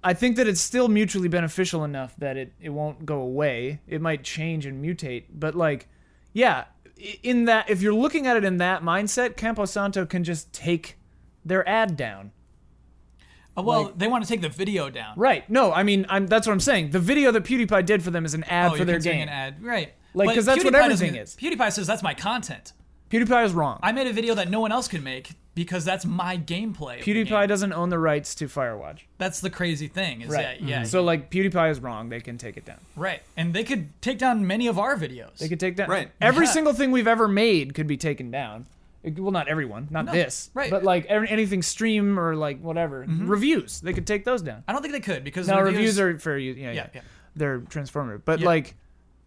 [SPEAKER 2] I think that it's still mutually beneficial enough that it, it won't go away. It might change and mutate, but like, yeah, i- in that if you're looking at it in that mindset, Camposanto can just take their ad down.
[SPEAKER 1] Uh, well, they want to take the video down.
[SPEAKER 2] Right? No, I mean, I'm that's what I'm saying. The video that PewDiePie did for them is an ad
[SPEAKER 1] Oh,
[SPEAKER 2] for
[SPEAKER 1] you're
[SPEAKER 2] their
[SPEAKER 1] considering
[SPEAKER 2] game.
[SPEAKER 1] an ad, right?
[SPEAKER 2] Like,
[SPEAKER 1] But
[SPEAKER 2] 'cause that's what
[SPEAKER 1] PewDiePie
[SPEAKER 2] everything
[SPEAKER 1] doesn't-
[SPEAKER 2] is.
[SPEAKER 1] PewDiePie says that's my content.
[SPEAKER 2] PewDiePie is wrong.
[SPEAKER 1] I made a video that no one else could make because that's my gameplay. of the game.
[SPEAKER 2] PewDiePie doesn't own the rights to Firewatch.
[SPEAKER 1] That's the crazy thing. Is
[SPEAKER 2] Right. Mm-hmm.
[SPEAKER 1] that yeah,
[SPEAKER 2] So like, PewDiePie is wrong. They can take it down.
[SPEAKER 1] right? And they could take down many of our videos.
[SPEAKER 2] They could take down
[SPEAKER 3] Right.
[SPEAKER 2] Every
[SPEAKER 1] Yeah.
[SPEAKER 2] single thing we've ever made could be taken down. It- Well, not everyone, not this,
[SPEAKER 1] right. Mm-hmm.
[SPEAKER 2] But like every, anything stream or like whatever reviews, they could take those down.
[SPEAKER 1] I don't think they could because
[SPEAKER 2] Now
[SPEAKER 1] the
[SPEAKER 2] reviews, are fair use. Yeah, yeah,
[SPEAKER 1] yeah.
[SPEAKER 2] they're transformative. But
[SPEAKER 1] Yeah.
[SPEAKER 2] like,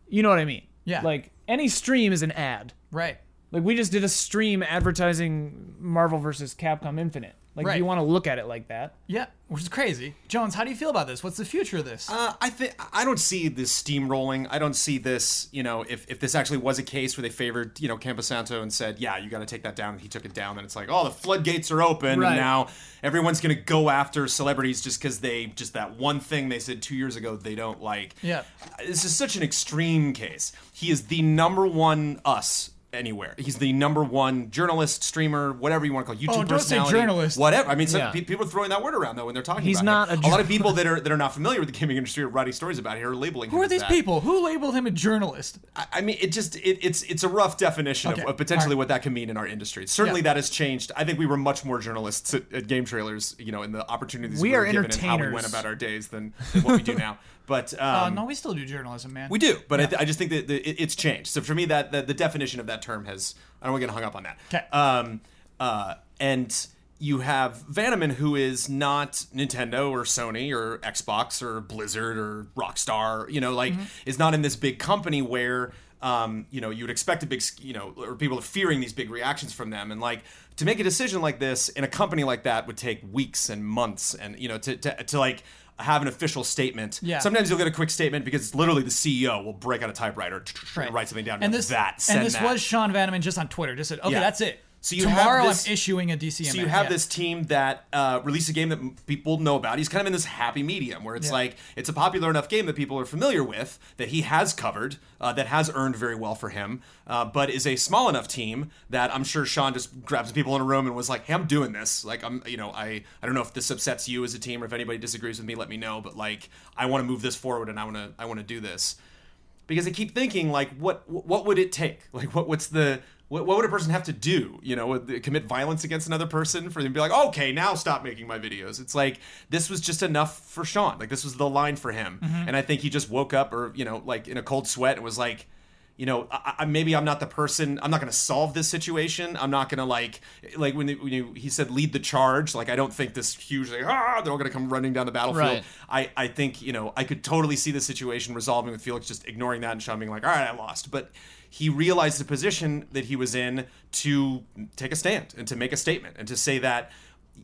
[SPEAKER 2] you know what I mean?
[SPEAKER 1] Yeah.
[SPEAKER 2] Like any stream is an ad.
[SPEAKER 1] right.
[SPEAKER 2] Like we just did a stream advertising Marvel versus Capcom Infinite. Like if
[SPEAKER 1] Right.
[SPEAKER 2] you want to look at it like that.
[SPEAKER 1] Yeah, which is crazy. Jones, how do you feel about this? What's the future of this?
[SPEAKER 3] Uh, I think I don't see this steamrolling. I don't see this. You know, if, if this actually was a case where they favored you know Camposanto and said, yeah, you got to take that down, and he took it down, then it's like, oh, the floodgates are open,
[SPEAKER 2] Right.
[SPEAKER 3] and now everyone's gonna go after celebrities just because they just that one thing they said two years ago they don't like. Uh,
[SPEAKER 1] Yeah.
[SPEAKER 3] this is such an extreme case. He is the number one us anywhere. He's the number one journalist, streamer, whatever you want to call it, YouTube
[SPEAKER 1] Oh, don't say
[SPEAKER 3] personality,
[SPEAKER 1] journalist.
[SPEAKER 3] whatever. I mean, some
[SPEAKER 2] Yeah.
[SPEAKER 3] pe- people are throwing that word around though when they're talking.
[SPEAKER 2] He's not
[SPEAKER 3] about him.
[SPEAKER 2] a
[SPEAKER 3] lot of people that are that are not familiar with the gaming industry or writing stories about it are labeling.
[SPEAKER 1] Who
[SPEAKER 3] him
[SPEAKER 1] are
[SPEAKER 3] as
[SPEAKER 1] these
[SPEAKER 3] that.
[SPEAKER 1] people? Who labeled him a journalist? Uh,
[SPEAKER 3] I, I mean, it just it, it's it's a rough definition
[SPEAKER 1] Okay.
[SPEAKER 3] of, of potentially
[SPEAKER 1] All right.
[SPEAKER 3] what that can mean in our industry. Certainly,
[SPEAKER 1] Yeah.
[SPEAKER 3] that has changed. I think we were much more journalists at, at game trailers, you know, in the opportunities
[SPEAKER 2] We
[SPEAKER 3] we,
[SPEAKER 2] are
[SPEAKER 3] were given and how we
[SPEAKER 2] entertainers.
[SPEAKER 3] went about our days than, than what we do now. But
[SPEAKER 1] Uh,
[SPEAKER 3] um,
[SPEAKER 1] no, we still do journalism, man.
[SPEAKER 3] we do, but I, th- I just think that the, it, it's changed. So for me, that, that the definition of that term has I don't want to get hung up on that.
[SPEAKER 1] 'Kay.
[SPEAKER 3] Um, uh, and you have Vanaman, who is not Nintendo or Sony or Xbox or Blizzard or Rockstar. You know, like is not in this big company where. Um, you know, you would expect a big, s- you know, or people are fearing these big reactions from them, and like to make a decision like this in a company like that would take weeks and months, and you know, to to, to like have an official statement.
[SPEAKER 1] Yeah.
[SPEAKER 3] Sometimes you'll get a quick statement because it's literally the CEO will break out a typewriter and write something down.
[SPEAKER 1] And
[SPEAKER 3] be
[SPEAKER 1] this
[SPEAKER 3] like, that. Send
[SPEAKER 1] and this
[SPEAKER 3] that.
[SPEAKER 1] was Sean Vanneman just on Twitter. Just said, okay,
[SPEAKER 3] Yeah.
[SPEAKER 1] that's it.
[SPEAKER 3] So you have
[SPEAKER 1] tomorrow
[SPEAKER 3] this-
[SPEAKER 1] I'm issuing a DCMA.
[SPEAKER 3] so you have
[SPEAKER 1] Yeah.
[SPEAKER 3] this team that uh, released a game that m- people know about. He's kind of in this happy medium where it's
[SPEAKER 1] Yeah.
[SPEAKER 3] like it's a popular enough game that people are familiar with that he has covered uh, that has earned very well for him, uh, but is a small enough team that I'm sure Sean just grabbed some people in a room and was like, "Hey, I'm doing this. Like I'm, you know, I I don't know if this upsets you as a team or if anybody disagrees with me, let me know. But like I want to move this forward and I want to I want to do this." because I keep thinking like what what would it take? Like what what's the What, what would a person have to do? You know, would they commit violence against another person for them to be like, okay, now stop making my videos. It's like this was just enough for Sean. Like this was the line for him, and I think he just woke up or you know, like in a cold sweat and was like. You know, I, I, maybe I'm not the person. I'm not going to solve this situation. I'm not going to like, like when, when you, he said lead the charge. Like I don't think this huge like ah, they're all going to come running down the battlefield.
[SPEAKER 5] Right.
[SPEAKER 3] I, I think, you know, I could totally see the situation resolving with Felix just ignoring that and Sean being like, all right, I lost. But he realized the position that he was in to take a stand and to make a statement and to say that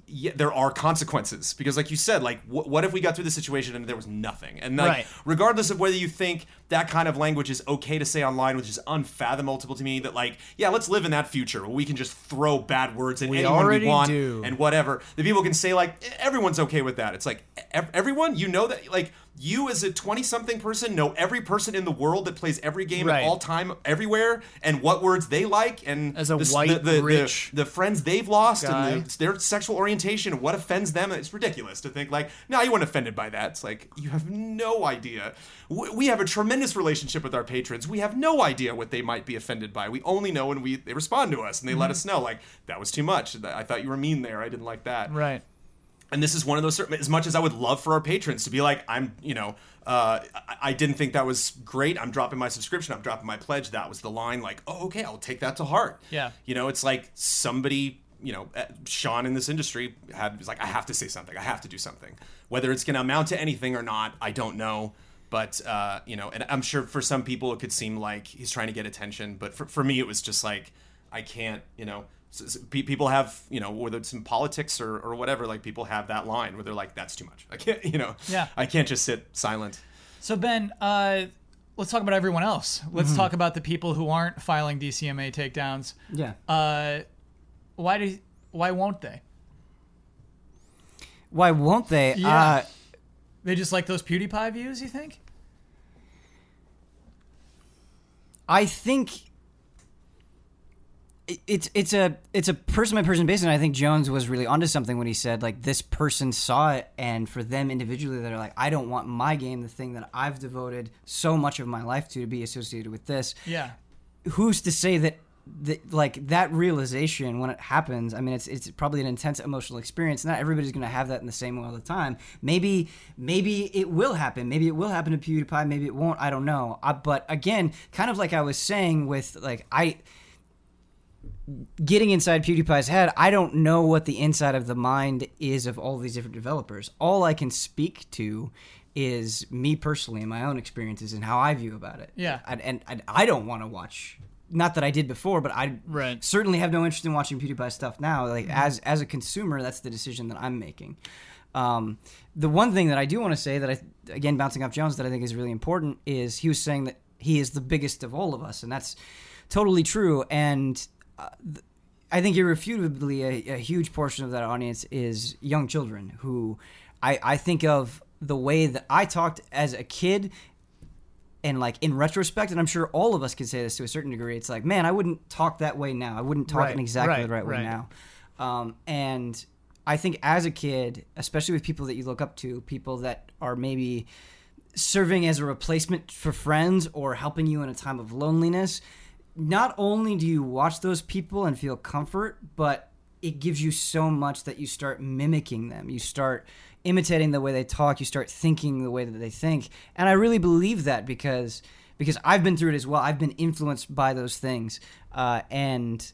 [SPEAKER 3] yeah, there are consequences because like you said like wh- what if we got through the situation and there was nothing and like
[SPEAKER 2] Right.
[SPEAKER 3] regardless of whether you think that kind of language is okay to say online which is unfathomable to me that like yeah let's live in that future where we can just throw bad words at anyone
[SPEAKER 2] already
[SPEAKER 3] we want
[SPEAKER 2] do.
[SPEAKER 3] and whatever the people can say like "E-, everyone's okay with that it's like "E-, ev- everyone you know that like you as a 20 something person know every person in the world that plays every game
[SPEAKER 2] Right.
[SPEAKER 3] at all time everywhere and what words they like and
[SPEAKER 2] As a
[SPEAKER 3] s-
[SPEAKER 2] white, rich
[SPEAKER 3] the, friends they've lost
[SPEAKER 2] guy.
[SPEAKER 3] and the, their sexual orientation and what offends them it's ridiculous to think like no you weren't offended by that it's like you have no idea we, we have a tremendous relationship with our patrons we have no idea what they might be offended by we only know when we they respond to us and they
[SPEAKER 2] Mm-hmm.
[SPEAKER 3] let us know like that was too much i thought you were mean there i didn't like that
[SPEAKER 2] Right.
[SPEAKER 3] and this is one of those certain, as much as i would love for our patrons to be like i'm you know uh, I, I didn't think that was great i'm dropping my subscription i'm dropping my pledge that was the line like oh okay i'll take that to heart
[SPEAKER 2] Yeah.
[SPEAKER 3] you know it's like somebody you know uh, sean in this industry had was like i have to say something i have to do something whether it's going to amount to anything or not i don't know but uh, you know and i'm sure for some people it could seem like he's trying to get attention but for, for me it was just like I can't, you know, s- s- pe- people have, you know, whether it's in politics or, or whatever, like people have that line where they're like, that's too much. I can't, you know,
[SPEAKER 1] Yeah.
[SPEAKER 3] I can't just sit silent.
[SPEAKER 1] So Ben, uh, let's talk about everyone else. Let's
[SPEAKER 2] Mm-hmm.
[SPEAKER 1] talk about the people who aren't filing DCMA takedowns.
[SPEAKER 4] Yeah.
[SPEAKER 1] Uh, why do? Why won't they?
[SPEAKER 4] Why won't they?
[SPEAKER 1] Yeah.
[SPEAKER 4] Uh,
[SPEAKER 1] They just like those PewDiePie views. You think?
[SPEAKER 4] I think it- it's it's a it's a person by person basis, and I think Jones was really onto something when he said like this person saw it, and for them individually, they're like, I don't want my game, the thing that I've devoted so much of my life to, to be associated with this
[SPEAKER 1] Yeah.
[SPEAKER 4] who's to say that, that like that realization when it happens i mean it's it's probably an intense emotional experience not everybody's going to have that in the same way all the time maybe maybe it will happen maybe it will happen to pewdiepie maybe it won't i don't know uh, but again kind of like i was saying with like i getting inside PewDiePie's head, I don't know what the inside of the mind is of all these different developers. All I can speak to is me personally and my own experiences and how I view about it.
[SPEAKER 1] Yeah.
[SPEAKER 4] I, and I, I don't want to watch. Not that I did before, but I
[SPEAKER 2] Right.
[SPEAKER 4] certainly have no interest in watching PewDiePie stuff now. Like as as a consumer, that's the decision that I'm making. Um, the one thing that I do want to say that I again bouncing off Jones that I think is really important is he was saying that he is the biggest of all of us, and that's totally true. And I think irrefutably a, a huge portion of that audience is young children who I, I think of the way that I talked as a kid and like in retrospect, and I'm sure all of us could say this to a certain degree, it's like, man, I wouldn't talk that way now. I wouldn't talk
[SPEAKER 2] Right,
[SPEAKER 4] in exactly
[SPEAKER 2] right,
[SPEAKER 4] the right
[SPEAKER 2] right.
[SPEAKER 4] way now. Um, and I think as a kid, especially with people that you look up to, people that are maybe serving as a replacement for friends or helping you in a time of loneliness, not only do you watch those people and feel comfort, but it gives you so much that you start mimicking them. You start imitating the way they talk, you start thinking the way that they think. And I really believe that because because I've been through it as well. I've been influenced by those things. Uh, and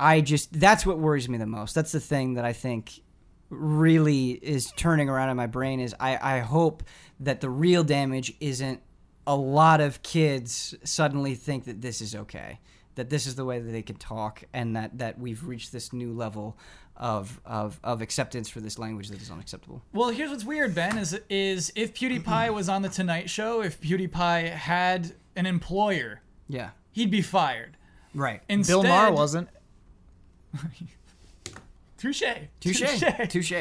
[SPEAKER 4] I just that's what worries me the most. That's the thing that I think really is turning around in my brain is I, I hope that the real damage isn't a lot of kids suddenly think that this is okay that this is the way that they can talk and that, that we've reached this new level of, of of acceptance for this language that is unacceptable
[SPEAKER 1] Well, here's what's weird, Ben, is is if PewDiePie was on the Tonight Show, if PewDiePie had an employer,
[SPEAKER 4] yeah
[SPEAKER 1] he'd be fired.
[SPEAKER 4] right
[SPEAKER 1] Instead,
[SPEAKER 2] Bill Maher wasn't.
[SPEAKER 1] Touche.
[SPEAKER 4] touche touche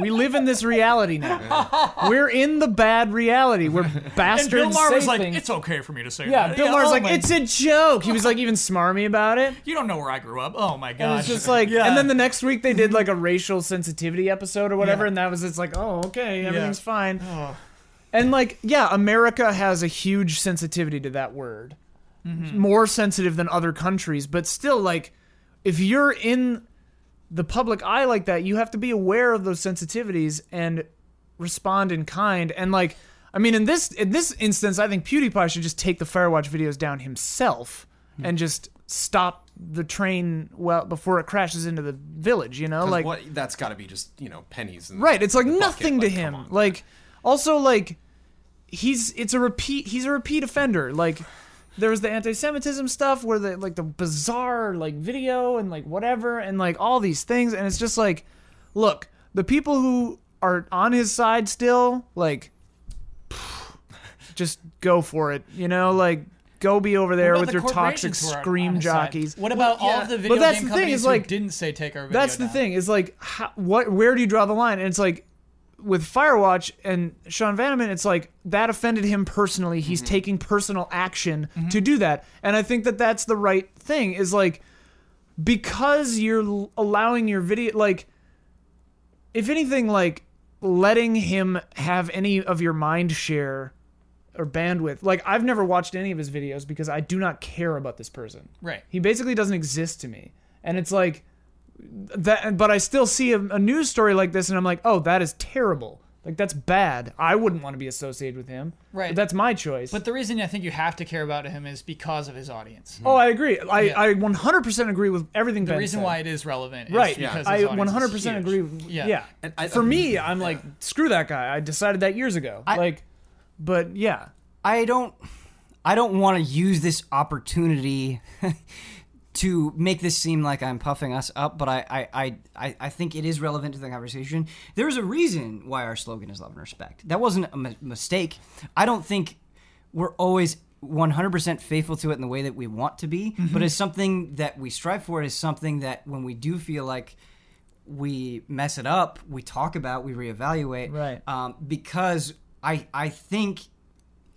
[SPEAKER 2] We live in this reality now. We're in the bad reality. We're bastards.
[SPEAKER 1] And Bill Maher
[SPEAKER 2] say
[SPEAKER 1] was like,
[SPEAKER 2] things-
[SPEAKER 1] "It's okay for me to say
[SPEAKER 2] yeah,
[SPEAKER 1] that."
[SPEAKER 2] Bill Maher's
[SPEAKER 1] oh
[SPEAKER 2] like,
[SPEAKER 1] my-
[SPEAKER 2] it's a joke. He was like even smarmy about it.
[SPEAKER 1] you don't know where I grew up. Oh my
[SPEAKER 2] It
[SPEAKER 1] gosh.
[SPEAKER 2] was just like,
[SPEAKER 1] Yeah. Mm-hmm.
[SPEAKER 2] and then the next week they did like a racial sensitivity episode or
[SPEAKER 1] Yeah.
[SPEAKER 2] whatever,
[SPEAKER 1] Oh.
[SPEAKER 2] and that was it's like, oh, okay, everything's fine. And like, yeah, America has a huge sensitivity to that word.
[SPEAKER 1] Mm-hmm.
[SPEAKER 2] more sensitive than other countries, but still, like, if you're in the public eye like that, you have to be aware of those sensitivities and respond in kind. And like, I mean, in this in this instance, I think PewDiePie should just take the Firewatch videos down himself and just stop the train well before it crashes into the village. You know, like
[SPEAKER 3] Like, what? That's got to be just you know pennies. And
[SPEAKER 2] Right. It's like
[SPEAKER 3] the bucket,
[SPEAKER 2] nothing to
[SPEAKER 3] like,
[SPEAKER 2] him.
[SPEAKER 3] come on.
[SPEAKER 2] Like also like he's it's a repeat he's a repeat offender. Like there was the anti-Semitism stuff where the like the bizarre like video and like whatever and like all these things and it's just like look, the people who are on his side still like just go for it, you know? Like go be over there
[SPEAKER 1] What about the
[SPEAKER 2] with your toxic
[SPEAKER 1] corporations who are on
[SPEAKER 2] scream
[SPEAKER 1] his side?
[SPEAKER 2] jockeys.
[SPEAKER 1] What about all
[SPEAKER 3] yeah.
[SPEAKER 1] of the
[SPEAKER 3] But
[SPEAKER 1] video
[SPEAKER 2] that's
[SPEAKER 1] game
[SPEAKER 2] the thing,
[SPEAKER 1] companies
[SPEAKER 2] is,
[SPEAKER 1] who
[SPEAKER 2] like,
[SPEAKER 1] didn't say take our video
[SPEAKER 2] That's the
[SPEAKER 1] down?
[SPEAKER 2] thing. Is like, how, what? Where do you draw the line? And it's like, with Firewatch and Sean Vanneman, it's like that offended him personally. He's taking personal action to do that, and I think that that's the right thing. Is like, because you're l- allowing your video, like, if anything, like letting him have any of your mind share or bandwidth. Like, I've never watched any of his videos because I do not care about this person.
[SPEAKER 1] Right.
[SPEAKER 2] He basically doesn't exist to me. And it's like that but I still see a, a news story like this and I'm like, "Oh, that is terrible. Like that's bad. I wouldn't want to be associated with him."
[SPEAKER 1] Right.
[SPEAKER 2] But that's my choice.
[SPEAKER 1] But the reason I think you have to care about him is because of his audience.
[SPEAKER 2] oh, I agree. I,
[SPEAKER 1] Yeah.
[SPEAKER 2] I 100% agree with everything
[SPEAKER 1] The reason why it is relevant is
[SPEAKER 2] Right.
[SPEAKER 1] because
[SPEAKER 2] I
[SPEAKER 1] his audience is
[SPEAKER 2] 100%
[SPEAKER 1] huge.
[SPEAKER 2] agree. with-
[SPEAKER 1] Yeah.
[SPEAKER 2] Yeah.
[SPEAKER 3] And I-
[SPEAKER 2] For me, I'm like, "Screw that guy. I decided that years ago." like but yeah.
[SPEAKER 4] I don't I don't want to use this opportunity to make this seem like I'm puffing us up, but I, I, I, I, I think it is relevant to the conversation. There's a reason why our slogan is love and respect. That wasn't a mi- mistake. I don't think we're always 100% faithful to it in the way that we want to be, but it's something that we strive for. It is something that when we do feel like we mess it up, we talk about, we reevaluate.
[SPEAKER 2] Right.
[SPEAKER 4] Um, because I, I think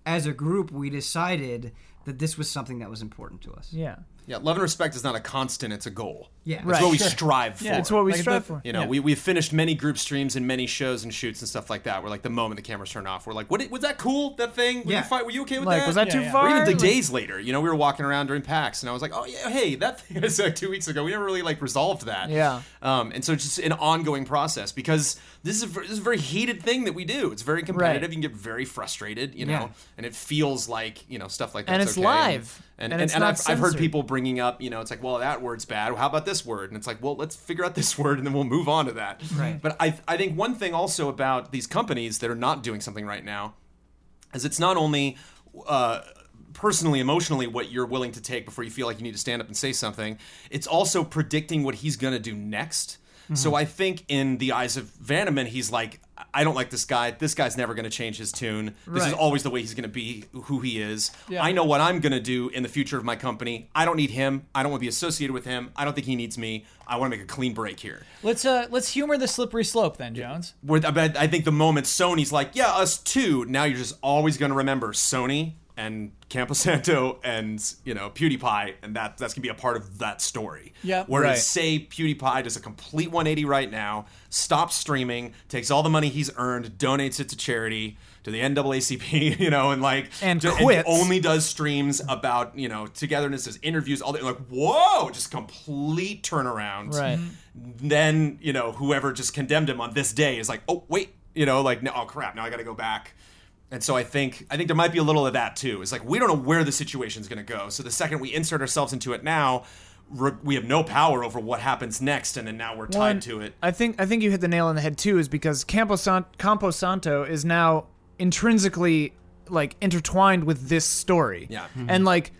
[SPEAKER 4] as a group, we decided that this was something that was important to us.
[SPEAKER 2] Yeah.
[SPEAKER 3] Yeah, love and respect is not a constant; it's a goal.
[SPEAKER 4] Yeah.
[SPEAKER 3] it's
[SPEAKER 4] Right,
[SPEAKER 3] what we
[SPEAKER 2] sure.
[SPEAKER 3] strive for.
[SPEAKER 1] Yeah,
[SPEAKER 2] It's what we
[SPEAKER 1] Like,
[SPEAKER 2] strive
[SPEAKER 1] the-
[SPEAKER 2] for.
[SPEAKER 3] You know,
[SPEAKER 2] Yeah.
[SPEAKER 3] we we've finished many group streams and many shows and shoots and stuff like that. Where like the moment the cameras turn off, we're like, "What i- was that cool? That thing? Were
[SPEAKER 4] Yeah.
[SPEAKER 3] you fine? Were you okay with
[SPEAKER 2] like
[SPEAKER 3] that?
[SPEAKER 2] was that
[SPEAKER 1] Yeah,
[SPEAKER 2] too
[SPEAKER 1] yeah.
[SPEAKER 2] far?
[SPEAKER 3] Or even the
[SPEAKER 2] Like-
[SPEAKER 3] days later, you know, we were walking around during PAX, and I was like, "Oh yeah, hey, that thing I said two weeks ago. We never really like resolved that."
[SPEAKER 2] Yeah.
[SPEAKER 3] Um, and so it's just an ongoing process because this is a, ver- this is a very heated thing that we do. It's very competitive.
[SPEAKER 2] Right.
[SPEAKER 3] You can get very frustrated, you know,
[SPEAKER 4] Yeah.
[SPEAKER 3] and it feels like you know stuff like that.
[SPEAKER 2] And it's
[SPEAKER 3] okay.
[SPEAKER 2] live.
[SPEAKER 3] And
[SPEAKER 2] And
[SPEAKER 3] and, and,
[SPEAKER 2] it's not
[SPEAKER 3] I've, I've heard
[SPEAKER 2] censored.
[SPEAKER 3] people bringing up, you know, it's like, well, that word's bad. How about this word? And it's like, well, let's figure out this word, and then we'll move on to that.
[SPEAKER 4] Right.
[SPEAKER 3] But I I think one thing also about these companies that are not doing something right now is it's not only uh, personally, emotionally, what you're willing to take before you feel like you need to stand up and say something. It's also predicting what he's going to do next. So I think in the eyes of Vanneman, he's like, I don't like this guy. This guy's never going to change his tune. This is
[SPEAKER 2] Right.
[SPEAKER 3] always the way he's going to be who he is. I know what I'm going to do in the future of my company. I don't need him. I don't want to be associated with him. I don't think he needs me. I want to make a clean break here.
[SPEAKER 1] Let's uh let's humor the slippery slope then, Jones.
[SPEAKER 3] Where I, bet- I think the moment Sony's like, yeah, us too. Now you're just always going to remember Sony and Camposanto and you know PewDiePie, and that that's gonna be a part of that story.
[SPEAKER 1] Yeah.
[SPEAKER 3] Whereas
[SPEAKER 2] Right.
[SPEAKER 3] say PewDiePie does a complete 180 right now, stops streaming, takes all the money he's earned, donates it to charity, to the NAACP, you know, and like
[SPEAKER 2] And
[SPEAKER 3] ju-
[SPEAKER 2] quits.
[SPEAKER 3] only does streams about you know togetherness, does interviews, all that. Like whoa, just complete turnaround
[SPEAKER 2] Right. Mhm.
[SPEAKER 3] then you know whoever just condemned him on this day is like oh wait you know like no, oh crap now i gotta go back and so i think i think there might be a little of that too it's like we don't know where the situation's gonna go so the second we insert ourselves into it now re- we have no power over what happens next and then now we're tied
[SPEAKER 2] One-
[SPEAKER 3] to it
[SPEAKER 2] I think I think you hit the nail on the head too, is because Camposan- Camposanto is now intrinsically like intertwined with this story.
[SPEAKER 3] Yeah.
[SPEAKER 2] and like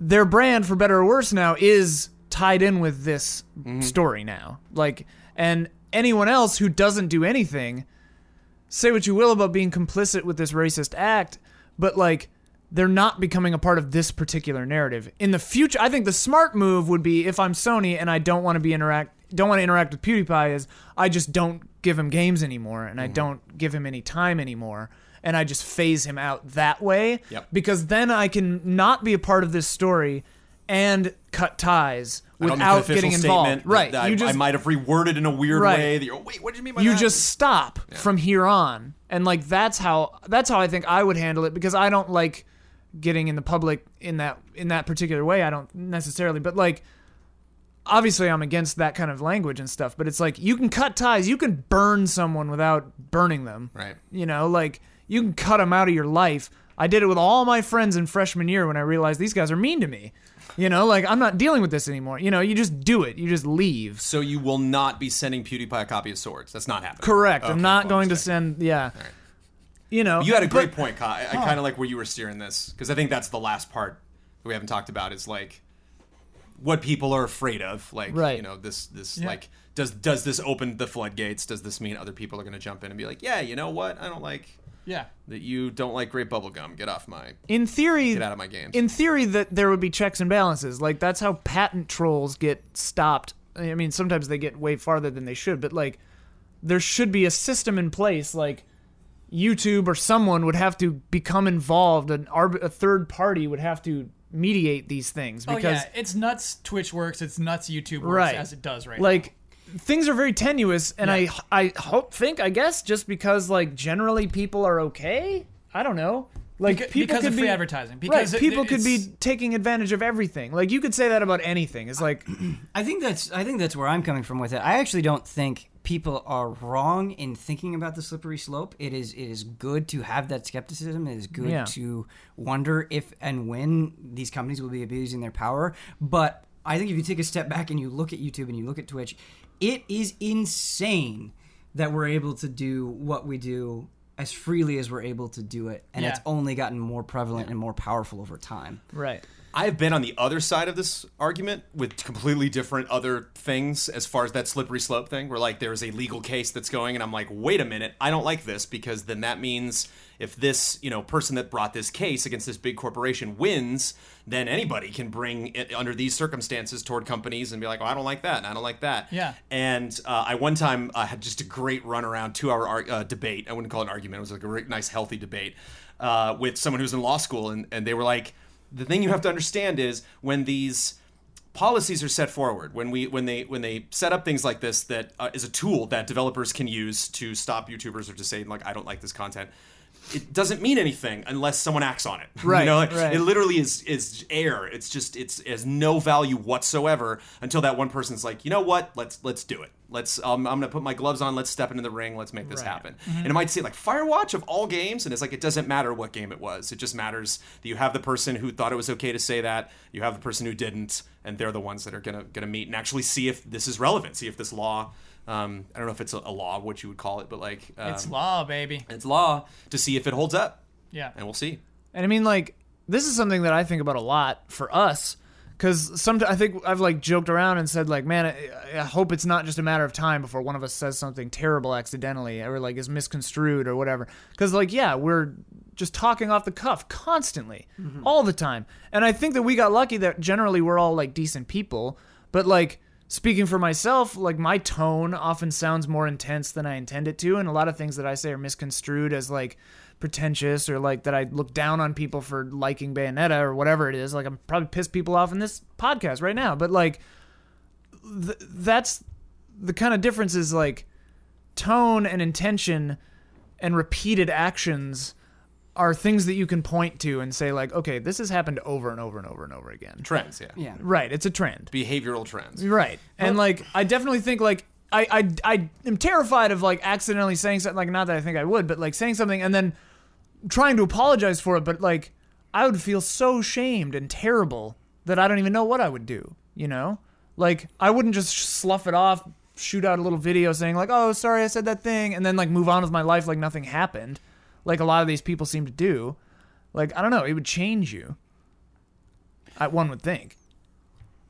[SPEAKER 2] their brand, for better or worse, now is tied in with this story now. Like, and anyone else who doesn't do anything, say what you will about being complicit with this racist act, but like they're not becoming a part of this particular narrative. In the future, I think the smart move would be if I'm Sony and I don't want to be interact don't want to interact with PewDiePie is I just don't give him games anymore and I
[SPEAKER 3] Mm-hmm.
[SPEAKER 2] don't give him any time anymore and I just phase him out that way
[SPEAKER 3] Yep.
[SPEAKER 2] because then I can not be a part of this story and cut ties
[SPEAKER 3] I don't
[SPEAKER 2] without
[SPEAKER 3] know if the official
[SPEAKER 2] getting involved.
[SPEAKER 3] statement,
[SPEAKER 2] Right.
[SPEAKER 3] that I,
[SPEAKER 2] you just
[SPEAKER 3] I might have reworded in a weird
[SPEAKER 2] Right.
[SPEAKER 3] way that you're "Oh, wait what did you mean by
[SPEAKER 2] you
[SPEAKER 3] that?
[SPEAKER 2] just stop from here on and like that's how that's how i think i would handle it because i don't like getting in the public in that in that particular way. I don't necessarily, but like obviously I'm against that kind of language and stuff, but it's like you can cut ties, you can burn someone without burning them.
[SPEAKER 3] Right.
[SPEAKER 2] You know, like you can cut them out of your life. I did it with all my friends in freshman year when I realized these guys are mean to me. You know, like I'm not dealing with this anymore. You know, you just do it. You just leave.
[SPEAKER 3] So you will not be sending PewDiePie a copy of Swords. That's not happening.
[SPEAKER 2] Correct.
[SPEAKER 3] Okay,
[SPEAKER 2] I'm not
[SPEAKER 3] well,
[SPEAKER 2] going to
[SPEAKER 3] okay.
[SPEAKER 2] send. Yeah. You know.
[SPEAKER 3] You had a
[SPEAKER 2] but-
[SPEAKER 3] great point, Kai. I, I kind of like where you were steering this because I think that's the last part that we haven't talked about is like what people are afraid of. Like,
[SPEAKER 2] Right.
[SPEAKER 3] you know, this this like does does this open the floodgates? Does this mean other people are going to jump in and be like, yeah, you know what? I don't like
[SPEAKER 1] Yeah.
[SPEAKER 3] that you don't like grape bubblegum. Get off my
[SPEAKER 2] in theory.
[SPEAKER 3] get out of my games.
[SPEAKER 2] in theory that there would be checks and balances like that's how patent trolls get stopped i mean sometimes they get way farther than they should but like there should be a system in place like youtube or someone would have to become involved an arb- a third party would have to mediate these things
[SPEAKER 1] Oh
[SPEAKER 2] because
[SPEAKER 1] yeah, it's nuts. Twitch works. It's nuts. YouTube works
[SPEAKER 2] Right.
[SPEAKER 1] as it does right.
[SPEAKER 2] like things are very tenuous and i i hope think i guess just because like generally people are okay i don't know like
[SPEAKER 1] Beca-
[SPEAKER 2] people
[SPEAKER 1] because
[SPEAKER 2] could
[SPEAKER 1] of
[SPEAKER 2] be,
[SPEAKER 1] free advertising. Because it-
[SPEAKER 2] right, people could be
[SPEAKER 1] it's-
[SPEAKER 2] taking advantage of everything like you could say that about anything it's like
[SPEAKER 4] I think that's I think that's where I'm coming from with it. I actually don't think people are wrong in thinking about the slippery slope. It is it is good to have that skepticism. It is good
[SPEAKER 2] Yeah.
[SPEAKER 4] to wonder if and when these companies will be abusing their power. But I think if you take a step back and you look at YouTube and you look at Twitch, it is insane that we're able to do what we do as freely as we're able to do it and it's
[SPEAKER 1] Yeah.
[SPEAKER 4] only gotten more prevalent and more powerful over time.
[SPEAKER 2] right
[SPEAKER 3] I've been on the other side of this argument with completely different other things as far as that slippery slope thing, where like there is a legal case that's going, and I'm like, wait a minute, I don't like this because then that means if this you know person that brought this case against this big corporation wins, then anybody can bring it under these circumstances toward companies and be like, oh, I don't like that, and I don't like that.
[SPEAKER 1] Yeah.
[SPEAKER 3] And uh, I one time uh, had just a great runaround two-hour ar- uh, debate. I wouldn't call it an argument; it was like a great, nice, healthy debate uh, with someone who's in law school, and, and they were like the thing you have to understand is when these policies are set forward when we when they when they set up things like this that uh, is a tool that developers can use to stop youtubers or to say like i don't like this content it doesn't mean anything unless someone acts on it
[SPEAKER 2] Right,
[SPEAKER 3] you know like,
[SPEAKER 2] right.
[SPEAKER 3] it literally is is air it's just it's it has no value whatsoever until that one person's like you know what let's let's do it let's um, i'm gonna put my gloves on let's step into the ring let's make this happen and it might say like firewatch of all games and it's like it doesn't matter what game it was it just matters that you have the person who thought it was okay to say that you have the person who didn't and they're the ones that are gonna gonna meet and actually see if this is relevant see if this law um, i don't know if it's a, a law what you would call it but like um,
[SPEAKER 1] it's law, baby.
[SPEAKER 3] it's law to see if it holds up
[SPEAKER 1] Yeah.
[SPEAKER 3] and we'll see
[SPEAKER 2] And I mean, like, this is something that I think about a lot for us, because some I think I've like joked around and said like, man, I, I hope it's not just a matter of time before one of us says something terrible accidentally or like is misconstrued or whatever. Because like, yeah, we're just talking off the cuff constantly, all the time. And I think that we got lucky that generally we're all like decent people, but like. Speaking for myself, like my tone often sounds more intense than I intend it to, and a lot of things that I say are misconstrued as like pretentious or like that I look down on people for liking Bayonetta or whatever it is. Like I'm probably pissed people off in this podcast right now, but like th- that's the kind of difference is like tone and intention and repeated actions are things that you can point to and say like, okay, this has happened over and over and over and over again.
[SPEAKER 3] trends yeah
[SPEAKER 4] Yeah.
[SPEAKER 2] Right, it's a trend.
[SPEAKER 3] behavioral trends
[SPEAKER 2] Right. And like I definitely think like I, I I am terrified of like accidentally saying something like not that I think I would, but like saying something and then trying to apologize for it, but like I would feel so shamed and terrible that I don't even know what I would do, you know? Like I wouldn't just slough it off, shoot out a little video saying like, "Oh, sorry I said that thing," and then like move on with my life like nothing happened, like a lot of these people seem to do. Like I don't know, it would change you. I, one would think.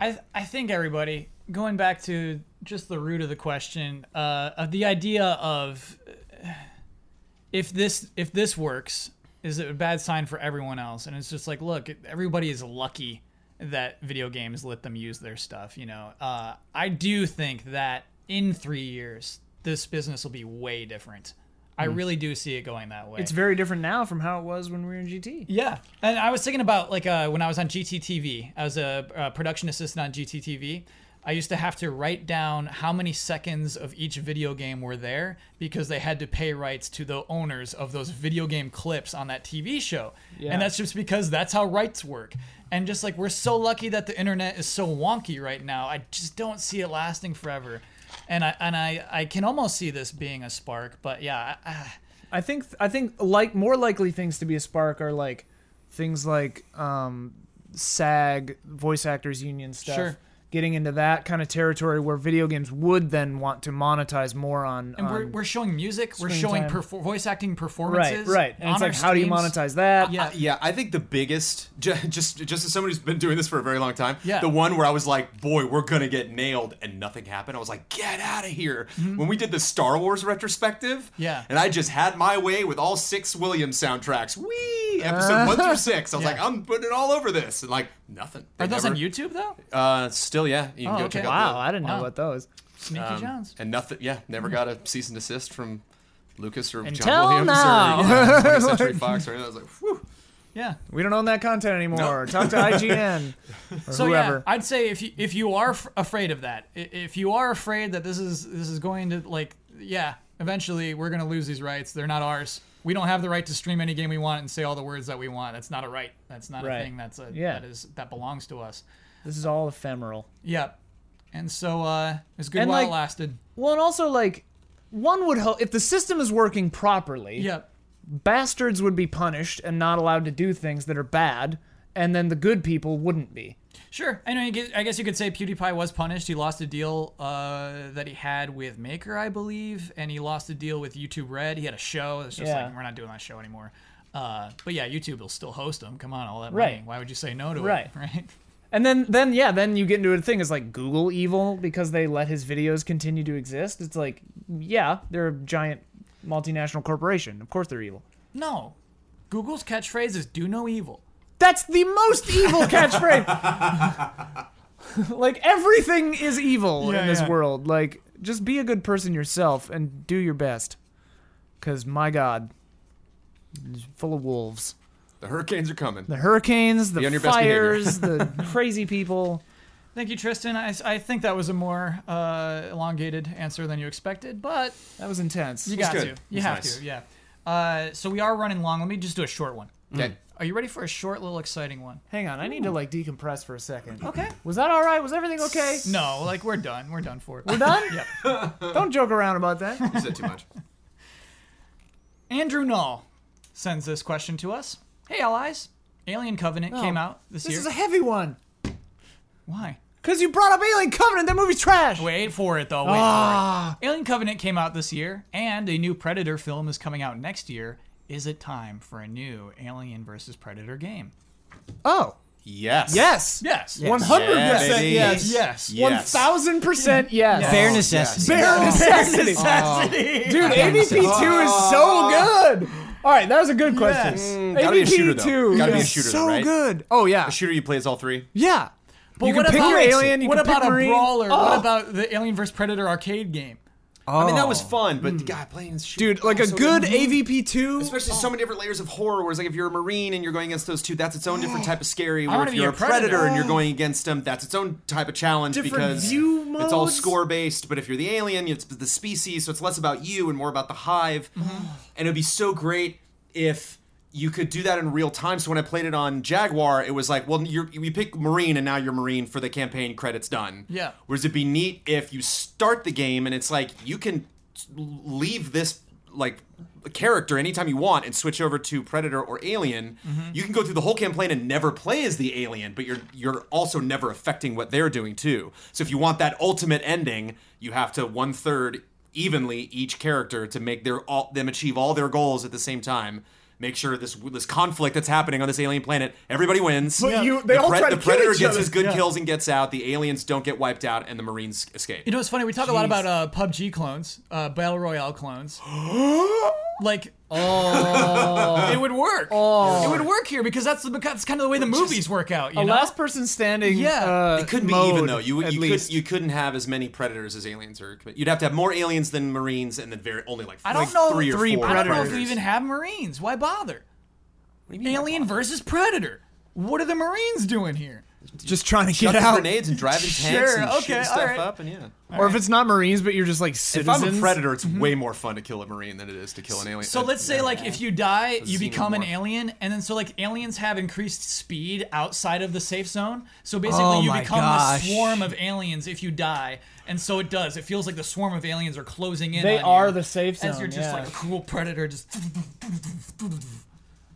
[SPEAKER 1] I, I think everybody going back to just the root of the question uh, of the idea of uh, if this if this works is it a bad sign for everyone else and it's just like look everybody is lucky that video games let them use their stuff you know uh, i do think that in three years this business will be way different i really do see it going that way
[SPEAKER 2] It's very different now from how it was when we were in GT.
[SPEAKER 1] Yeah, and I was thinking about like uh, when I was on GTTV, I was a uh, production assistant on GTTV. I used to have to write down how many seconds of each video game were there because they had to pay rights to the owners of those video game clips on that TV show.
[SPEAKER 2] Yeah.
[SPEAKER 1] And that's just because that's how rights work. And just like we're so lucky that the internet is so wonky right now, I just don't see it lasting forever. And I and I, I can almost see this being a spark, but yeah, I, I,
[SPEAKER 2] I think I think like more likely things to be a spark are like things like um, SAG voice actors union stuff.
[SPEAKER 1] Sure.
[SPEAKER 2] Getting into that kind of territory where video games would then want to monetize more on.
[SPEAKER 1] and we're,
[SPEAKER 2] on-
[SPEAKER 1] we're showing music, we're
[SPEAKER 2] screen
[SPEAKER 1] showing
[SPEAKER 2] time.
[SPEAKER 1] perfor- voice acting
[SPEAKER 2] right,
[SPEAKER 1] performances.
[SPEAKER 2] right. And
[SPEAKER 1] on
[SPEAKER 2] it's like,
[SPEAKER 1] our
[SPEAKER 2] how do you
[SPEAKER 1] streams.
[SPEAKER 2] monetize that?
[SPEAKER 1] Yeah.
[SPEAKER 3] yeah, I think the biggest, ju- just just as someone who's been doing this for a very long time,
[SPEAKER 1] Yeah.
[SPEAKER 3] the one where I was like, boy, we're gonna get nailed, and nothing happened. I was like, get out of here. When we did the Star Wars retrospective,
[SPEAKER 1] Mm-hmm. Yeah.
[SPEAKER 3] and I just had my way with all six Williams soundtracks. Wee, episode one through six. I was
[SPEAKER 1] Yeah.
[SPEAKER 3] like, I'm putting it all over this, and like nothing.
[SPEAKER 1] Are
[SPEAKER 3] They
[SPEAKER 1] those
[SPEAKER 3] never-
[SPEAKER 1] on YouTube though?
[SPEAKER 3] Uh, still, yeah, you can
[SPEAKER 1] Oh,
[SPEAKER 3] go
[SPEAKER 1] okay.
[SPEAKER 3] check out.
[SPEAKER 2] Wow,
[SPEAKER 3] the-
[SPEAKER 2] I didn't know
[SPEAKER 1] Wow.
[SPEAKER 2] about those.
[SPEAKER 1] Sneaky
[SPEAKER 3] um,
[SPEAKER 1] Jones.
[SPEAKER 3] and nothing. Yeah, never
[SPEAKER 1] Hmm.
[SPEAKER 3] got a cease and desist from Lucas or
[SPEAKER 2] Until
[SPEAKER 3] John Williams
[SPEAKER 2] now.
[SPEAKER 3] or yeah, 20th Century Fox. Or anything. I was like, whew.
[SPEAKER 1] Yeah.
[SPEAKER 2] We don't own that content anymore. Talk to IGN or
[SPEAKER 1] So
[SPEAKER 2] whoever.
[SPEAKER 1] yeah, I'd say if you if you are f- afraid of that, i- if you are afraid that this is this is going to like yeah, eventually we're gonna lose these rights. They're not ours. We don't have the right to stream any game we want and say all the words that we want. That's not a right. That's not
[SPEAKER 2] Right.
[SPEAKER 1] a thing. That's a
[SPEAKER 2] Yeah.
[SPEAKER 1] that is that belongs to us.
[SPEAKER 2] This is all ephemeral.
[SPEAKER 1] Yeah. And so uh, it's good
[SPEAKER 2] And,
[SPEAKER 1] while
[SPEAKER 2] like-
[SPEAKER 1] it lasted.
[SPEAKER 2] Well, and also like one would hope if the system is working properly,
[SPEAKER 1] Yep.
[SPEAKER 2] bastards would be punished and not allowed to do things that are bad, and then the good people wouldn't be.
[SPEAKER 1] Sure. I know. You get, I guess you could say PewDiePie was punished. He lost a deal uh, that he had with Maker, I believe, and he lost a deal with YouTube Red. He had a show. It's just
[SPEAKER 2] Yeah.
[SPEAKER 1] like we're not doing that show anymore. Uh, but yeah, YouTube will still host him. Come on, all that
[SPEAKER 2] Right.
[SPEAKER 1] money. Why would you say no to
[SPEAKER 2] Right.
[SPEAKER 1] it? Right.
[SPEAKER 2] And then then yeah, then you get into a thing is like Google evil because they let his videos continue to exist. It's like yeah, they're a giant multinational corporation. Of course they're evil.
[SPEAKER 1] No. Google's catchphrase is "Do no evil."
[SPEAKER 2] That's the most evil catchphrase. like everything is evil
[SPEAKER 1] Yeah,
[SPEAKER 2] in this
[SPEAKER 1] yeah.
[SPEAKER 2] world. Like just be a good person yourself and do your best. Cuz my god, it's full of wolves.
[SPEAKER 3] the hurricanes are coming.
[SPEAKER 2] The hurricanes,
[SPEAKER 3] Be
[SPEAKER 2] the
[SPEAKER 3] on your best behavior.
[SPEAKER 2] fires, the crazy people.
[SPEAKER 1] Thank you, Tristan. I, I think that was a more uh, elongated answer than you expected, but
[SPEAKER 2] That was intense.
[SPEAKER 1] you got
[SPEAKER 3] good.
[SPEAKER 1] to.
[SPEAKER 3] It
[SPEAKER 1] You
[SPEAKER 3] was
[SPEAKER 1] have
[SPEAKER 3] nice.
[SPEAKER 1] to. Yeah. Uh, so we are running long. Let me just do a short one.
[SPEAKER 3] Okay.
[SPEAKER 1] Are you ready for a short, little, exciting one?
[SPEAKER 2] Hang on, I need to like decompress for a second.
[SPEAKER 1] Okay.
[SPEAKER 2] Was that all right? Was everything okay?
[SPEAKER 1] No, like we're done. We're done for.
[SPEAKER 2] We're done? Don't joke around about that.
[SPEAKER 3] You said too much.
[SPEAKER 1] Andrew Null sends this question to us. Hey, allies. Alien Covenant came out this,
[SPEAKER 2] This
[SPEAKER 1] year.
[SPEAKER 2] is a heavy one.
[SPEAKER 1] Why?
[SPEAKER 2] Cuz you brought up Alien Covenant, that movie's trash.
[SPEAKER 1] Wait for it, though. Wait
[SPEAKER 2] Ah.
[SPEAKER 1] for it. Alien Covenant came out this year, and a new Predator film is coming out next year. Is it time for a new Alien versus Predator game?
[SPEAKER 2] Oh.
[SPEAKER 3] Yes.
[SPEAKER 2] Yes.
[SPEAKER 1] Yes.
[SPEAKER 2] One hundred
[SPEAKER 3] Yeah,
[SPEAKER 2] percent
[SPEAKER 3] baby.
[SPEAKER 2] yes.
[SPEAKER 1] Yes.
[SPEAKER 2] One
[SPEAKER 3] Yes.
[SPEAKER 2] thousand percent yes.
[SPEAKER 4] Bare
[SPEAKER 3] Oh,
[SPEAKER 4] necessity.
[SPEAKER 2] Bare necessity. Oh. Dude, AVP two is so good. All right, that was a good question.
[SPEAKER 3] Ah. Mm, gotta be a
[SPEAKER 2] AVP
[SPEAKER 3] shooter, though.
[SPEAKER 2] two
[SPEAKER 3] Gotta be a
[SPEAKER 2] is
[SPEAKER 3] shooter,
[SPEAKER 2] so
[SPEAKER 3] right?
[SPEAKER 2] good. Oh yeah,
[SPEAKER 3] Shooter, you play as all three.
[SPEAKER 2] yeah.
[SPEAKER 1] But
[SPEAKER 2] you
[SPEAKER 1] what
[SPEAKER 2] can pick
[SPEAKER 1] about,
[SPEAKER 2] your alien. You
[SPEAKER 1] what
[SPEAKER 2] can pick
[SPEAKER 1] about a
[SPEAKER 2] marine.
[SPEAKER 1] brawler?
[SPEAKER 2] Oh.
[SPEAKER 1] What about the Alien versus Predator arcade game?
[SPEAKER 3] I mean, that was fun, but God, playing as shooter,
[SPEAKER 2] Oh. Hmm. Dude, like a
[SPEAKER 3] also-
[SPEAKER 2] good AVP two.
[SPEAKER 3] Especially
[SPEAKER 1] Oh.
[SPEAKER 3] so many different layers of horror. Whereas, like, if you're a marine and you're going against those two, that's its own different type of scary. Where
[SPEAKER 1] wanna
[SPEAKER 3] if
[SPEAKER 1] be
[SPEAKER 3] you're
[SPEAKER 1] a
[SPEAKER 3] a predator,
[SPEAKER 1] predator.
[SPEAKER 3] and you're going against them, that's its own type of challenge
[SPEAKER 2] Different
[SPEAKER 3] because
[SPEAKER 2] view
[SPEAKER 3] it's all
[SPEAKER 2] modes.
[SPEAKER 3] score based. But if you're the alien, it's the species, so it's less about you and more about the hive.
[SPEAKER 1] Mm-hmm.
[SPEAKER 3] and it'd be so great if you could do that in real time. So when I played it on Jaguar, it was like, well, you're, you pick marine and now you're marine for the campaign credits done.
[SPEAKER 1] Yeah.
[SPEAKER 3] Whereas it'd be neat if you start the game and it's like you can leave this like character anytime you want and switch over to Predator or Alien. You can go through the whole campaign and never play as the alien, but you're you're also never affecting what they're doing too. So if you want that ultimate ending, you have to one third evenly each character to make their all them achieve all their goals at the same time. Make sure this this conflict that's happening on this alien planet, everybody wins.
[SPEAKER 2] But Yeah. you- they all try to
[SPEAKER 3] the
[SPEAKER 2] kill
[SPEAKER 3] predator
[SPEAKER 2] each
[SPEAKER 3] gets
[SPEAKER 2] other.
[SPEAKER 3] his good kills and gets out. The aliens don't get wiped out, and the marines escape.
[SPEAKER 1] You know, it's funny. We talk a lot about uh, PUBG clones, uh, battle royale clones. like, oh, it would work. Oh, it would work here because that's the that's kind of the way the movies work out. You
[SPEAKER 2] A
[SPEAKER 1] know?
[SPEAKER 2] last person standing.
[SPEAKER 1] Yeah.
[SPEAKER 2] uh,
[SPEAKER 3] It couldn't be
[SPEAKER 2] mode,
[SPEAKER 3] even though you
[SPEAKER 2] at
[SPEAKER 3] you,
[SPEAKER 2] least.
[SPEAKER 3] could, you couldn't have as many predators as aliens or you'd have to have more aliens than marines and then very only like
[SPEAKER 1] I don't
[SPEAKER 3] like
[SPEAKER 1] know
[SPEAKER 3] three or
[SPEAKER 2] three
[SPEAKER 3] four
[SPEAKER 1] I don't know if
[SPEAKER 2] Predators.
[SPEAKER 1] we even have Marines. Why bother? Alien versus Predator. What are the Marines doing here?
[SPEAKER 2] just trying to get
[SPEAKER 3] Chucking
[SPEAKER 2] out.
[SPEAKER 3] grenades and driving tanks
[SPEAKER 1] Sure,
[SPEAKER 3] and
[SPEAKER 1] okay,
[SPEAKER 3] shooting
[SPEAKER 1] all
[SPEAKER 3] stuff
[SPEAKER 1] right.
[SPEAKER 3] up and yeah.
[SPEAKER 2] Or if it's not Marines, but you're just like
[SPEAKER 3] If
[SPEAKER 2] citizens. Mm-hmm.
[SPEAKER 3] I'm a predator, it's way more fun to kill a marine than it is to kill an alien.
[SPEAKER 1] So
[SPEAKER 3] Uh,
[SPEAKER 1] let's say
[SPEAKER 3] yeah.
[SPEAKER 1] like if you die, you
[SPEAKER 3] seem
[SPEAKER 1] become an
[SPEAKER 3] more-
[SPEAKER 1] alien, and then so like aliens have increased speed outside of the safe zone. So basically,
[SPEAKER 4] Oh
[SPEAKER 1] you
[SPEAKER 4] my
[SPEAKER 1] become
[SPEAKER 4] gosh.
[SPEAKER 1] the swarm of aliens if you die, and so it does. It feels like the swarm of aliens are closing in.
[SPEAKER 2] They
[SPEAKER 1] on
[SPEAKER 2] are
[SPEAKER 1] you
[SPEAKER 2] the safe zone.
[SPEAKER 1] as you're just
[SPEAKER 2] yeah.
[SPEAKER 1] like a cruel predator, just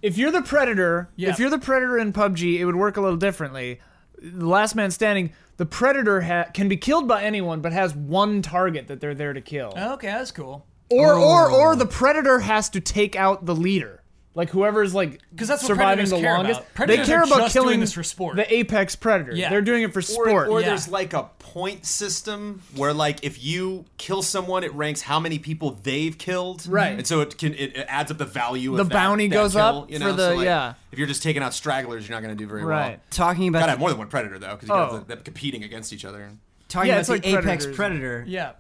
[SPEAKER 2] if you're the predator,
[SPEAKER 1] Yeah.
[SPEAKER 2] if you're the predator in PUBG, it would work a little differently. The last man standing, the predator ha- can be killed by anyone, but has one target that they're there to kill.
[SPEAKER 1] okay, that's cool.
[SPEAKER 2] Or or
[SPEAKER 1] Oh.
[SPEAKER 2] or the predator has to take out the leader. Like whoever's like
[SPEAKER 1] Because that's what
[SPEAKER 2] surviving
[SPEAKER 1] predators
[SPEAKER 2] the
[SPEAKER 1] care
[SPEAKER 2] longest.
[SPEAKER 1] about. Predators
[SPEAKER 2] they care
[SPEAKER 1] are
[SPEAKER 2] about
[SPEAKER 1] just doing
[SPEAKER 2] killing
[SPEAKER 1] this for sport.
[SPEAKER 2] the apex predator.
[SPEAKER 1] Yeah.
[SPEAKER 2] They're doing it for
[SPEAKER 3] Or,
[SPEAKER 2] sport.
[SPEAKER 3] or
[SPEAKER 1] Yeah.
[SPEAKER 3] there's like a point system where like if you kill someone, it ranks how many people they've killed.
[SPEAKER 2] Right.
[SPEAKER 3] And so it can it, it adds up the value of
[SPEAKER 2] The
[SPEAKER 3] that-
[SPEAKER 2] bounty
[SPEAKER 3] that
[SPEAKER 2] goes
[SPEAKER 3] kill,
[SPEAKER 2] up
[SPEAKER 3] you
[SPEAKER 2] for
[SPEAKER 3] know?
[SPEAKER 2] the-
[SPEAKER 3] So, like,
[SPEAKER 2] yeah.
[SPEAKER 3] If you're just taking out stragglers, you're not going to do very well.
[SPEAKER 2] Right.
[SPEAKER 4] Talking about
[SPEAKER 3] Gotta have more than one predator though, because you
[SPEAKER 2] Oh.
[SPEAKER 3] gotta have them competing against each other.
[SPEAKER 4] talking
[SPEAKER 2] Yeah,
[SPEAKER 4] about
[SPEAKER 2] it's
[SPEAKER 4] the
[SPEAKER 2] like
[SPEAKER 4] apex
[SPEAKER 2] predators.
[SPEAKER 4] predator.
[SPEAKER 1] Yeah.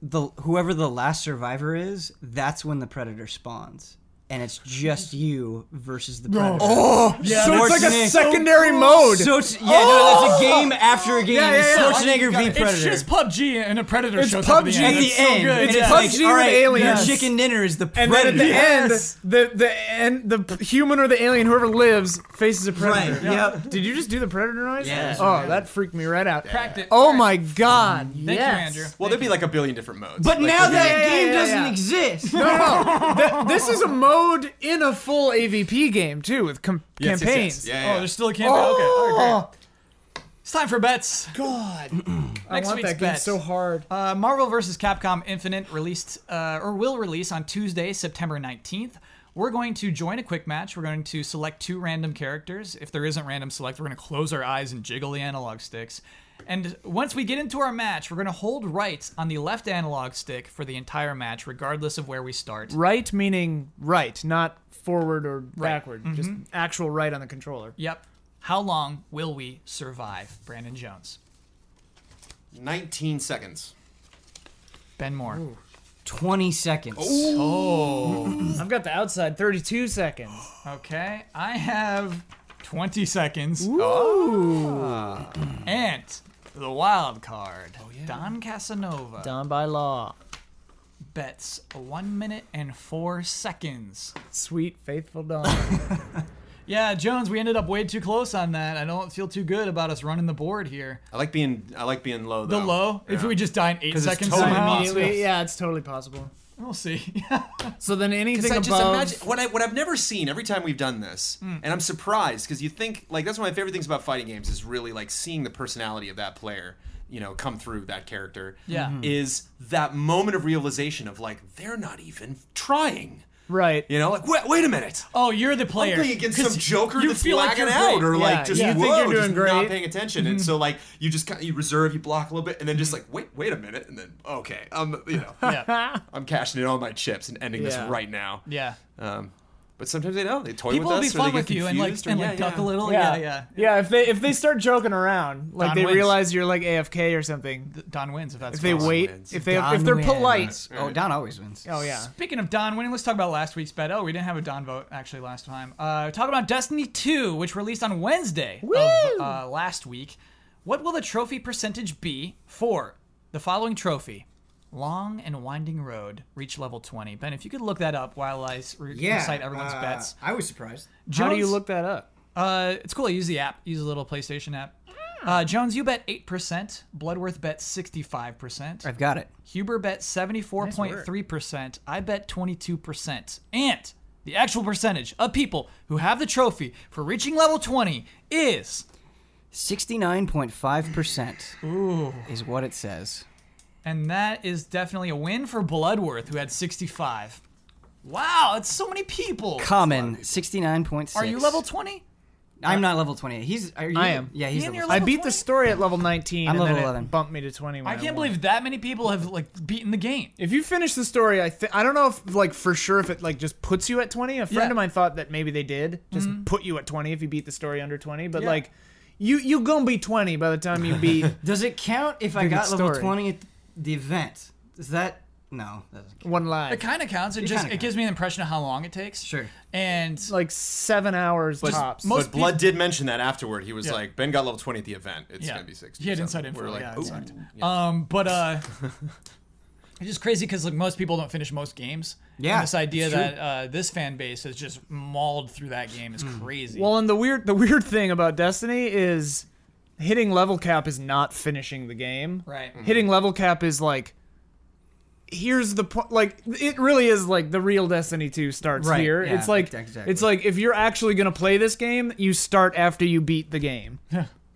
[SPEAKER 4] The whoever the last survivor is, that's when the predator spawns, and it's just you versus the predator.
[SPEAKER 2] oh,
[SPEAKER 1] Yeah,
[SPEAKER 2] so it's
[SPEAKER 1] that's Oh!
[SPEAKER 2] like a
[SPEAKER 4] so
[SPEAKER 2] secondary mode.
[SPEAKER 4] So it's, yeah, no, that's a game after a game.
[SPEAKER 2] Yeah, yeah,
[SPEAKER 4] It's
[SPEAKER 2] yeah.
[SPEAKER 4] Schwarzenegger v
[SPEAKER 1] It's
[SPEAKER 4] Predator.
[SPEAKER 1] just PUBG and a predator
[SPEAKER 2] It's
[SPEAKER 1] shows up at the
[SPEAKER 2] PUBG
[SPEAKER 1] end.
[SPEAKER 4] at the
[SPEAKER 1] It's so
[SPEAKER 4] end,
[SPEAKER 1] good.
[SPEAKER 4] and it's
[SPEAKER 1] yeah.
[SPEAKER 4] like,
[SPEAKER 2] PUBG
[SPEAKER 4] all
[SPEAKER 2] with
[SPEAKER 4] right,
[SPEAKER 2] aliens.
[SPEAKER 4] your chicken dinner is the predator.
[SPEAKER 2] and then at the
[SPEAKER 4] Yes.
[SPEAKER 2] end, the the end, the p- human or the alien, whoever lives, faces a predator.
[SPEAKER 4] Right, Yeah. yep.
[SPEAKER 2] Did you just do the predator noise?
[SPEAKER 4] Yeah.
[SPEAKER 2] Oh, that freaked me right out.
[SPEAKER 1] Practice.
[SPEAKER 2] Oh my god.
[SPEAKER 1] Thank
[SPEAKER 2] yes.
[SPEAKER 1] you, Andrew.
[SPEAKER 3] Well, there'd be like a billion different modes.
[SPEAKER 4] but
[SPEAKER 3] Like,
[SPEAKER 4] now
[SPEAKER 3] there'd be,
[SPEAKER 4] that
[SPEAKER 2] yeah,
[SPEAKER 4] game
[SPEAKER 2] yeah,
[SPEAKER 4] doesn't
[SPEAKER 2] yeah.
[SPEAKER 4] exist.
[SPEAKER 2] No, no, no. Oh, Th- this is a mode in a full AVP game too, with com-
[SPEAKER 3] yes, yes, yes.
[SPEAKER 2] campaigns.
[SPEAKER 3] Yeah, yeah,
[SPEAKER 1] Oh,
[SPEAKER 3] yeah.
[SPEAKER 1] there's still a campaign. Okay. all right,
[SPEAKER 2] Oh,
[SPEAKER 1] great. It's time for bets.
[SPEAKER 2] God! I
[SPEAKER 1] Next
[SPEAKER 2] want
[SPEAKER 1] week's
[SPEAKER 2] that game
[SPEAKER 1] bet.
[SPEAKER 2] so hard.
[SPEAKER 1] Uh, Marvel vs. Capcom Infinite released uh, or will release on Tuesday, September 19th. We're going to join a quick match. We're going to select two random characters. If there isn't random select, we're going to close our eyes and jiggle the analog sticks. And once we get into our match, we're going to hold right on the left analog stick for the entire match, regardless of where we start.
[SPEAKER 2] Right meaning right, not forward or backward. Just actual right on the controller.
[SPEAKER 1] Yep. How long will we survive? Brandon Jones.
[SPEAKER 3] 19 seconds.
[SPEAKER 1] Ben Moore.
[SPEAKER 4] 20 seconds.
[SPEAKER 2] I've got the outside 32 seconds.
[SPEAKER 1] Okay. I have 20 seconds. And the wild card. Oh, Don Casanova
[SPEAKER 2] Done by law.
[SPEAKER 1] bets one minute and four seconds.
[SPEAKER 2] Sweet faithful Don.
[SPEAKER 1] Yeah, Jones, we ended up way too close on that. I don't feel too good about us running the board here.
[SPEAKER 3] I like being I like being low
[SPEAKER 1] The
[SPEAKER 3] though.
[SPEAKER 1] low, if
[SPEAKER 3] Yeah.
[SPEAKER 1] we just die in eight
[SPEAKER 3] 'Cause it's
[SPEAKER 1] seconds,
[SPEAKER 3] totally
[SPEAKER 1] somehow.
[SPEAKER 3] possible.
[SPEAKER 2] Immediately, yeah, it's totally possible.
[SPEAKER 1] we'll see.
[SPEAKER 2] So then anything
[SPEAKER 3] Because I
[SPEAKER 2] above,
[SPEAKER 3] just imagine what I what I've never seen every time we've done this,
[SPEAKER 1] Hmm.
[SPEAKER 3] and I'm surprised because you think like that's one of my favorite things about fighting games is really like seeing the personality of that player, you know, come through that character.
[SPEAKER 1] Yeah. Mhm.
[SPEAKER 3] is that moment of realization of like they're not even trying.
[SPEAKER 2] right?
[SPEAKER 3] You know, like wait, wait a minute,
[SPEAKER 1] oh, you're the player.
[SPEAKER 3] I'm playing against
[SPEAKER 1] 'Cause
[SPEAKER 3] some joker
[SPEAKER 1] you
[SPEAKER 3] that's
[SPEAKER 1] feel like
[SPEAKER 3] lagging
[SPEAKER 1] you're
[SPEAKER 3] out
[SPEAKER 1] great.
[SPEAKER 3] or
[SPEAKER 2] Yeah,
[SPEAKER 3] like just
[SPEAKER 2] yeah. You
[SPEAKER 3] whoa,
[SPEAKER 2] think you're doing
[SPEAKER 3] just not
[SPEAKER 2] great.
[SPEAKER 3] paying attention,
[SPEAKER 1] Mm-hmm.
[SPEAKER 3] and so like you just kind of, you reserve, you block a little bit, and then just like wait, wait a minute, and then okay, I'm you know,
[SPEAKER 1] Yeah.
[SPEAKER 3] I'm cashing in all my chips and ending
[SPEAKER 2] Yeah.
[SPEAKER 3] this right now.
[SPEAKER 1] yeah.
[SPEAKER 3] Um, but sometimes they don't. They toy
[SPEAKER 1] People
[SPEAKER 3] with
[SPEAKER 1] will
[SPEAKER 3] us.
[SPEAKER 1] be
[SPEAKER 3] or
[SPEAKER 1] fun
[SPEAKER 3] they
[SPEAKER 1] with
[SPEAKER 3] get
[SPEAKER 1] you and like,
[SPEAKER 3] confused, or-
[SPEAKER 1] and like
[SPEAKER 3] yeah,
[SPEAKER 1] duck
[SPEAKER 3] yeah.
[SPEAKER 1] a little. Yeah, yeah.
[SPEAKER 2] yeah. If they if they start joking around, like
[SPEAKER 1] Don
[SPEAKER 2] they
[SPEAKER 1] wins.
[SPEAKER 2] realize you're like AFK or something,
[SPEAKER 1] Don wins if that's
[SPEAKER 2] if they
[SPEAKER 1] possible.
[SPEAKER 2] wait,
[SPEAKER 3] wins.
[SPEAKER 2] if they
[SPEAKER 4] Don
[SPEAKER 2] if they're
[SPEAKER 4] wins.
[SPEAKER 2] polite,
[SPEAKER 4] Oh, Don always wins.
[SPEAKER 2] oh yeah,
[SPEAKER 1] Speaking of Don winning, let's talk about last week's bet. Oh, we didn't have a Don vote actually last time. Uh, talk about Destiny 2, which released on Wednesday of uh, last week. What will the trophy percentage be for the following trophy? Long and winding road, reach level 20. Ben, if you could look that up while I s- re- recite everyone's
[SPEAKER 4] uh,
[SPEAKER 1] bets.
[SPEAKER 2] Uh,
[SPEAKER 4] I was surprised.
[SPEAKER 2] how do you
[SPEAKER 1] Jones-
[SPEAKER 2] look that up?
[SPEAKER 1] Uh, it's cool. I use the app. Use a little PlayStation app. Uh, Jones, you bet 8%. Bloodworth bet 65%.
[SPEAKER 4] I've got it.
[SPEAKER 1] Huber bet 74.3%. I bet 22%. And the actual percentage of people who have the trophy for reaching level 20 is.
[SPEAKER 4] 69.5% is what it says.
[SPEAKER 1] And that is definitely a win for Bloodworth, who had 65. Wow, it's so many people.
[SPEAKER 4] Common, 69.6.
[SPEAKER 1] Are you level 20?
[SPEAKER 4] I'm not level 28. He's. Are you,
[SPEAKER 2] I am.
[SPEAKER 4] Yeah, he's
[SPEAKER 1] Me and
[SPEAKER 4] level
[SPEAKER 1] your
[SPEAKER 2] I
[SPEAKER 1] level
[SPEAKER 2] beat
[SPEAKER 1] 20?
[SPEAKER 2] the story at level 19.
[SPEAKER 4] I'm
[SPEAKER 2] and
[SPEAKER 4] level
[SPEAKER 2] then it
[SPEAKER 4] 11.
[SPEAKER 2] Bumped me to 20. When
[SPEAKER 1] I can't
[SPEAKER 2] won.
[SPEAKER 1] believe that many people have like beaten the game.
[SPEAKER 2] If you finish the story, I th- I don't know if like for sure if it like just puts you at 20. A friend
[SPEAKER 1] Yeah. Mm-hmm.
[SPEAKER 2] of mine thought that maybe they did just put you at 20 if you beat the story under 20. But
[SPEAKER 1] Yeah.
[SPEAKER 2] like, you you gonna be 20 by the time you beat.
[SPEAKER 4] Does it count if I
[SPEAKER 2] Dude,
[SPEAKER 4] got
[SPEAKER 2] it's
[SPEAKER 4] level
[SPEAKER 2] story.
[SPEAKER 4] 20 at the event? Does that No, that doesn't count.
[SPEAKER 2] One line.
[SPEAKER 1] It kind of counts. It, just
[SPEAKER 4] kinda
[SPEAKER 1] it gives me an impression of how long it takes.
[SPEAKER 4] Sure.
[SPEAKER 1] And
[SPEAKER 2] like seven hours tops.
[SPEAKER 1] most
[SPEAKER 3] but Blood did mention that afterward. He was
[SPEAKER 1] Yeah.
[SPEAKER 3] like, Ben got level 20 at the event. It's
[SPEAKER 1] yeah,
[SPEAKER 3] going to be 60.
[SPEAKER 1] he had
[SPEAKER 3] so
[SPEAKER 1] inside
[SPEAKER 3] we're
[SPEAKER 1] info.
[SPEAKER 3] like,
[SPEAKER 2] yeah,
[SPEAKER 3] "Ooh."
[SPEAKER 2] it sucked.
[SPEAKER 1] Um, but uh, it's just crazy because like most people don't finish most games.
[SPEAKER 4] Yeah,
[SPEAKER 1] And this idea
[SPEAKER 4] it's true.
[SPEAKER 1] that uh, this fan base has just mauled through that game is crazy.
[SPEAKER 2] Well, and the weird the weird thing about Destiny is hitting level cap is not finishing the game.
[SPEAKER 1] Right. Mhm.
[SPEAKER 2] Hitting level cap is like here's the point like it really is like the real Destiny 2 starts
[SPEAKER 4] Right,
[SPEAKER 2] here.
[SPEAKER 4] yeah,
[SPEAKER 2] it's like
[SPEAKER 4] exactly.
[SPEAKER 2] it's like if you're actually going to play this game, you start after you beat the game.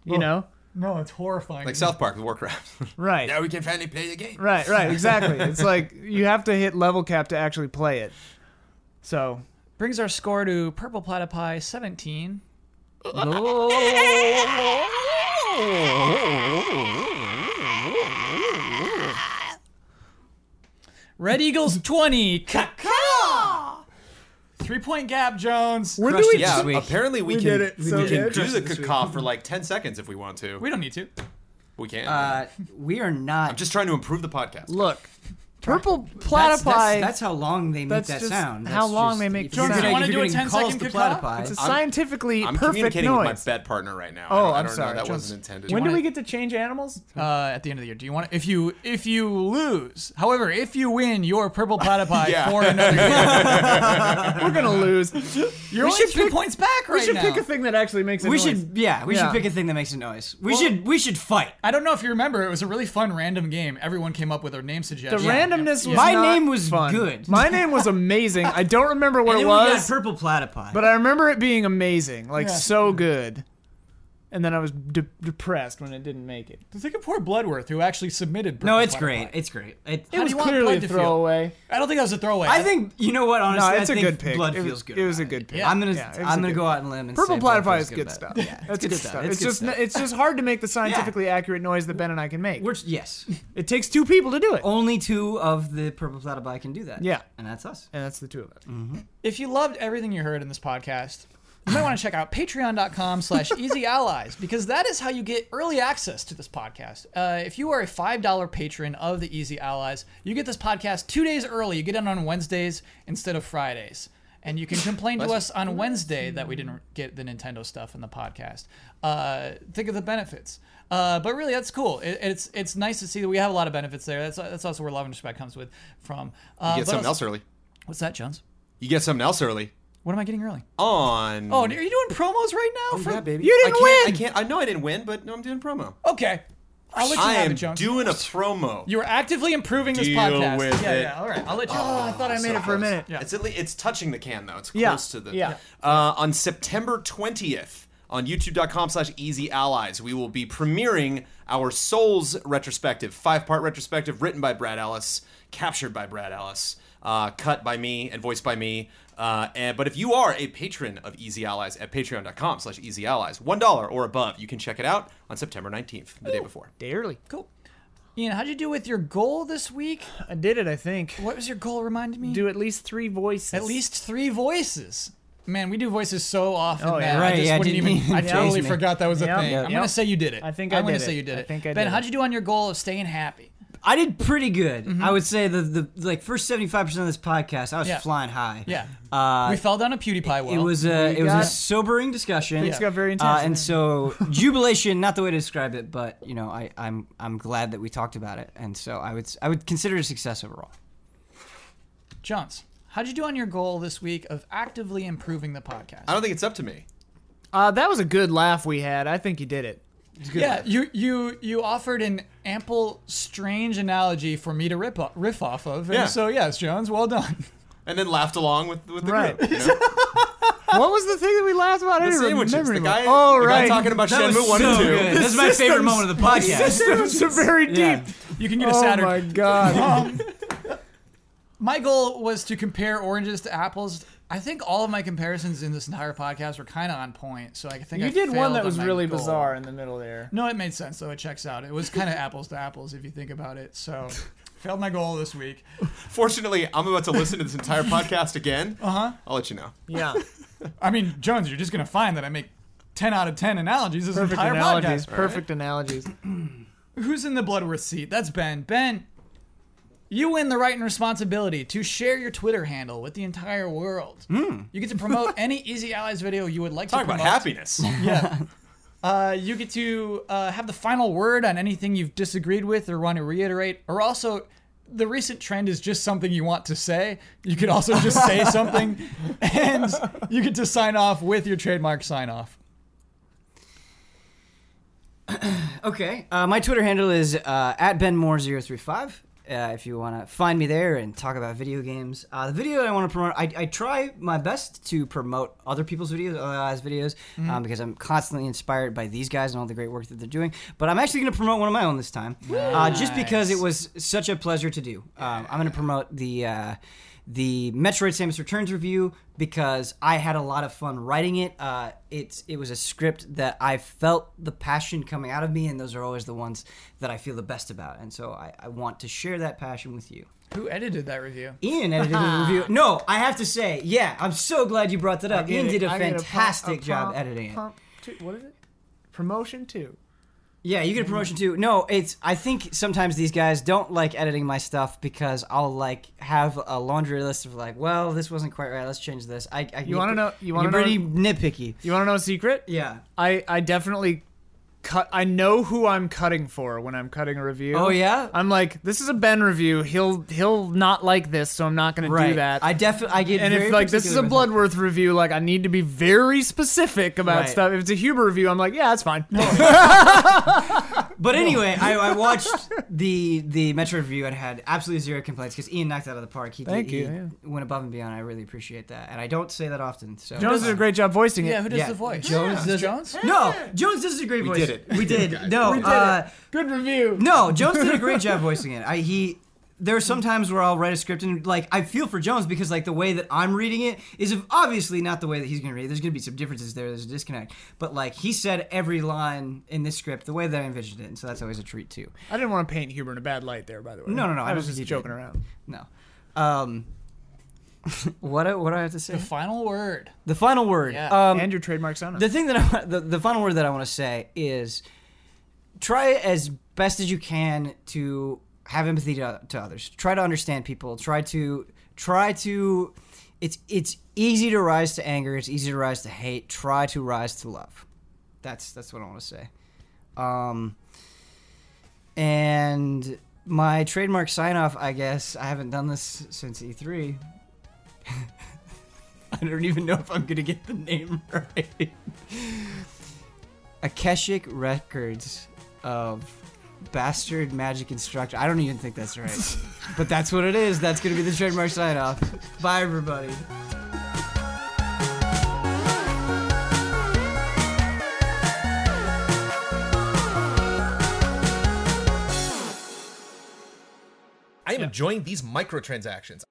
[SPEAKER 2] you know?
[SPEAKER 1] no, it's horrifying.
[SPEAKER 3] Like South Park with Warcraft.
[SPEAKER 2] Right.
[SPEAKER 3] now we can finally play the game.
[SPEAKER 2] Right, right, exactly. it's like you have to hit level cap to actually play it. So,
[SPEAKER 1] Brings our score to Purple Platypie 17. Red Eagles 20. Ka-ka! Three point gap, Jones.
[SPEAKER 2] where
[SPEAKER 4] Crushed
[SPEAKER 2] do we
[SPEAKER 4] it this
[SPEAKER 3] Yeah,
[SPEAKER 4] week.
[SPEAKER 3] apparently we,
[SPEAKER 2] We
[SPEAKER 3] can,
[SPEAKER 2] did it.
[SPEAKER 3] we
[SPEAKER 2] So
[SPEAKER 3] can
[SPEAKER 2] good.
[SPEAKER 3] do the
[SPEAKER 4] This week.
[SPEAKER 3] caca for like 10 seconds if we want to.
[SPEAKER 1] We don't need to.
[SPEAKER 3] We can.
[SPEAKER 4] Uh, we are
[SPEAKER 3] I'm
[SPEAKER 4] not.
[SPEAKER 3] just trying to improve the podcast.
[SPEAKER 2] Look. Purple
[SPEAKER 4] That's,
[SPEAKER 2] platypie.
[SPEAKER 4] that's, that's how long they make
[SPEAKER 2] That's
[SPEAKER 4] that
[SPEAKER 2] just
[SPEAKER 4] sound.
[SPEAKER 2] how
[SPEAKER 4] That's
[SPEAKER 2] long
[SPEAKER 4] just-
[SPEAKER 2] they make
[SPEAKER 4] if
[SPEAKER 2] the
[SPEAKER 4] you're
[SPEAKER 2] sound.
[SPEAKER 4] gonna-
[SPEAKER 2] Do you
[SPEAKER 1] wanna
[SPEAKER 4] if
[SPEAKER 1] do a
[SPEAKER 4] you're getting
[SPEAKER 1] 10
[SPEAKER 4] calls
[SPEAKER 1] second
[SPEAKER 4] to
[SPEAKER 1] cacao?
[SPEAKER 4] platypi,
[SPEAKER 2] It's a scientifically
[SPEAKER 3] I'm
[SPEAKER 2] perfect
[SPEAKER 3] communicating
[SPEAKER 2] noise.
[SPEAKER 3] with my bed partner right now.
[SPEAKER 2] Oh,
[SPEAKER 3] I
[SPEAKER 2] I'm
[SPEAKER 3] don't
[SPEAKER 2] sorry,
[SPEAKER 3] Know. That
[SPEAKER 2] John.
[SPEAKER 3] wasn't intended.
[SPEAKER 2] when do
[SPEAKER 1] wanna-
[SPEAKER 2] we get to change animals?
[SPEAKER 1] Uh, at the end of the year, do you want if you if you lose? However, if you win, your purple platypie
[SPEAKER 3] Yeah.
[SPEAKER 1] for another year.
[SPEAKER 2] We're gonna lose.
[SPEAKER 1] You're only
[SPEAKER 2] should
[SPEAKER 1] three
[SPEAKER 2] pick-
[SPEAKER 1] points back right
[SPEAKER 2] we should
[SPEAKER 1] now.
[SPEAKER 2] pick a thing that actually makes a
[SPEAKER 4] We
[SPEAKER 2] noise.
[SPEAKER 4] should, yeah, we
[SPEAKER 2] Yeah.
[SPEAKER 4] should pick a thing that makes a noise. We should, we should fight.
[SPEAKER 1] I don't know if you remember, it was a really fun random game. Everyone came up with their name
[SPEAKER 2] The
[SPEAKER 1] suggestions.
[SPEAKER 2] randomness was
[SPEAKER 4] My
[SPEAKER 2] not
[SPEAKER 4] name was
[SPEAKER 2] fun.
[SPEAKER 4] good.
[SPEAKER 2] My name was amazing. I don't remember what
[SPEAKER 4] And
[SPEAKER 2] it
[SPEAKER 4] then we got
[SPEAKER 2] was,
[SPEAKER 4] purple platypi.
[SPEAKER 2] but I remember it being amazing, like
[SPEAKER 1] Yeah.
[SPEAKER 2] so good. And then I was de- depressed when it didn't make it.
[SPEAKER 1] Think of poor Bloodworth who actually submitted. Purple
[SPEAKER 4] no, it's
[SPEAKER 1] Platypie.
[SPEAKER 4] great. It's great. It,
[SPEAKER 2] It was
[SPEAKER 1] you want
[SPEAKER 2] clearly
[SPEAKER 1] Blood to
[SPEAKER 2] a
[SPEAKER 1] feel?
[SPEAKER 2] throwaway.
[SPEAKER 1] I don't think that was a throwaway.
[SPEAKER 4] I think you know what. Honestly,
[SPEAKER 2] No, it's
[SPEAKER 4] a
[SPEAKER 2] a good pick.
[SPEAKER 4] Blood
[SPEAKER 2] It was-
[SPEAKER 4] feels good.
[SPEAKER 2] it was a
[SPEAKER 4] about
[SPEAKER 2] good pick.
[SPEAKER 4] I'm gonna,
[SPEAKER 2] Yeah, it was
[SPEAKER 4] I'm
[SPEAKER 2] a
[SPEAKER 4] gonna
[SPEAKER 2] good
[SPEAKER 4] go out on a limb and
[SPEAKER 2] Purple
[SPEAKER 4] say Blood
[SPEAKER 2] platypi
[SPEAKER 4] feels
[SPEAKER 2] is good
[SPEAKER 4] about
[SPEAKER 2] stuff.
[SPEAKER 4] it.
[SPEAKER 2] Yeah, that's good, stuff. It's,
[SPEAKER 4] good
[SPEAKER 2] just
[SPEAKER 4] stuff.
[SPEAKER 2] it's just hard to make the scientifically accurate noise that Ben and I can make.
[SPEAKER 4] We're Oh. yes,
[SPEAKER 2] it takes two people to do it.
[SPEAKER 4] only two of the purple platypi can do that.
[SPEAKER 2] Yeah.
[SPEAKER 4] and that's us.
[SPEAKER 2] And that's the two of us.
[SPEAKER 1] if you loved everything you heard in this podcast, you might want to check out patreon.com slash easy allies because that is how you get early access to this podcast. Uh, if you are a $5 patron of the Easy Allies, you get this podcast two days early. You get it on Wednesdays instead of Fridays. And you can complain to us on Wednesday that we didn't get the Nintendo stuff in the podcast. Uh, think of the benefits. Uh, but really, that's cool. It, it's it's nice to see that we have a lot of benefits there. That's that's also where love and respect comes with from. Uh,
[SPEAKER 3] You get
[SPEAKER 1] but
[SPEAKER 3] something else
[SPEAKER 1] also-
[SPEAKER 3] early.
[SPEAKER 1] What's that, Jones?
[SPEAKER 3] You get something else early.
[SPEAKER 1] What am I getting early?
[SPEAKER 3] On.
[SPEAKER 1] Oh, are you doing promos right
[SPEAKER 2] Oh,
[SPEAKER 1] now? for-
[SPEAKER 3] yeah, baby.
[SPEAKER 2] You didn't
[SPEAKER 3] I can't,
[SPEAKER 2] win!
[SPEAKER 3] I can't. I know I didn't win, but no, I'm doing promo.
[SPEAKER 1] Okay. I'll let you
[SPEAKER 3] I
[SPEAKER 1] have it,
[SPEAKER 3] am
[SPEAKER 1] Jones.
[SPEAKER 3] doing a promo.
[SPEAKER 1] you are actively improving this
[SPEAKER 3] Deal
[SPEAKER 1] podcast.
[SPEAKER 3] with
[SPEAKER 1] yeah,
[SPEAKER 3] it.
[SPEAKER 1] yeah. All right. I'll let you.
[SPEAKER 2] Oh, I thought I made it for a minute.
[SPEAKER 1] Yeah.
[SPEAKER 3] It's at least, it's touching the can though. It's close
[SPEAKER 2] Yeah,
[SPEAKER 3] to the
[SPEAKER 2] yeah.
[SPEAKER 3] Uh, on September 20th on youtube.com slash easy allies we will be premiering our souls retrospective five-part retrospective written by brad ellis captured by brad ellis uh, cut by me and voiced by me uh, and, but if you are a patron of easy allies at patreon.com slash easy allies one dollar or above you can check it out on september 19th the day before
[SPEAKER 2] Day early.
[SPEAKER 1] Cool. Ian, how'd you do with your goal this week?
[SPEAKER 2] I did it, I think.
[SPEAKER 1] What was your goal? Remind me.
[SPEAKER 2] Do at least three voices.
[SPEAKER 1] At least three voices. Man, we do voices so often
[SPEAKER 2] Oh, yeah.
[SPEAKER 1] that I
[SPEAKER 4] Right,
[SPEAKER 1] just
[SPEAKER 4] yeah,
[SPEAKER 1] wouldn't
[SPEAKER 4] didn't
[SPEAKER 1] even. I
[SPEAKER 4] even
[SPEAKER 1] totally
[SPEAKER 4] chase me.
[SPEAKER 1] forgot that was a
[SPEAKER 2] Yep.
[SPEAKER 1] thing.
[SPEAKER 2] Yep.
[SPEAKER 1] I'm gonna say you did it.
[SPEAKER 2] I think
[SPEAKER 1] I'm
[SPEAKER 2] I
[SPEAKER 1] gonna
[SPEAKER 2] did
[SPEAKER 1] say
[SPEAKER 2] it.
[SPEAKER 1] you did
[SPEAKER 2] I
[SPEAKER 1] it.
[SPEAKER 2] think I
[SPEAKER 1] ben,
[SPEAKER 2] did
[SPEAKER 1] how'd
[SPEAKER 2] it.
[SPEAKER 1] you do on your goal of staying happy?
[SPEAKER 4] I did pretty good.
[SPEAKER 2] Mm-hmm.
[SPEAKER 4] I would say the the like first seventy five percent of this podcast, I was
[SPEAKER 1] Yeah.
[SPEAKER 4] flying high.
[SPEAKER 1] Yeah.
[SPEAKER 4] Uh,
[SPEAKER 1] we fell down a PewDiePie well.
[SPEAKER 4] It was a it was
[SPEAKER 2] got-
[SPEAKER 4] a sobering discussion.
[SPEAKER 2] Things got very
[SPEAKER 4] Uh,
[SPEAKER 2] intense.
[SPEAKER 4] and so jubilation, not the way to describe it, but you know, I, I'm I'm glad that we talked about it, and so I would s- I would consider it a success overall.
[SPEAKER 1] Johns. How'd you do on your goal this week of actively improving the podcast?
[SPEAKER 3] i don't think it's up to me
[SPEAKER 2] Uh, that was a good laugh we had. I think you did it.
[SPEAKER 1] Yeah, you you you offered an ample, strange analogy for me to rip off, riff off of. And
[SPEAKER 3] Yeah.
[SPEAKER 1] So yes, Jones, well done.
[SPEAKER 3] and then laughed along with, with the
[SPEAKER 2] Right.
[SPEAKER 3] group you know?
[SPEAKER 2] what was the thing that we laughed about? I
[SPEAKER 3] the
[SPEAKER 2] didn't
[SPEAKER 3] sandwiches
[SPEAKER 2] remember.
[SPEAKER 3] the
[SPEAKER 2] anymore.
[SPEAKER 3] guy,
[SPEAKER 2] oh,
[SPEAKER 3] the guy
[SPEAKER 2] right.
[SPEAKER 3] talking about
[SPEAKER 4] That was
[SPEAKER 3] shenmue 1 and
[SPEAKER 4] so
[SPEAKER 3] 2
[SPEAKER 4] good. That's my favorite
[SPEAKER 2] systems-
[SPEAKER 4] moment of the podcast.
[SPEAKER 2] Systems are very deep.
[SPEAKER 4] Yeah.
[SPEAKER 1] You can get a
[SPEAKER 2] Oh
[SPEAKER 1] Saturn.
[SPEAKER 2] my god.
[SPEAKER 1] My goal was to compare oranges to apples. I think all of my comparisons in this entire podcast were kind of on point. So I think I
[SPEAKER 2] you did one
[SPEAKER 1] failed
[SPEAKER 2] that
[SPEAKER 1] on
[SPEAKER 2] was
[SPEAKER 1] my
[SPEAKER 2] really
[SPEAKER 1] goal.
[SPEAKER 2] bizarre in the middle there.
[SPEAKER 1] No, it made sense though. It checks out. It was kind of apples to apples if you think about it. So failed my goal this week.
[SPEAKER 3] Fortunately, I'm about to listen to this entire podcast again. Uh huh. I'll let you know.
[SPEAKER 2] Yeah.
[SPEAKER 1] I mean, Jones, you're just gonna find that I make. 10 out of 10 analogies this
[SPEAKER 2] Perfect
[SPEAKER 1] entire
[SPEAKER 2] analogies.
[SPEAKER 1] podcast.
[SPEAKER 2] Perfect analogies.
[SPEAKER 1] Who's in the Bloodworth seat? That's Ben. Ben, You win the right and responsibility to share your Twitter handle with the entire world. You get to promote any Easy Allies video you would like
[SPEAKER 3] Talk
[SPEAKER 1] to
[SPEAKER 3] about
[SPEAKER 1] promote.
[SPEAKER 3] happiness.
[SPEAKER 1] Yeah. Uh, you get to uh, have the final word on anything you've disagreed with or want to reiterate, or also the recent trend is just something you want to say. You could also just say something, and you get to sign off with your trademark sign off.
[SPEAKER 4] Okay. Uh, my Twitter handle is uh, at benmore035. Uh, if you want to find me there and talk about video games, uh, the video I want to promote, I, I try my best to promote other people's videos, other guys' videos, um, because I'm constantly inspired by these guys and all the great work that they're doing. But I'm actually going to promote one of my own this time, uh, just because it was such a pleasure to do. Um, I'm going to promote the. Uh, the Metroid Samus Returns review because I had a lot of fun writing it. Uh, it's it was a script that I felt the passion coming out of me, and those are always the ones that I feel the best about. And so I, I want to share that passion with you.
[SPEAKER 1] Who edited that review?
[SPEAKER 4] Ian edited the review. No, I have to say, yeah, I'm so glad you brought that up. Ian did a fantastic job editing it.
[SPEAKER 2] what is it? Promotion two.
[SPEAKER 4] Yeah, you get a promotion too. No, it's I think sometimes these guys don't like editing my stuff because I'll like have a laundry list of like, well, this wasn't quite right. Let's change this. I, I
[SPEAKER 2] You wanna know- you wanna
[SPEAKER 4] are
[SPEAKER 2] know-
[SPEAKER 4] pretty nitpicky.
[SPEAKER 2] You want to know a secret?
[SPEAKER 4] Yeah.
[SPEAKER 2] I I definitely cut. I know who I'm cutting for when I'm cutting a review.
[SPEAKER 4] Oh, yeah?
[SPEAKER 2] I'm like, this is a Ben review. He'll he'll not like this, so I'm not gonna do that.
[SPEAKER 4] I definitely I get
[SPEAKER 2] and
[SPEAKER 4] very
[SPEAKER 2] if like this is a
[SPEAKER 4] particular with it.
[SPEAKER 2] Bloodworth review, like I need to be very specific about
[SPEAKER 4] Right.
[SPEAKER 2] stuff. If it's a Huber review, I'm like, yeah, that's fine.
[SPEAKER 4] But anyway, I, I watched the the Metro review and had absolutely zero complaints because Ian knocked it out of the park. He,
[SPEAKER 2] Thank
[SPEAKER 4] he
[SPEAKER 2] you, yeah.
[SPEAKER 4] went above and beyond. I really appreciate that, and I don't say that often. So
[SPEAKER 2] Jones did a great job voicing it.
[SPEAKER 1] Yeah, who does
[SPEAKER 4] Yeah.
[SPEAKER 1] the voice?
[SPEAKER 4] Jones
[SPEAKER 1] Is it
[SPEAKER 4] does-
[SPEAKER 1] Jones?
[SPEAKER 4] No, Jones does a great voice.
[SPEAKER 3] did it.
[SPEAKER 4] We did. No, uh,
[SPEAKER 2] Good review.
[SPEAKER 4] No, Jones did a great job voicing it. I he there are some times where I'll write a script and like I feel for Jones because like the way that I'm reading it is obviously not the way that he's gonna read. it. There's gonna be some differences there. There's a disconnect, but like he said every line in this script the way that I envisioned it, and so that's always a treat too.
[SPEAKER 2] I didn't want to paint Huber in a bad light there, by the way.
[SPEAKER 4] No, no, no,
[SPEAKER 2] I,
[SPEAKER 4] I
[SPEAKER 2] was
[SPEAKER 4] don't
[SPEAKER 2] just
[SPEAKER 4] think you
[SPEAKER 2] joking
[SPEAKER 4] did.
[SPEAKER 2] around.
[SPEAKER 4] No, um, what do- what do I have to say?
[SPEAKER 1] The final word.
[SPEAKER 4] The final word.
[SPEAKER 1] Yeah.
[SPEAKER 4] Um,
[SPEAKER 2] and your trademark sign
[SPEAKER 4] The thing that I, the, the final word that I want to say is try as best as you can to have empathy to, to others. Try to understand people. Try to try to it's it's easy to rise to anger. It's easy to rise to hate. Try to rise to love. That's that's what I want to say. Um, and my trademark sign off. I guess I haven't done this since E3. I don't even know if I'm gonna get the name right. Akashic Records of Bastard Magic Instructor. I don't even think that's right. but that's what it is. That's gonna be the trademark sign off. Bye everybody.
[SPEAKER 5] I am enjoying these microtransactions.